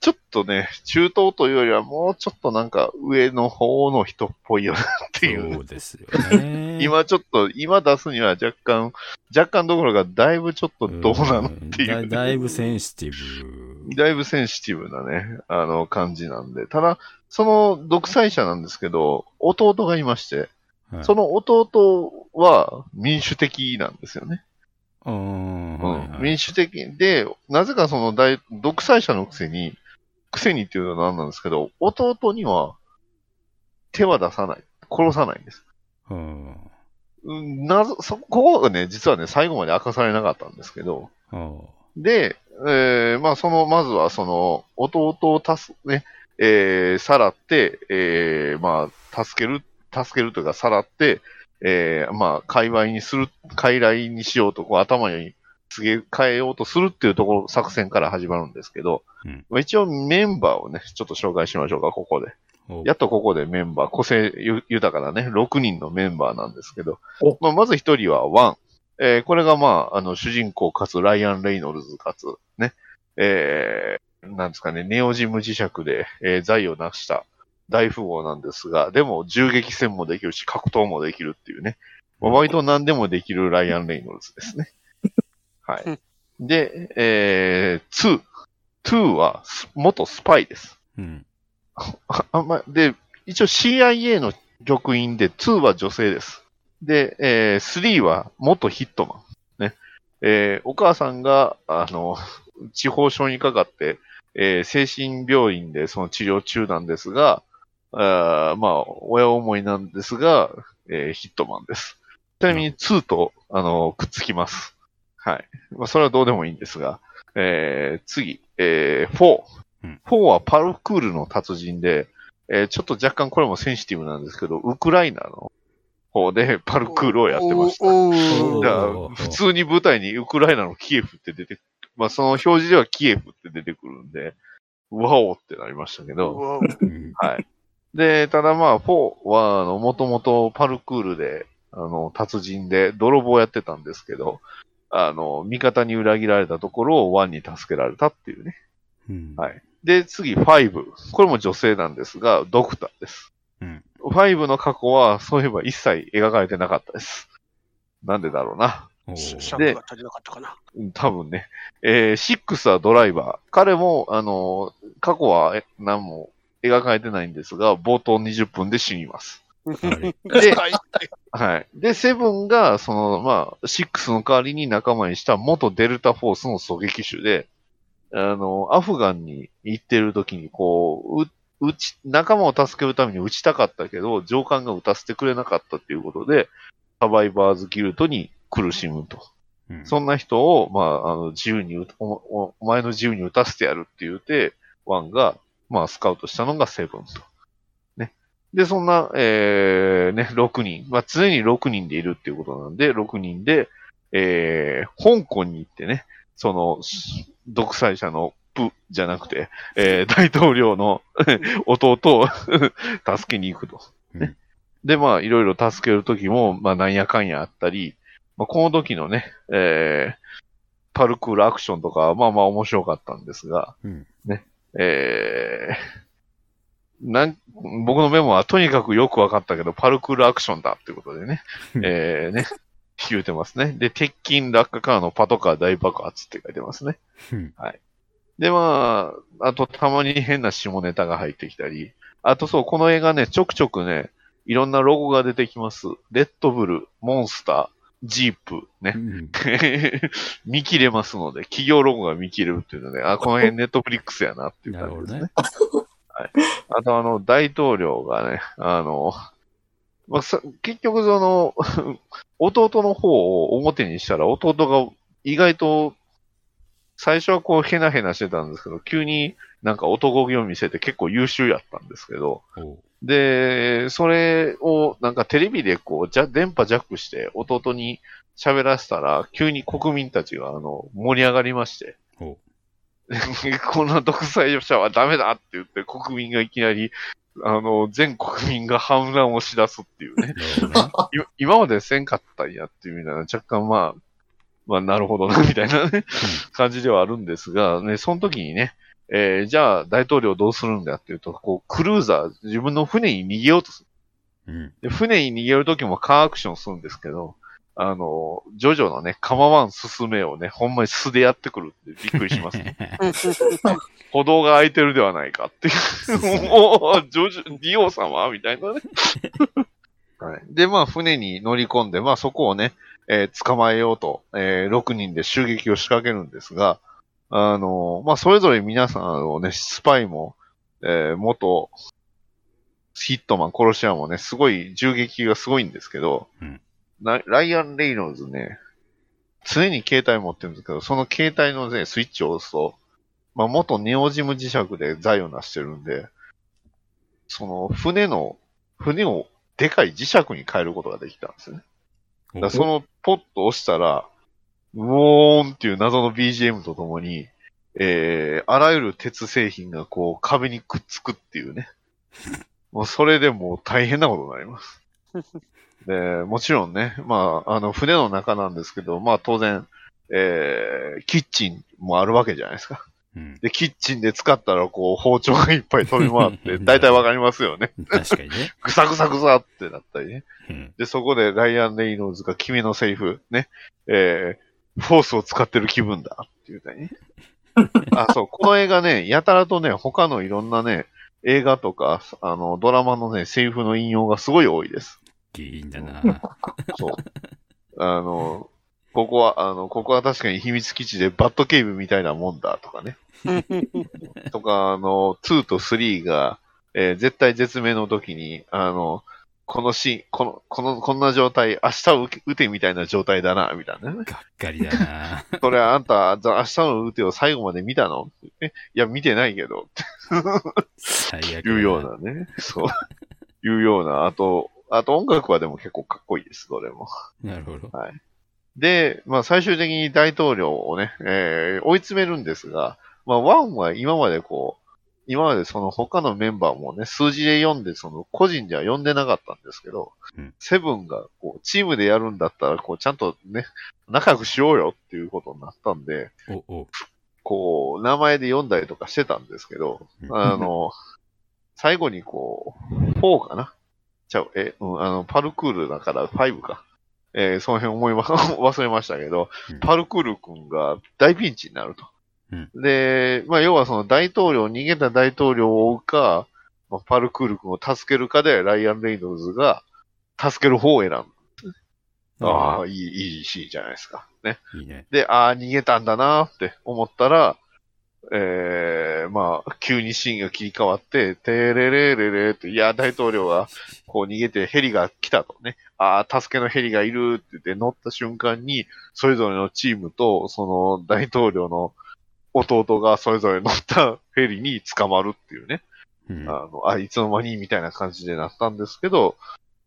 Speaker 2: ちょっとね、中東というよりはもうちょっとなんか上の方の人っぽいよなっていう。。
Speaker 3: そうですよね
Speaker 2: 今ちょっと、今出すには若干、若干どころかだいぶちょっとどうなのっていうね、
Speaker 3: んだだいぶセンシティブ。
Speaker 2: だいぶセンシティブなね、あの感じなんで。ただ、その独裁者なんですけど、弟がいまして、
Speaker 3: はい
Speaker 2: その弟は民主的なんですよね。
Speaker 3: うー
Speaker 2: う
Speaker 3: ん
Speaker 2: ん
Speaker 3: はいはい
Speaker 2: 民主的で、なぜかその大独裁者のくせに、くせにっていうのは何なんですけど、弟には手は出さない、殺さないんです。
Speaker 3: うん
Speaker 2: うんなぜそこがね、実はね、最後まで明かされなかったんですけど、
Speaker 3: うん
Speaker 2: で、えーまあ、その、まずはその、弟を助す、ね、えーさらって、えーまあ、助ける、助けるというか、さらって、えーまあ、界隈にする、傀儡にしようと、こう、頭にすげ替えようとするっていうところ、作戦から始まるんですけど、
Speaker 3: うん
Speaker 2: まあ、一応メンバーをね、ちょっと紹介しましょうか、ここで。
Speaker 3: お
Speaker 2: やっとここでメンバー、個性ゆ豊かなね、6人のメンバーなんですけど
Speaker 4: お、
Speaker 2: まあ、まず1人はワン。えーこれがまあ、あの、主人公かつ、ライアン・レイノルズかつ、ね、えーなんですかね、ネオジム磁石で、えー財を成した大富豪なんですが、でも銃撃戦もできるし、格闘もできるっていうね、まあ割と何でもできるライアン・レイノルズですね。はい。で、えー、ツー。ツーはす、元スパイです。
Speaker 3: うん
Speaker 2: ああんま、で、一応 CIA の局員で、2は女性です。で、えー、3は元ヒットマン。ね。えーお母さんが、あの、 地方症にかかって、えー精神病院でその治療中なんですが、あーまあ、親思いなんですが、えーヒットマンです。ちなみに2と、あの、くっつきます。はい。まあ、それはどうでもいいんですが、えー次、えー、4。4はパルクールの達人で、えーちょっと若干これもセンシティブなんですけど、ウクライナの方でパルクールをやってました。
Speaker 1: お
Speaker 3: お
Speaker 1: ー
Speaker 2: じゃ
Speaker 3: お
Speaker 2: あ、
Speaker 3: ー
Speaker 2: 普通に舞台にウクライナのキエフって出て、まあその表示ではキエフって出てくるんで、うわおってなりましたけ
Speaker 1: う
Speaker 2: ど、
Speaker 1: わ
Speaker 3: うん
Speaker 2: はい。で、ただまあ、4は、あの、もともとパルクールで、あの、達人で、泥棒やってたんですけど、あの、味方に裏切られたところを1に助けられたっていうね。
Speaker 3: うん
Speaker 2: はいで、次、5。これも女性なんですが、ドクターです。
Speaker 3: うん
Speaker 2: 5の過去は、そういえば一切描かれてなかったです。なんでだろうな。
Speaker 3: おー
Speaker 1: 尺が足りなかったかな。
Speaker 2: うん多分ね。えー、6はドライバー。彼も、あのー過去はえ何も描かれてないんですが、冒頭20分で死にます。
Speaker 3: はい
Speaker 2: で、
Speaker 1: はい
Speaker 2: はい。で、セブンが、その、まあ、シックスの代わりに仲間にした元デルタフォースの狙撃手で、あの、アフガンに行ってる時に、こう、う、撃ち、仲間を助けるために撃ちたかったけど、上官が撃たせてくれなかったっていうことで、サバイバーズギルドに苦しむと。
Speaker 3: うん
Speaker 2: そんな人を、まあ、あの、自由に撃たお、お、お前の自由に撃たせてやるって言うて、ワンが、まあ、スカウトしたのがセブンと。ね。で、そんな、えー、ね、6人。まあ、常に6人でいるっていうことなんで、6人で、えー、香港に行ってね、その、し独裁者のプじゃなくて、えー、大統領の 弟を 助けに行くと。ね。で、まあ、いろいろ助けるときも、まあ、なんやかんやあったり、まあ、この時のね、えー、パルクールアクションとかはまあまあ面白かったんですが、
Speaker 3: うん
Speaker 2: ね、えー、なん僕のメモはとにかくよく分かったけど、パルクールアクションだってことでね、えー、ね、言うてますね。で、鉄筋落下からのパトカー大爆発って書いてますね。
Speaker 3: うん
Speaker 2: で、まあ、あとたまに変な下ネタが入ってきたり、あとそう、この映画ね、ちょくちょくね、いろんなロゴが出てきます。レッドブル、モンスター、ジープ、ね
Speaker 3: う、ん
Speaker 2: 見切れますので、企業ロゴが見切れるっていうので、あ、この辺ネットフリックスやなっていう
Speaker 3: なる
Speaker 2: 感
Speaker 3: ほ
Speaker 2: じです
Speaker 3: ど
Speaker 2: ね。
Speaker 3: ね。
Speaker 2: あと、あの、大統領がね、あの、まあ、さ結局その、 弟の方を表にしたら、弟が意外と、最初はこう、ヘナヘナしてたんですけど、急になんか男気を見せて結構優秀やったんですけど、
Speaker 3: おう
Speaker 2: で、それをなんかテレビでこう、じゃ、電波ジャックして弟に喋らせたら、急に国民たちがあの、盛り上がりまして
Speaker 3: お。
Speaker 2: こんな独裁者はダメだって言って国民がいきなり、あの、全国民が反乱をしだすっていうね。
Speaker 3: なるほ どね。
Speaker 2: い今までせんかったんやっていうみたいな、若干まあ、まあなるほどな、みたいなね、感じではあるんですが、ね、その時にね、えーじゃあ大統領どうするんだっていうと、こう、クルーザー、自分の船に逃げようとする。
Speaker 3: うん。
Speaker 2: で船に逃げる時もカーアクションするんですけど、あの、ジョジョのね、カマワン進めをね、ほんまに素でやってくるってびっくりし ますね。歩道が空いてるではないかって いう。もう、ジョジョ、ディオ様みたいなね。 はい、で、まあ、船に乗り込んで、まあ、そこをね、えー捕まえようと、えー6人で襲撃を仕掛けるんですが、あのーまあ、それぞれ皆さんをね、スパイも、えー元、ヒットマン、殺し屋もね、すごい、銃撃がすごいんですけど、
Speaker 3: うん
Speaker 2: なライアン・レイノルズね、常に携帯持ってるんですけど、その携帯のね、スイッチを押すと、まあ、元ネオジム磁石で財を成してるんで、その船の、船をでかい磁石に変えることができたんですね。だからそのポッと押したら、ウォーンっていう謎の BGM とともに、えー、あらゆる鉄製品がこう壁にくっつくっていうね。もうそれでもう大変なことになります。で、もちろんね、まあ、あの船の中なんですけど、まあ当然、えー、キッチンもあるわけじゃないですか。
Speaker 3: うん。
Speaker 2: で、キッチンで使ったら、こう、包丁がいっぱい飛び回って、 大体わかりますよね。
Speaker 3: 確かにね。
Speaker 2: ぐさぐさぐさってなったりね。
Speaker 3: うん。
Speaker 2: で、そこでライアン・レイノーズが君のセリフ、ね、えー、フォースを使ってる気分だっていうた りね。あ、そう、この映画ね、やたらとね、他のいろんなね、映画とか、あの、ドラマのね、セリフの引用がすごい多いです。
Speaker 3: いいんだな。
Speaker 2: そう。あの、ここは、あの、ここは確かに秘密基地でバット警備みたいなもんだとかね。とか、あの、2と3が、えー絶対絶命の時に、あの、このシーン、この、この、こんな状態、明日を打て打てみたいな状態だな、みたいなね。
Speaker 3: がっかりだな。
Speaker 2: それあんた、ざ明日の打てを最後まで見たのえいや、見てないけど、
Speaker 3: 最悪だな。
Speaker 2: いうようなね。そう。いうような、あと、あと音楽はでも結構かっこいいです、どれも。
Speaker 3: なるほど。
Speaker 2: で、まあ最終的に大統領をね、えー追い詰めるんですが、まあワンは今までこう、今までその他のメンバーもね、数字で読んで、その個人では読んでなかったんですけど、
Speaker 3: うん
Speaker 2: セブンがこう、チームでやるんだったら、こう、ちゃんとね、仲良くしようよっていうことになったんで、
Speaker 3: お、お。
Speaker 2: こう、名前で読んだりとかしてたんですけど、
Speaker 3: うん
Speaker 2: あの、最後にこう、4かなちゃう、え、うん、あの、パルクールだから5か。えーその辺思いま、 忘れましたけど、
Speaker 3: うん
Speaker 2: パルクール君が大ピンチになると。
Speaker 3: うん
Speaker 2: で、まあ、要はその大統領、逃げた大統領を追うか、まあ、パルクール君を助けるかで、ライアン・レイノルズが助ける方を選ぶ。ああ、いい、いいシーンじゃないですか。ね。
Speaker 3: いいね。
Speaker 2: で、ああ、逃げたんだなーって思ったら、ええまあ、急にシーンが切り替わって、てれれれれって、いや、大統領が、こう逃げてヘリが来たとね、ああ、助けのヘリがいるって言って乗った瞬間に、それぞれのチームと、その大統領の弟がそれぞれ乗ったヘリに捕まるっていうね。
Speaker 3: うん。
Speaker 2: あの、あ、いつの間にみたいな感じでなったんですけど、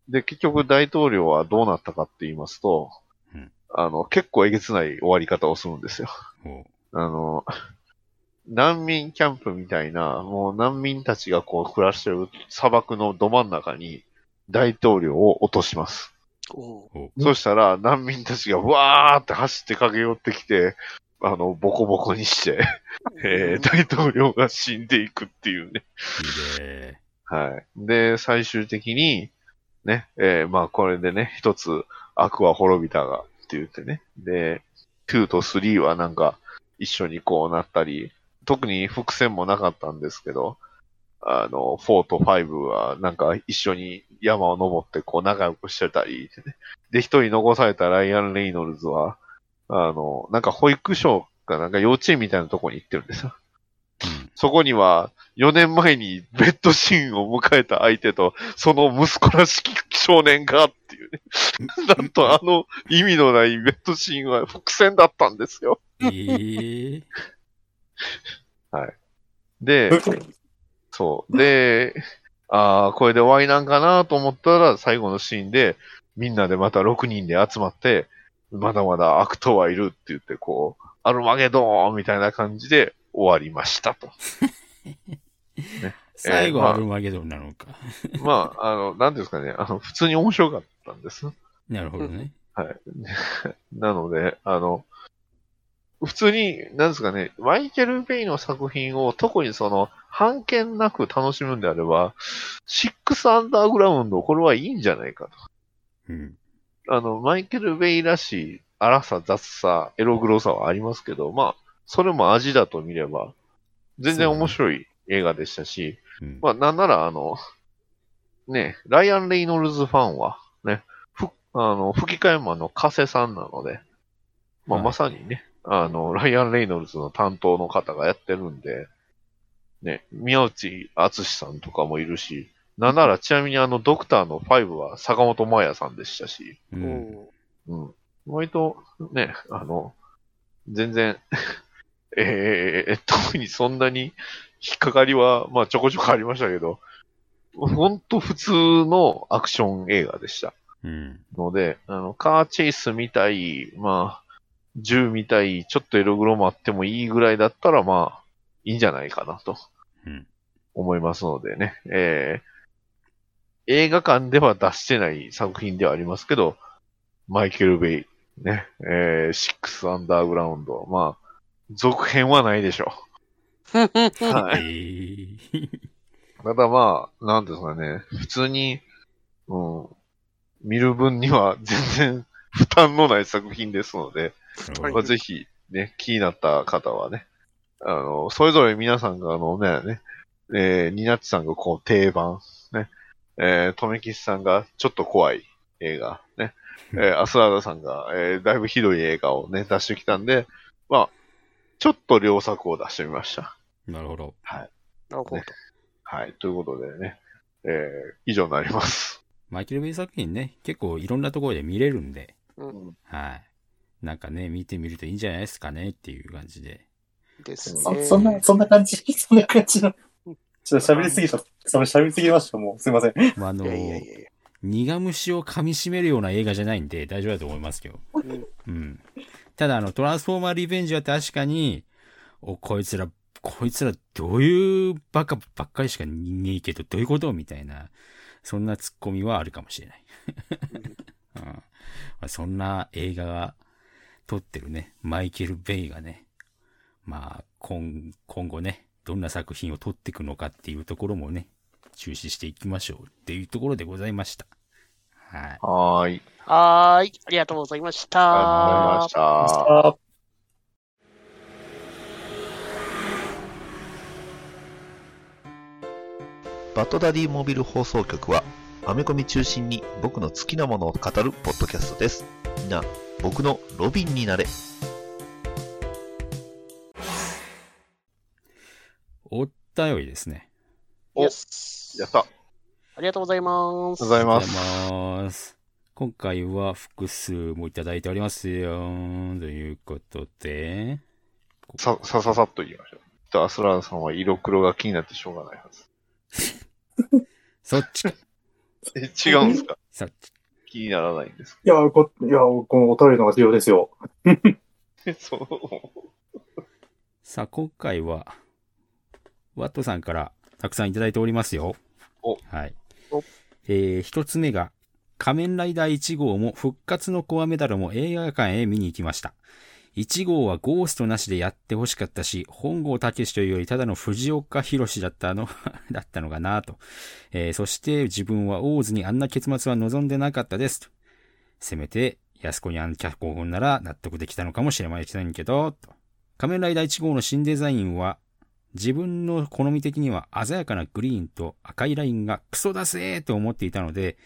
Speaker 2: で、結局大統領はどうなったかって言いますと、
Speaker 3: うん
Speaker 2: あの、結構えげつない終わり方をするんですよ。
Speaker 3: おう
Speaker 2: あの、難民キャンプみたいな、もう難民たちがこう暮らしてる砂漠のど真ん中に大統領を落とします。
Speaker 1: おう
Speaker 3: おう
Speaker 2: そしたら難民たちがわーって走って駆け寄ってきて、あの、ボコボコにして、えー大統領が死んでいくっていうね。
Speaker 3: いいね。
Speaker 2: はい。で、最終的に、ね、えーまあこれでね、一つ、悪は滅びたがって言ってね。で、2と3はなんか、一緒にこうなったり、特に伏線もなかったんですけど、あの、4と5はなんか一緒に山を登ってこう仲良くしてたり、ね、で、一人残されたライアン・レイノルズは、あの、なんか保育所かなんか幼稚園みたいなとこに行ってるんですよ。そこには、4年前にベッドシーンを迎えた相手と、その息子らしき少年がっていうね。なんとあの意味のないベッドシーンは伏線だったんですよ。
Speaker 3: ええ。
Speaker 2: で、そう。で、ああ、これで終わりなんかなと思ったら、最後のシーンで、みんなでまた6人で集まって、まだまだ悪党はいるって言って、こう、アルマゲドーンみたいな感じで終わりましたと。
Speaker 3: 最後
Speaker 2: まあ
Speaker 3: アルマゲドンなのか。
Speaker 2: まあ、あの、なんていうんですかね、あの、普通に面白かったんです。
Speaker 3: なるほどね。
Speaker 2: はい。なので、あの、普通に、なんですかね、マイケル・ベイの作品を特にその、判権なく楽しむんであれば、シックスアンダーグラウンド、これはいいんじゃないか
Speaker 3: うん。
Speaker 2: と。あの、マイケル・ベイらしい荒さ、雑さ、エログロさはありますけど、まあ、それも味だと見れば、全然面白い映画でしたし、
Speaker 3: うん
Speaker 2: まあ、なんなら、あの、ね、ライアン・レイノルズファンは、ね、ふあの吹き替えマンの加瀬さんなので、まあ、
Speaker 3: はい
Speaker 2: まさにね、あの、ライアン・レイノルズの担当の方がやってるんで、ね、宮内敦さんとかもいるし、なんならちなみにあの、ドクターの5は坂本真綾さんでしたし、
Speaker 3: う
Speaker 1: お
Speaker 3: ん。
Speaker 1: う
Speaker 2: うん。割と、ね、あの、全然、 ええ特にそんなに引っかかりは、まあちょこちょこありましたけど、ほんと普通のアクション映画でした。
Speaker 3: うん。
Speaker 2: ので、あの、カーチェイスみたい、まあ、銃みたい、ちょっとエログロもあってもいいぐらいだったら、まあ、いいんじゃないかなと
Speaker 3: うん。
Speaker 2: 思いますのでね、えー映画館では出してない作品ではありますけど、マイケル・ベイ、ね、えー、シックス・アンダーグラウンド、まあ、続編はないでしょう。はい。
Speaker 3: ええ。
Speaker 2: ただまあ、なんていうんですかね、普通に、うん、見る分には全然負担のない作品ですので、
Speaker 1: はい
Speaker 2: まあ、ぜひ、ね、気になった方はね、あの、それぞれ皆さんが、あのね、ね、えー、ニナッチさんがこう定番、ね、えー、とめきちさんがちょっと怖い映画、ね、えー、アスラーダさんが、えー、だいぶひどい映画をね、出してきたんで、まあ、ちょっと良作を出してみました。
Speaker 3: なるほど。
Speaker 1: なるほど。
Speaker 2: はい、ということでね、えー、以上になります。
Speaker 3: マイケル・ベイ作品ね、結構いろんなところで見れるんで、
Speaker 1: うん
Speaker 3: はい。なんかね、見てみるといいんじゃないですかねっていう感じで。
Speaker 1: です
Speaker 4: そ
Speaker 1: ね。
Speaker 4: そんな、そんな感じ そんな感じの。ちょっと喋りすぎた。それ喋りすぎました。もう、すいません。
Speaker 3: まあ、あの
Speaker 1: いやいやいやいや。
Speaker 3: 苦虫を噛み締めるような映画じゃないんで大丈夫だと思いますけど。
Speaker 1: うん
Speaker 3: うん。ただあの、トランスフォーマーリベンジは確かに、お、こいつら、こいつらどういうバカばっかりしかねえけど、どういうことみたいな、そんなツッコミはあるかもしれない。 うんまあ、そんな映画が撮ってるね、マイケル・ベイがね、まあ、今、今後ね、どんな作品を撮っていくのかっていうところもね、中止していきましょうっていうところでございました。はい。
Speaker 2: はーい。
Speaker 1: はーい。ありがとうございまし
Speaker 2: ありがとう
Speaker 1: た
Speaker 2: ございま。した。
Speaker 4: あ
Speaker 7: バトダディモビル放送局は、アメコミ中心に僕の好きなものを語るポッドキャストです。みんな、僕のロビンになれ。
Speaker 3: お便りですね。
Speaker 2: お
Speaker 1: よし
Speaker 2: やった。あ
Speaker 1: ありがとうございます。
Speaker 2: りがとうございま
Speaker 3: ありが
Speaker 2: す。
Speaker 3: とうございます。今回は複数もいただいておりますよ。ということで、
Speaker 2: さ、さささっと言いましょう。きっとアスラーさんは色黒が気になってしょうがないはず。
Speaker 3: そっちか、
Speaker 2: え、違うんですか
Speaker 3: そっち。
Speaker 2: 気にならないんですか
Speaker 4: いや、こ、いや、このお便りの方が重要ですよ。
Speaker 2: えそう。
Speaker 3: さあ、今回は、ワットさんからたくさんいただいておりますよ。
Speaker 2: お
Speaker 3: はい
Speaker 1: お。
Speaker 3: えー、一つ目が、仮面ライダー1号も復活のコアメダルも映画館へ見に行きました。1号はゴーストなしでやってほしかったし、本郷武というよりただの藤岡弘だったの、 だったのかなと。えーそして自分は大津にあんな結末は望んでなかったですと。せめて、安子にあん脚本なら納得できたのかもしれませんけど、と。仮面ライダー1号の新デザインは、自分の好み的には鮮やかなグリーンと赤いラインがクソだぜーと思っていたので、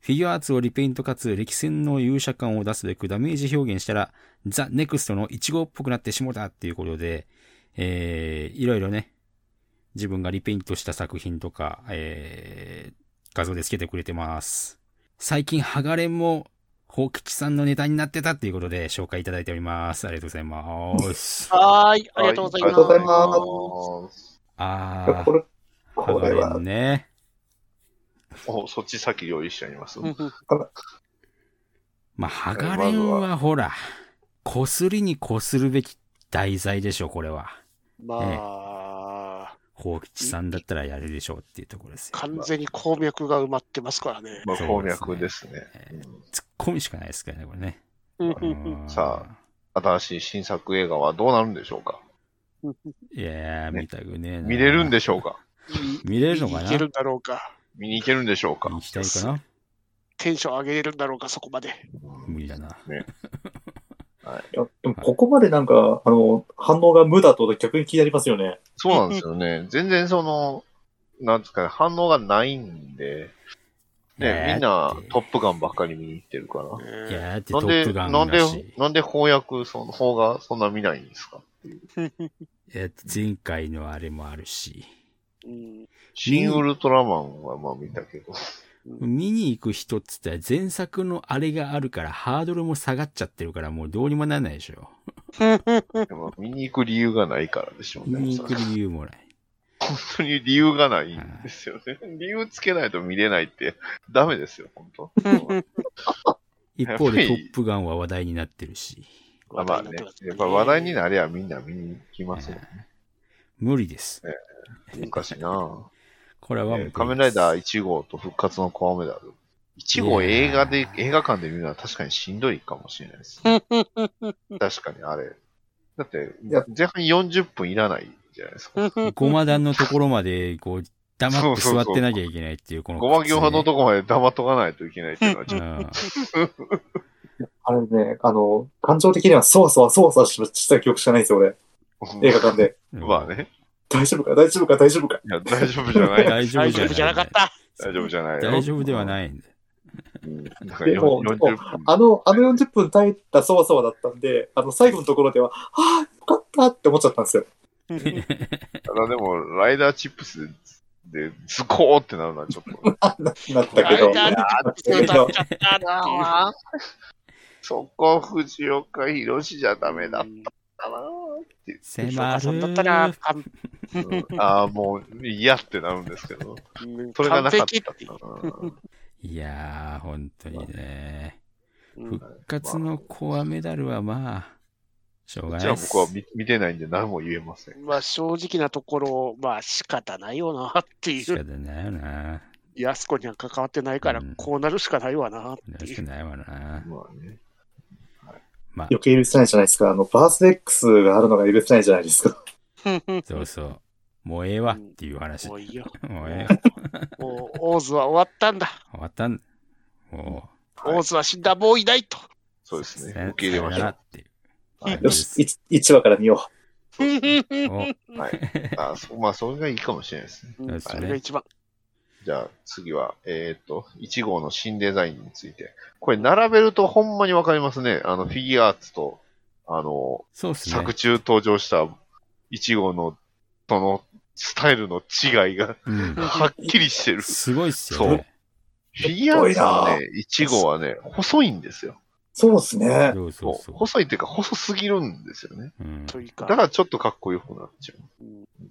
Speaker 3: フィギュアアーツをリペイントかつ歴戦の勇者感を出すべくダメージ表現したら、ザ・ネクストの1号っぽくなってしもたっていうことで、えー、いろいろね、自分がリペイントした作品とか、えー、画像でつけてくれてます。最近、ハガレンも、宝吉さんのネタになってたっていうことで紹介いただいております。ありがとうございます。
Speaker 1: はーい。ありがとうござい
Speaker 2: はありがとうござい
Speaker 1: ま
Speaker 2: ます。
Speaker 4: い
Speaker 3: あ
Speaker 4: や
Speaker 3: ー
Speaker 4: こ、れ、
Speaker 3: ハ
Speaker 4: こ
Speaker 3: ガ
Speaker 4: れ
Speaker 3: レ
Speaker 4: は
Speaker 3: ン、ね。
Speaker 2: お、そっち先用意してあります。
Speaker 1: す。
Speaker 3: まあ、ハガレンはほら、こすりにこするべき題材でしょ、これは。
Speaker 1: まあ、
Speaker 3: 宝吉さんだったらやるでしょうっていうところですよ。
Speaker 1: 完全に鉱脈が埋まってますからね。
Speaker 2: まあ、
Speaker 3: そうですね
Speaker 2: 鉱脈ですね。
Speaker 3: えー突っ込みしかないですからね、これね。
Speaker 1: うん
Speaker 3: う
Speaker 1: うん
Speaker 3: ん
Speaker 2: さ新しい新作映画はどうなるんでしょうか
Speaker 3: いやー、
Speaker 2: ね
Speaker 3: 見たくねえな。
Speaker 2: 見れるんで
Speaker 3: し
Speaker 2: しょうか
Speaker 1: い
Speaker 3: 見れるのかない
Speaker 1: けるんだろうか。
Speaker 2: 見に行けるんでしょうか
Speaker 3: 行きたいかな
Speaker 1: テンション上げれるんだろうか、そこまで。
Speaker 3: 無理だな。
Speaker 4: いやでもここまでなんか、あの、反応が無だと逆に気になりますよね。
Speaker 2: そうなんですよね。全然その、なんですかね、反応がないんで、
Speaker 3: えー
Speaker 2: ね、みんな
Speaker 3: って
Speaker 2: トップガンばっかり見に行ってるから。
Speaker 3: いやーって
Speaker 2: な
Speaker 3: ト
Speaker 2: んで、
Speaker 3: ップガ
Speaker 2: な
Speaker 3: ン
Speaker 2: ん
Speaker 3: だ
Speaker 2: で
Speaker 3: し、。
Speaker 2: なんで翻訳、その、方がそんな見ないんですか
Speaker 3: えー前回のあれもあるし。
Speaker 1: うん
Speaker 2: シン・ウルトラマンはまあ見たけ ど。
Speaker 3: 見に行く人っつったら前作のあれがあるからハードルも下がっちゃってるからもうどうにもならないでしょ。
Speaker 2: でも見に行く理由がないからでしょうね。
Speaker 3: 見に行く理由もない。
Speaker 2: 本当に理由がないんですよね。 理由つけないと見れないってダメですよ、本 当。
Speaker 3: 一方でトップガンは話題になってるし。
Speaker 2: まあまあね、やっぱ話題になりゃみんな見に行きますよ。
Speaker 3: 無理です。
Speaker 2: おかしいな
Speaker 3: これはもう
Speaker 2: ぁ。
Speaker 3: 無理です
Speaker 2: 仮面ライダー1号と復活のコアメダル。1号映画で、映画館で見るのは確かにしんどいかもしれないです、 ね。確かにあれ。だって
Speaker 4: いや、
Speaker 2: 前半40分いらないじゃないですか。
Speaker 3: ごま団のところまで、こう、黙って座ってなきゃいけないっていう、この。
Speaker 2: ごま行のとこまで黙っとかないといけないっていうのはち
Speaker 3: う
Speaker 2: ょっと、
Speaker 3: ん。
Speaker 4: あれね、あの、感情的にはそわそわそわそわした記憶しかないですよ、俺。 映画館で。
Speaker 2: まあね。
Speaker 4: 大丈夫か大丈夫か大丈夫か
Speaker 2: いや、大丈夫じゃない。
Speaker 3: 大丈夫
Speaker 1: 大
Speaker 3: じ
Speaker 1: 丈
Speaker 3: ゃ
Speaker 1: 夫じゃな
Speaker 3: な。
Speaker 1: いかった。
Speaker 2: 大丈夫じゃないよ。
Speaker 3: 大丈夫ではないんで。
Speaker 2: うん。だから
Speaker 4: でも
Speaker 2: 40分。
Speaker 4: あの、あの40分耐えたそわそわだったんで、あの、最後のところでは、ああ、よかったって思っちゃったんですよ。
Speaker 2: ただでも、ライダーチップスで、でズコーってなるのはちょっと。
Speaker 4: ななったけど。
Speaker 1: あ
Speaker 4: なったけ
Speaker 1: 歌っ
Speaker 4: ど
Speaker 1: ちゃったな
Speaker 2: そこ、藤岡弘じゃダメだっ
Speaker 1: うん
Speaker 2: たな
Speaker 3: 迫
Speaker 1: そ
Speaker 3: る
Speaker 1: うだったな。完
Speaker 2: うんああ、もう、嫌ってなるんですけど。それがなかっ
Speaker 1: 完璧
Speaker 2: た
Speaker 1: って
Speaker 2: な。
Speaker 3: いやー、本当にね。
Speaker 1: うん
Speaker 3: 復活のコアメダルはまあ、しょうが
Speaker 2: じ
Speaker 3: な
Speaker 2: ゃ
Speaker 3: い
Speaker 2: あ
Speaker 3: です
Speaker 2: 僕。は見見てないんで何も言えません。
Speaker 1: まあ正直なところ、まあ仕方ないよなってい
Speaker 3: 仕方
Speaker 1: う、
Speaker 3: ないよな。
Speaker 1: 安子には関わってないから
Speaker 3: うん、
Speaker 1: こうなるしかないわなって
Speaker 3: 仕
Speaker 1: い
Speaker 3: 方
Speaker 1: う。
Speaker 3: ないわな。
Speaker 2: まあね。
Speaker 3: まあ、
Speaker 4: 余計許せないじゃないですか。あの、バース X があるのが許せないじゃないですか。
Speaker 3: そうそう。もうええわっていう話。
Speaker 1: も
Speaker 3: も
Speaker 1: ういいよ。
Speaker 3: うええわ。
Speaker 1: もう、オーズは終わったんだ。
Speaker 3: 終わったんも
Speaker 1: オーズは死んだ、もういないと。
Speaker 2: そうで
Speaker 3: う、
Speaker 2: す
Speaker 3: さ
Speaker 2: ね。受け入れましょ
Speaker 3: さよな
Speaker 2: う
Speaker 3: ら。っていう感じ
Speaker 4: よ
Speaker 3: で
Speaker 4: し
Speaker 3: す。、
Speaker 4: いち一話から見よ
Speaker 3: お
Speaker 2: あそまあ、それがいいかもしれないですね。
Speaker 1: う
Speaker 3: そうんです
Speaker 1: そ
Speaker 3: ね
Speaker 1: れが一番。
Speaker 2: じゃあ次は、えーっと、1号の新デザインについて。これ並べるとほんまにわかりますね。あの、フィギュアーツと、あの、
Speaker 3: そうですね
Speaker 2: 作。中登場した1号の、その、スタイルの違いが
Speaker 3: うん
Speaker 2: はっきりしてる。
Speaker 3: すごいっすよね。
Speaker 2: フィギュアーツのね、1号はね、細いんですよ。
Speaker 4: う。そうですね。
Speaker 3: そうそうそう。
Speaker 2: 細いっていうか、細すぎるんですよね。
Speaker 3: うん
Speaker 1: という
Speaker 2: だ
Speaker 1: か、
Speaker 2: からちょっとかっこよくなっちゃう。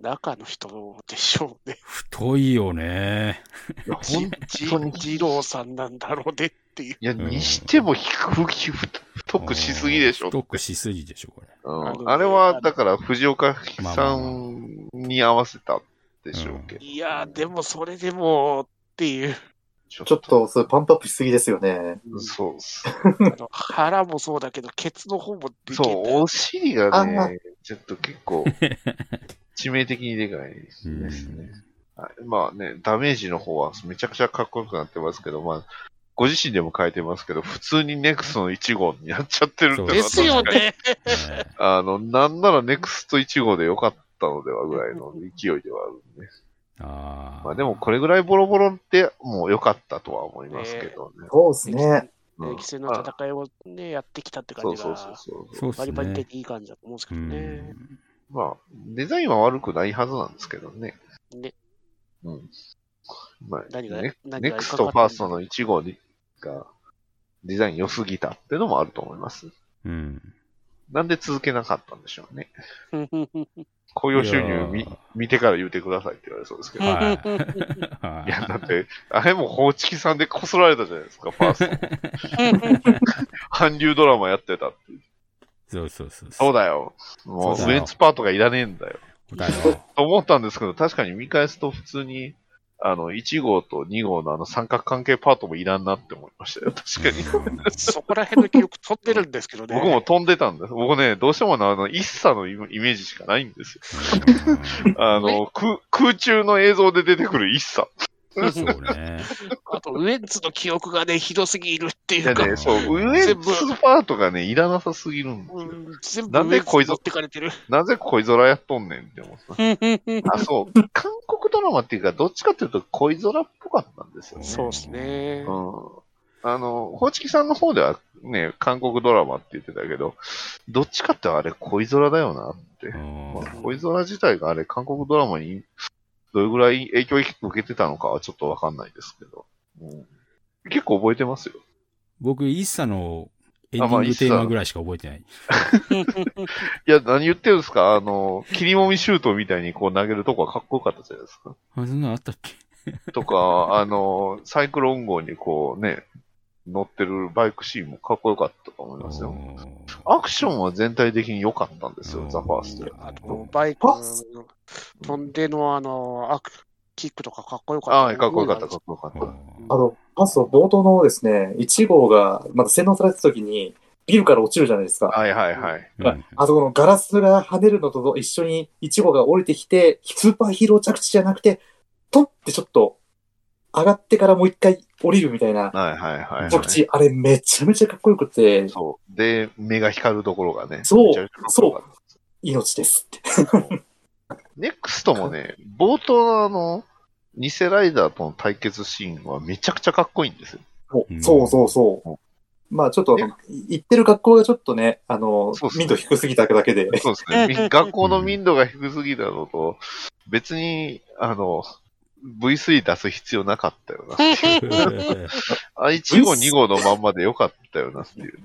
Speaker 1: 中の人でしょうね。
Speaker 3: 太いよね。
Speaker 2: いや、ほん
Speaker 1: じ
Speaker 2: 当に
Speaker 1: 二郎さんなんだろうねっていう。
Speaker 2: いや、
Speaker 3: ん
Speaker 2: にしても低く、太くしすぎでしょ。
Speaker 3: 太くしすぎでしょ、これ。
Speaker 2: うんあれは、だから、藤岡さんに合わせたでしょうけど。
Speaker 1: いやー、でもそれでもっていう。
Speaker 2: ちょ
Speaker 4: ちょっと、それパンプアップしすぎですよね。
Speaker 2: そうっす。
Speaker 1: あの腹もそうだけど、ケツの方もでけ
Speaker 2: そ
Speaker 1: えんだ
Speaker 2: う、お尻が
Speaker 4: あんま
Speaker 2: ね、ちょっと結 構、致命的にでかいですね。はいまあね、ダメージの方はめちゃくちゃかっこよくなってますけど、まあ、ご自身でも書いてますけど、普通にネクストの1号になっちゃってるってのは
Speaker 1: ですよね。
Speaker 3: ええ
Speaker 2: あの、なんならネクスト1号でよかったのではぐらいの勢いではあるんで。
Speaker 3: あー
Speaker 2: まあでもこれぐらいボロボロってもう良かったとは思いますけどね。
Speaker 4: そうですね。
Speaker 2: うん
Speaker 1: 歴戦の戦いをね、やってきたって
Speaker 2: そ
Speaker 1: 感
Speaker 2: う
Speaker 1: じ
Speaker 2: そうそう
Speaker 1: が、
Speaker 2: そう。
Speaker 3: そうっ
Speaker 1: バ
Speaker 3: す
Speaker 1: リバリ
Speaker 3: ね
Speaker 1: 的。いい感じだと思うんですけ
Speaker 3: う
Speaker 1: どね。
Speaker 3: ん。
Speaker 2: まあ、デザインは悪くないはずなんですけどね。
Speaker 1: ね。
Speaker 2: うん。まあ、
Speaker 1: 何が
Speaker 2: ネ
Speaker 1: 何が
Speaker 2: ネクストファーストの1号がデザイン良すぎたっていうのもあると思います。
Speaker 3: うん。
Speaker 2: なんで続けなかったんでしょうね。雇用収入
Speaker 3: い
Speaker 2: 見
Speaker 3: やー
Speaker 2: 見てから言うてくださいって言われそうです けど。
Speaker 3: はい
Speaker 2: いや、だ って、あれも放置さんでこすられたじゃないですか、ファースト。韓流ドラマやってたって。
Speaker 3: そうそうそう。
Speaker 2: そう
Speaker 3: だ。
Speaker 2: だよ。もう、
Speaker 3: そう
Speaker 2: ウ
Speaker 3: だよ
Speaker 2: エンツパートがいらねえんだよ。
Speaker 3: だよ。
Speaker 2: と思ったんですけど、確かに見返すと普通に、あの、1号と2号のあの三角関係パートもいらんなって思いましたよ。確かに。
Speaker 1: そこら辺の記憶取ってるんですけどね。
Speaker 2: 僕も飛んでたんです。僕ね、どうしてもねあの、一茶のイメイメージしかないんですよ。
Speaker 3: うん
Speaker 2: あの、空空中の映像で出てくる一茶。
Speaker 3: そうね。
Speaker 1: あと、ウエンツの記憶がね、ひどすぎるってい
Speaker 2: いや
Speaker 1: うか、
Speaker 2: ね、そう、ウエンツパートがね、いらなさすぎるんです
Speaker 1: う
Speaker 2: よ。
Speaker 1: ん、全部
Speaker 2: なん
Speaker 1: ウエ
Speaker 2: で
Speaker 1: ンツ
Speaker 2: こいつ
Speaker 1: 持ってかれ てる。
Speaker 2: なぜ恋空やっとんねんって思った。あ、そう。韓国ドラマっていうか、どっちかっていうと恋空っぽかったんですよね。
Speaker 1: そうですね
Speaker 2: う。ん。あの、ホチキさんの方ではね、韓国ドラマって言ってたけど、どっちかってあれ恋空だよなって
Speaker 3: う。ん
Speaker 2: ま あ恋空自体があれ、韓国ドラマにどれぐらい影響を受けてたのかはちょっとわかんないですけど。うん結構覚えてますよ。
Speaker 3: 僕、イッサのエンディングテーマぐらいしか覚えてない。
Speaker 2: いや、何言ってるんですかあの、切りもみシュートみたいにこう投げるとこはかっこよかったじゃないですか。
Speaker 3: あ、そんなのあったっけ
Speaker 2: と か、あの、サイクロン号にこうね、乗ってるバイクシーンもかっこよかったと思いますよ。アクションは全体的に良かったんですよ、ザ・ファースト。
Speaker 3: あ
Speaker 1: も
Speaker 3: の
Speaker 1: う、バイク
Speaker 4: あ
Speaker 1: の飛んでのあの、アクキックとかかっこよかった。
Speaker 2: ああ、かっこよかった、かっこよかった。
Speaker 4: あの、パスの冒頭のですね、1号がまだ洗脳された時に、ビルから落ちるじゃないですか。
Speaker 2: はいはいはい。
Speaker 3: うん
Speaker 4: あそこのガラスが跳ねるのと一緒に1号が降りてきて、スーパーヒーロー着地じゃなくて、トンってちょっと上がってからもう一回降りるみたいな
Speaker 2: はいはいはい、は
Speaker 4: 着
Speaker 2: い。
Speaker 4: 地、あれめちゃめちゃかっこよくて、
Speaker 2: そう。で、目が光るところがね。
Speaker 4: そう
Speaker 2: めちゃめちゃかっこよかった
Speaker 4: 命ですって。
Speaker 2: ネクストもね、冒頭のあの、ニセライダーとの対決シーンはめちゃくちゃかっこいいんですよ。
Speaker 4: も
Speaker 3: う
Speaker 4: うんそうそうそう。まあちょっとあの、行ってる学校がちょっとね、あの
Speaker 2: そうっ、すね
Speaker 4: 民度低すぎただ けで、
Speaker 2: そうですね。み学校の民度が低すぎたのと、別に、あの、V3 出す必要なかったよな。あ、1号、2号のまんまでよかったよなっていうね。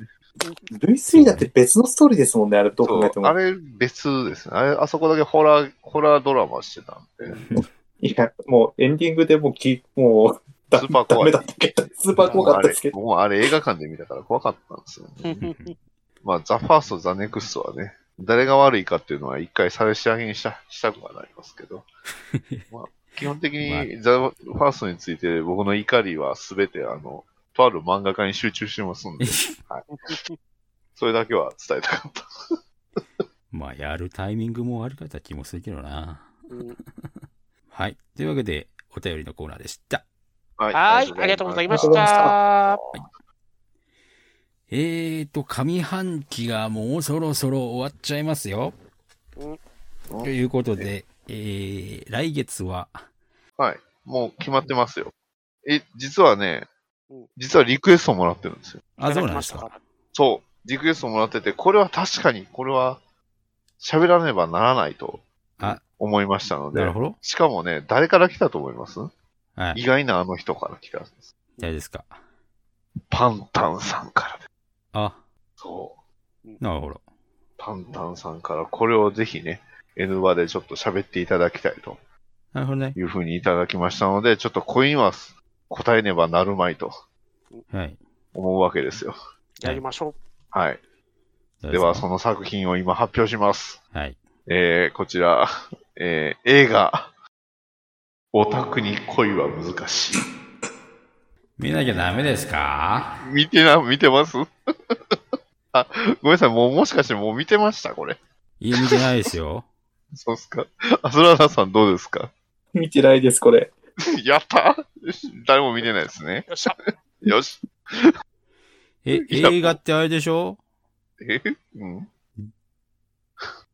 Speaker 4: V3 だって別のストーリーですもんね、あれどう考えて
Speaker 2: そうあ
Speaker 4: も。
Speaker 2: れ別ですね。あれ、あそこだけホラー、ホラードラマしてたんで、
Speaker 4: いや、もうエンディングでもうき、も う、だ
Speaker 2: スーパー
Speaker 4: ダ
Speaker 2: 怖
Speaker 4: メ
Speaker 2: い
Speaker 4: だったけど、スーパー怖かったですけど。
Speaker 2: もうあれ、もうあれ映画館で見たから怖かったんですよね。まあ、ザ・ファースト、ザ・ネクストはね、誰が悪いかっていうのは一回され仕上げにしたしたくはなりますけ ど、まあ、基本的
Speaker 3: ま
Speaker 2: にザ・ファーストについて僕の怒りは全てあの、とある漫画家 に集中してますんで、それだけは伝えたかった。
Speaker 3: まあ、やるタイミングも悪かった気もするけどな。
Speaker 1: うん
Speaker 3: はい。というわけで、お便りのコーナーでした。
Speaker 2: は
Speaker 1: はい、ありがとうございまし
Speaker 4: ありがとうござい
Speaker 1: た。
Speaker 3: えーと、上半期がもうそろそろ終わっちゃいますよ。ということで、えー、来月は、
Speaker 2: はい。もう決まってますよ。え、実はね
Speaker 1: うん、
Speaker 2: 実はリクエストもらってるんですよ。
Speaker 3: あ、
Speaker 1: い
Speaker 3: そ
Speaker 1: ただき
Speaker 3: うなんで
Speaker 1: ますし
Speaker 3: か。
Speaker 1: た
Speaker 2: そう。リクエストもらってて、これは確かに、これは喋らねばならないと
Speaker 3: あ
Speaker 2: 思いましたの
Speaker 3: な
Speaker 2: で
Speaker 3: る、ほど。
Speaker 2: しかもね、誰から来たと思います
Speaker 3: は
Speaker 2: 意
Speaker 3: い。
Speaker 2: 外なあの人から来たんです。
Speaker 3: 誰ですか。
Speaker 2: パンタンさんからです。
Speaker 3: あ、
Speaker 2: そう。
Speaker 3: なるほど。
Speaker 2: パンタンさんから、これをぜひね、N バでちょっと喋っていただきたいと
Speaker 3: なるほどね。
Speaker 2: いうふうにいただきましたので、ちょっとコインは答えねばなるまいと
Speaker 3: はい。
Speaker 2: 思うわけですよ。
Speaker 1: やりましょ
Speaker 2: はい。
Speaker 3: 誰
Speaker 2: で
Speaker 3: か
Speaker 2: は、その作品を今発表します。
Speaker 3: はい。
Speaker 2: えー、こちら、えー、映画、オタクに恋は難しい。
Speaker 3: 見なきゃダメですか
Speaker 2: 見てな、見てます あ、ごめんなさい、もうもしかしてもう見てましたこれ。
Speaker 3: いや、見てないです よ。
Speaker 2: そうっすか。アスラーナさんどうですか
Speaker 4: 見てないです、これ。
Speaker 2: やったよし誰も見てないですね。
Speaker 1: う。よっしゃ。
Speaker 2: よし。
Speaker 3: え、
Speaker 2: いや
Speaker 3: 映画ってあれでしょ
Speaker 2: えうん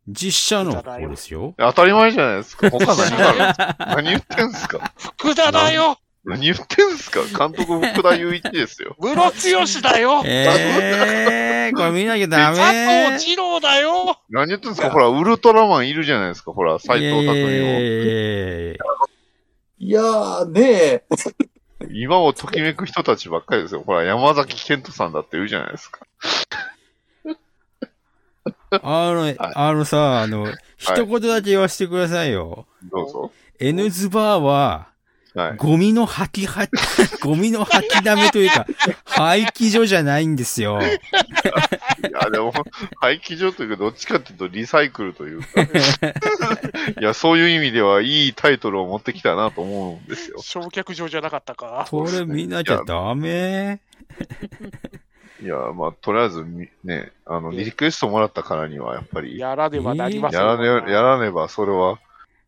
Speaker 3: 実写の方ですよ。
Speaker 2: 当たり前じゃないですか。他何が ある何言ってんすか
Speaker 1: 福田だよ
Speaker 2: 何言ってんすか監督福田雄一ですよ。
Speaker 1: ムロツヨシだよ
Speaker 3: えー、これ見なきゃダ
Speaker 1: 佐藤
Speaker 3: メ
Speaker 1: 二郎だよ
Speaker 2: 何言ってんすかほら、ウルトラマンいるじゃないですか。ほら、斎藤拓
Speaker 3: いやいや
Speaker 2: を。
Speaker 3: いやいや
Speaker 4: いやー、ねえ。
Speaker 2: 今をときめく人たちばっかりですよ。ほら、山崎賢人さんだって言うじゃないですか。
Speaker 3: あ の、あのさ、あの、一言だけ言わせてくださいよ。
Speaker 2: どうぞ。
Speaker 3: N ズバーは、
Speaker 2: はい。
Speaker 3: ゴミの吐きは、 ゴミの吐きだめという か、廃棄所じゃないんですよ。
Speaker 2: いや、でも、廃棄所というか、どっちかっていうとリサイクルというか。いや、そういう意味ではいいタイトルを持ってきたなと思うんですよ。
Speaker 1: 焼却場じゃなかったか。
Speaker 3: これ見なきゃダメ。
Speaker 2: いや、まあ、とりあえずみ、ね、あの、リクエストもらったからには、やっぱり、や
Speaker 1: やらねばなりません。
Speaker 2: らね、やらねば、それは、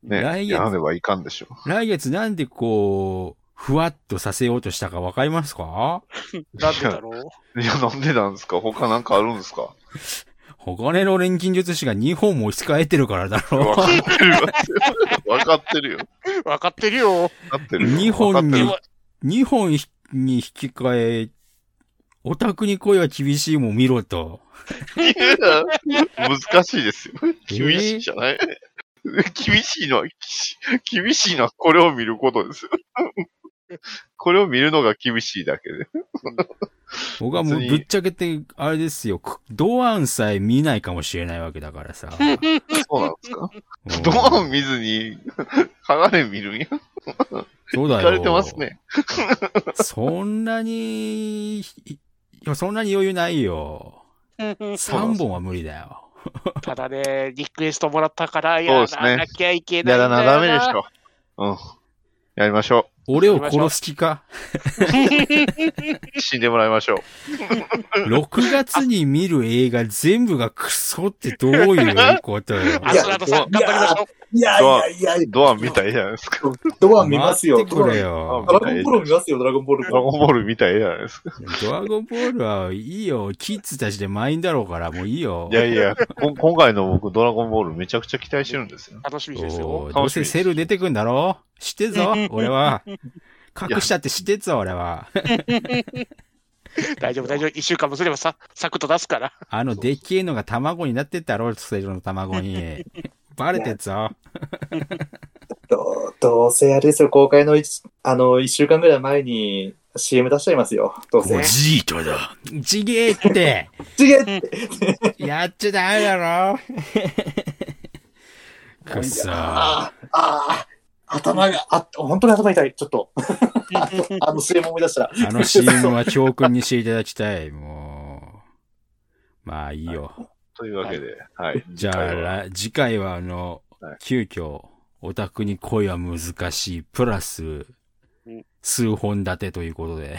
Speaker 2: ね、
Speaker 3: 来月
Speaker 2: やらねばいかんでしょ
Speaker 3: 来月なんでこう、ふわっとさせようとしたかわかりますか
Speaker 1: なんでだろう
Speaker 2: う。いや、なんでなんですか他なんかあるんですか
Speaker 3: 鋼の錬金術師が2本も押し替えてるからだ
Speaker 2: わ
Speaker 3: ろ
Speaker 2: かってるよ。わかってるよ。
Speaker 1: わかってるよ。
Speaker 2: わかって
Speaker 3: う。
Speaker 2: るよ。
Speaker 3: 2本
Speaker 2: わ
Speaker 3: に
Speaker 2: かっ、
Speaker 3: 2本に引き換え、オタクに恋は厳しいもん見ろと。
Speaker 2: てるよ難しいですよ。厳しいじゃない、厳しいのは、厳しいのはこれを見ることですよ。これを見るのが厳しいだけで。
Speaker 3: 僕はもう
Speaker 2: 別に
Speaker 3: ぶっちゃけて、あれですよ、くドアンさえ見ないかもしれないわけだからさ。
Speaker 2: そうなんですか
Speaker 3: うん
Speaker 2: ドアン見ずに、鋼見るんや。
Speaker 3: そうだ
Speaker 2: 聞
Speaker 3: よ。
Speaker 2: かれてます。ね。
Speaker 3: そんなに、いいや、そんなに余裕ないよ。3本は無理だよ。
Speaker 1: ただね、リクエストもらったから、
Speaker 2: そう
Speaker 1: や
Speaker 2: ですね
Speaker 1: らなきゃいけない
Speaker 2: や
Speaker 1: んだ
Speaker 2: ら
Speaker 1: よな。
Speaker 2: な、ダメでしょ。うん。やりましょ
Speaker 3: 俺を殺す気か。
Speaker 2: う。死んでもらいましょう。
Speaker 3: 6月に見る映画全部がクソってどういうことよ。
Speaker 1: アスラードさん、頑張りましょう。
Speaker 4: いやいやいやいや、
Speaker 2: ドアン見たいじゃないですか。
Speaker 4: ドア見ますよ。
Speaker 3: 待ってくれ
Speaker 4: ド
Speaker 3: よ
Speaker 2: ド。
Speaker 4: ラゴンボール見ますよ、ドラゴンボール。
Speaker 2: ドラゴンボール見たいじゃないですか。
Speaker 3: ドラゴンボールはいいよ。キッズたちで満員だろうから、もういいよ。
Speaker 2: いやいや、こ今回の僕、ドラゴンボールめちゃくちゃ期待してるんですよ。
Speaker 1: 楽しみです
Speaker 3: お
Speaker 1: よ。
Speaker 3: ーどうせセル出てくんだろ知って んぞ、俺は。隠したって知ってんぞ、俺は。
Speaker 1: 大丈夫、大丈夫。一週間もすればさ、サクッと出すから。
Speaker 3: あの、でっけえのが卵になってったろ、セルの卵 に。バレてんぞ。
Speaker 4: どうどうせあれですよ、公開の一あの一週間ぐらい前に CM 出しちゃいますよ。どうせ。
Speaker 3: じいとだ。ちげえって。
Speaker 4: ちげえ
Speaker 3: やっちゃダメだ ろ。くそ。
Speaker 4: あーあー、頭が、あ、本当に頭痛い。ちょっ と。あの CM 思い出したら。
Speaker 3: あの CM は教訓にしていただき たい。もう。まあいいよ。
Speaker 2: というわけで、はい。
Speaker 3: じゃあ、ら次回はあの
Speaker 2: はい、
Speaker 3: 急遽、オタクに恋は難しい、プラス
Speaker 1: うん、
Speaker 3: 数本立てということ で。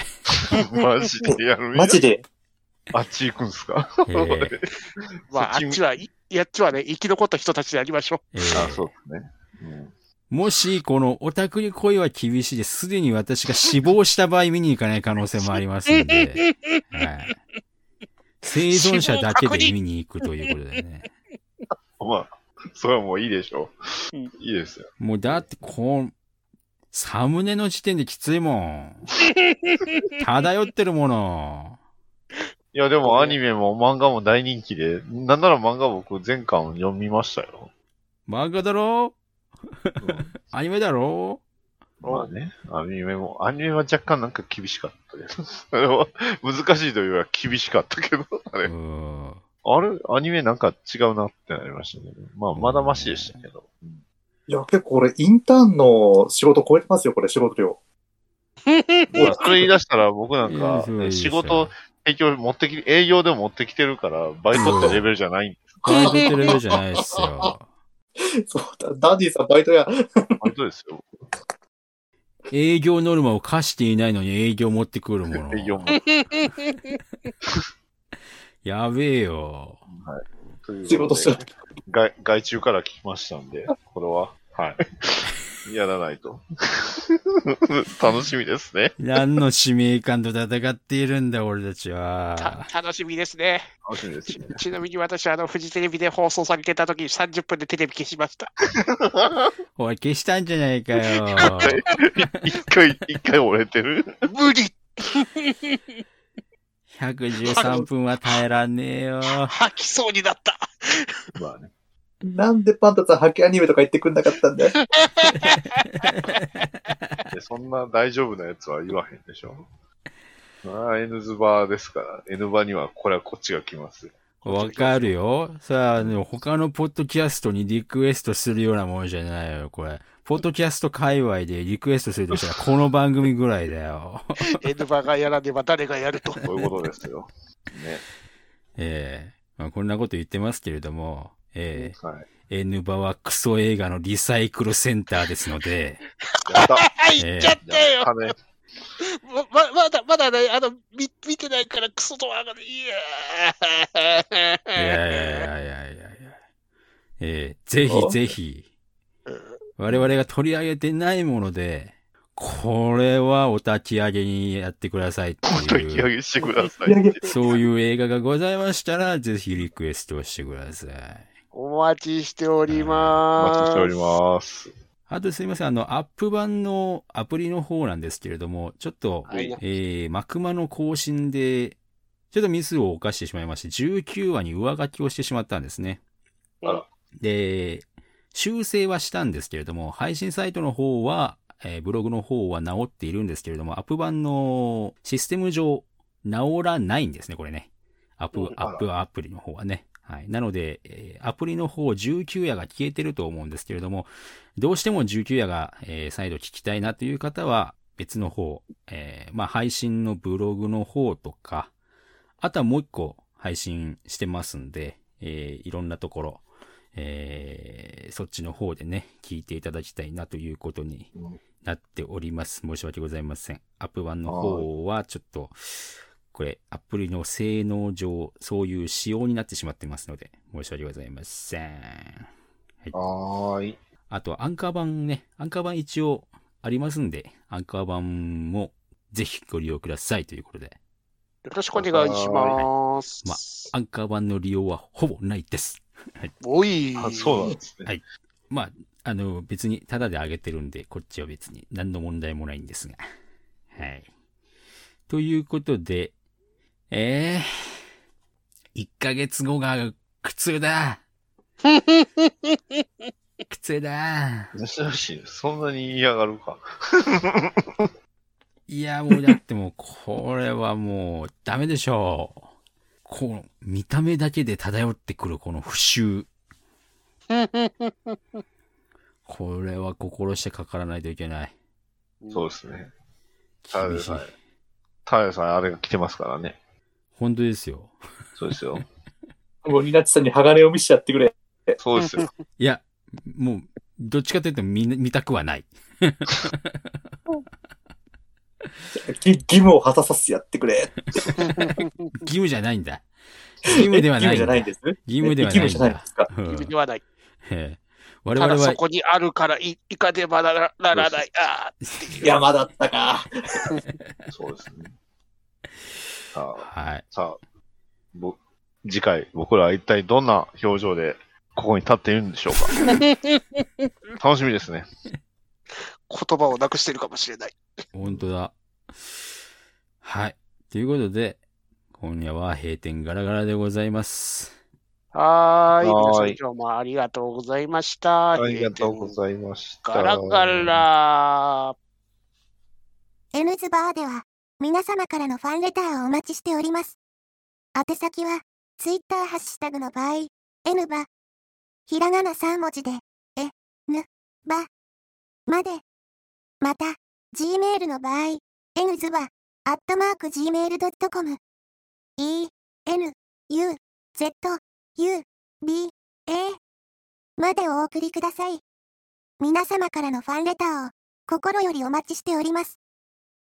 Speaker 2: マジでやる
Speaker 4: マジで。
Speaker 2: あっち行くんすか
Speaker 3: えー
Speaker 1: まあ、あ
Speaker 2: そっち
Speaker 1: っちはい、やっちはね、生き残った人たちでやりましょ
Speaker 3: え
Speaker 2: あ、
Speaker 3: ー
Speaker 2: そうですね。うん
Speaker 3: もし、このオタクに恋は厳しいです、すでに私が死亡した場合見に行かない可能性もありますんで、 はい、生存者だけで見に行くということでね。
Speaker 2: まあ、それはもういいでしょう。
Speaker 1: うん
Speaker 2: いいですよ。
Speaker 3: もうだって、こう、サムネの時点できついもん。漂ってるもの。
Speaker 2: いや、でもアニメも漫画も大人気で、なんなら漫画僕全巻読みましたよ。
Speaker 3: 漫画だろ
Speaker 2: うん
Speaker 3: アニメだろ
Speaker 2: まあね、アニメも、アニメは若干なんか厳しかったです。 それは難しいというよりは厳しかったけど、あ
Speaker 3: う
Speaker 2: れ、
Speaker 3: ん。
Speaker 2: あれアニメなんか違うなってなりましたね。まあ、まだマシでしたけど。
Speaker 4: いや、結構これ、インターンの仕事超えてますよ、これ、仕事 量。
Speaker 1: う。
Speaker 2: まあ、それ言い出したら僕なん
Speaker 3: いいで
Speaker 2: か
Speaker 3: すよいいで、す
Speaker 2: 仕
Speaker 3: よ
Speaker 2: 事、提供持ってき、営業でも持ってきてるから、バイトってレベルじゃないんで
Speaker 3: バイトってレベルじゃないっすよ。
Speaker 4: そうだ、ダディさんバイトや。
Speaker 2: バイトですよ。
Speaker 3: 営業ノルマを課していないのに営業持ってくるもの。
Speaker 2: 営 業も。
Speaker 3: やべえよ。
Speaker 4: 仕事してる。
Speaker 2: 外、外注から聞きましたんで、これは、はい。 やらないと。楽しみですね。
Speaker 3: 何の使命感と戦っているんだ、俺たちは
Speaker 1: た。楽しみですね。
Speaker 2: 楽しみですね。
Speaker 1: ちなみに私、あの、フジテレビで放送されてた時に30分でテレビ消しました。
Speaker 3: おい、消したんじゃないか よ。
Speaker 2: 一回、一回折れてる。
Speaker 1: 無理
Speaker 3: 113分は耐えらんねえよ。
Speaker 1: 吐きそうになった。
Speaker 2: まあね。
Speaker 4: なんでパンタさん、ハケアニメとか言ってくんなかったんだよ。
Speaker 2: でそんな大丈夫なやつは言わへんでしょ。まあ、N ズバーですから、N バーには、これはこっちが来ますよ。
Speaker 3: わかるよ。さあ、でも他のポッドキャストにリクエストするようなものじゃないよ、これ。ポッドキャスト界隈でリクエストする としたら、この番組ぐらいだよ。
Speaker 1: N バがやらねば誰がやる と。
Speaker 2: こういうことですよ。ね。
Speaker 3: ええまあ、こんなこと言ってますけれども、え
Speaker 2: はい。
Speaker 3: え N バはクソ映画のリサイクルセンターです ので、
Speaker 2: やった。
Speaker 1: はい、言っちゃった
Speaker 2: やっ
Speaker 1: よ。
Speaker 2: たね。
Speaker 1: まままだ、まだね、あの、み見てないからクソとはがない。いや
Speaker 3: いやいやいやいやいやいやええぜひぜひ、我々が取り上げてないもので、これはお立ち上げにやってくださいって
Speaker 2: もっと引き
Speaker 3: いう
Speaker 2: 上。げしてください。
Speaker 4: 引き上げ
Speaker 3: そういう映画がございましたら、ぜひリクエストをしてください。
Speaker 1: お待ちしており
Speaker 2: お
Speaker 1: ます。
Speaker 2: 待ちしております。
Speaker 3: あとすいません、あの、アップ版のアプリの方なんですけれども、ちょっと、
Speaker 1: はい
Speaker 3: えー、マクマの更新で、ちょっとミスを犯してしまいまして、19話に上書きをしてしまったんですね。
Speaker 2: あら
Speaker 3: で、修正はしたんですけれども、配信サイトの方は、えーブログの方は直っているんですけれども、アップ版のシステム上、直らないんですね、これね。アッ
Speaker 1: うん
Speaker 3: プ、
Speaker 2: あら
Speaker 3: アップアプリの方はね。はい。なので、えーアプリの方19夜が消えてると思うんですけれども、どうしても19夜が、えー再度聞きたいなという方は、別の方、えーまあ、配信のブログの方とか、あとはもう一個配信してますんで、えーいろんなところ、えーそっちの方でね、聞いていただきたいなということになっております。申し訳ございません。アップ版の方はちょっと、これ、アプリの性能上、そういう仕様になってしまってますので、申し訳ございません。
Speaker 2: はーい。
Speaker 3: あと、アンカー版ね、アンカー版一応ありますんで、アンカー版もぜひご利用くださいということで、
Speaker 1: よろしくお願いします。
Speaker 3: まアンカー版の利用はほぼないです。
Speaker 1: おい。
Speaker 2: あそうなんですね。
Speaker 3: はいまあ、あの、別にタダであげてるんで、こっちは別に何の問題もないんですが。 はい。ということで、えー、1ヶ月後が苦痛だ。 苦痛だ。
Speaker 2: 珍しいね。そんなに嫌がるか。
Speaker 3: いや、もうだってもう、これはもう、ダメでしょう。この、見た目だけで漂ってくるこの 不臭。これは心してかからないといけない。
Speaker 2: そうですね。はい
Speaker 3: 厳しい。
Speaker 2: はいタヤさん、あれが来てますからね。
Speaker 3: 本当ですよ。
Speaker 2: そうですよ。
Speaker 4: ゴリラチさんに鋼を見せちゃってくれ。
Speaker 2: そうですよ。
Speaker 3: いや、もう、どっちかというと見、見たくはない。
Speaker 4: ぎ義務を果たさせてやってくれ。
Speaker 3: 義務じゃないんだ。義務ではな
Speaker 4: 義務
Speaker 3: い
Speaker 4: じゃ
Speaker 3: んだ。
Speaker 4: ないんです。
Speaker 3: 義務ではないんだ
Speaker 4: 義務じゃないですか。
Speaker 3: うん
Speaker 1: 意味ではない。
Speaker 3: ええ我
Speaker 1: た
Speaker 3: 々
Speaker 1: だそ
Speaker 3: は、
Speaker 1: こにあるからいいかねばならならない。あ
Speaker 4: 山だったか。
Speaker 2: そうですね。さあ、
Speaker 3: はい。
Speaker 2: さあ、ぼ次回、僕らは一体どんな表情でここに立っているんでしょうか。楽しみですね。
Speaker 1: あ、言葉をなくしてるかもしれない。
Speaker 3: 本当だ。はい。ということで、今夜は閉店ガラガラでございます。
Speaker 1: はーい。
Speaker 2: はーい
Speaker 1: 皆さん今日もありがとうございました。
Speaker 2: ありがとうございました。
Speaker 1: ガラガラ。
Speaker 6: N ズバーでは、皆様からのファンレターをお待ちしております。宛先は、ツイッターハッシュタグの場合、N バ、ひらがな3文字で、え、ぬ、ば、まで。また、Gmail の場合、N ズバ、アットマーク Gmail.com、E、N、U、Z、U、B、A までお送りください。皆様からのファンレターを心よりお待ちしております。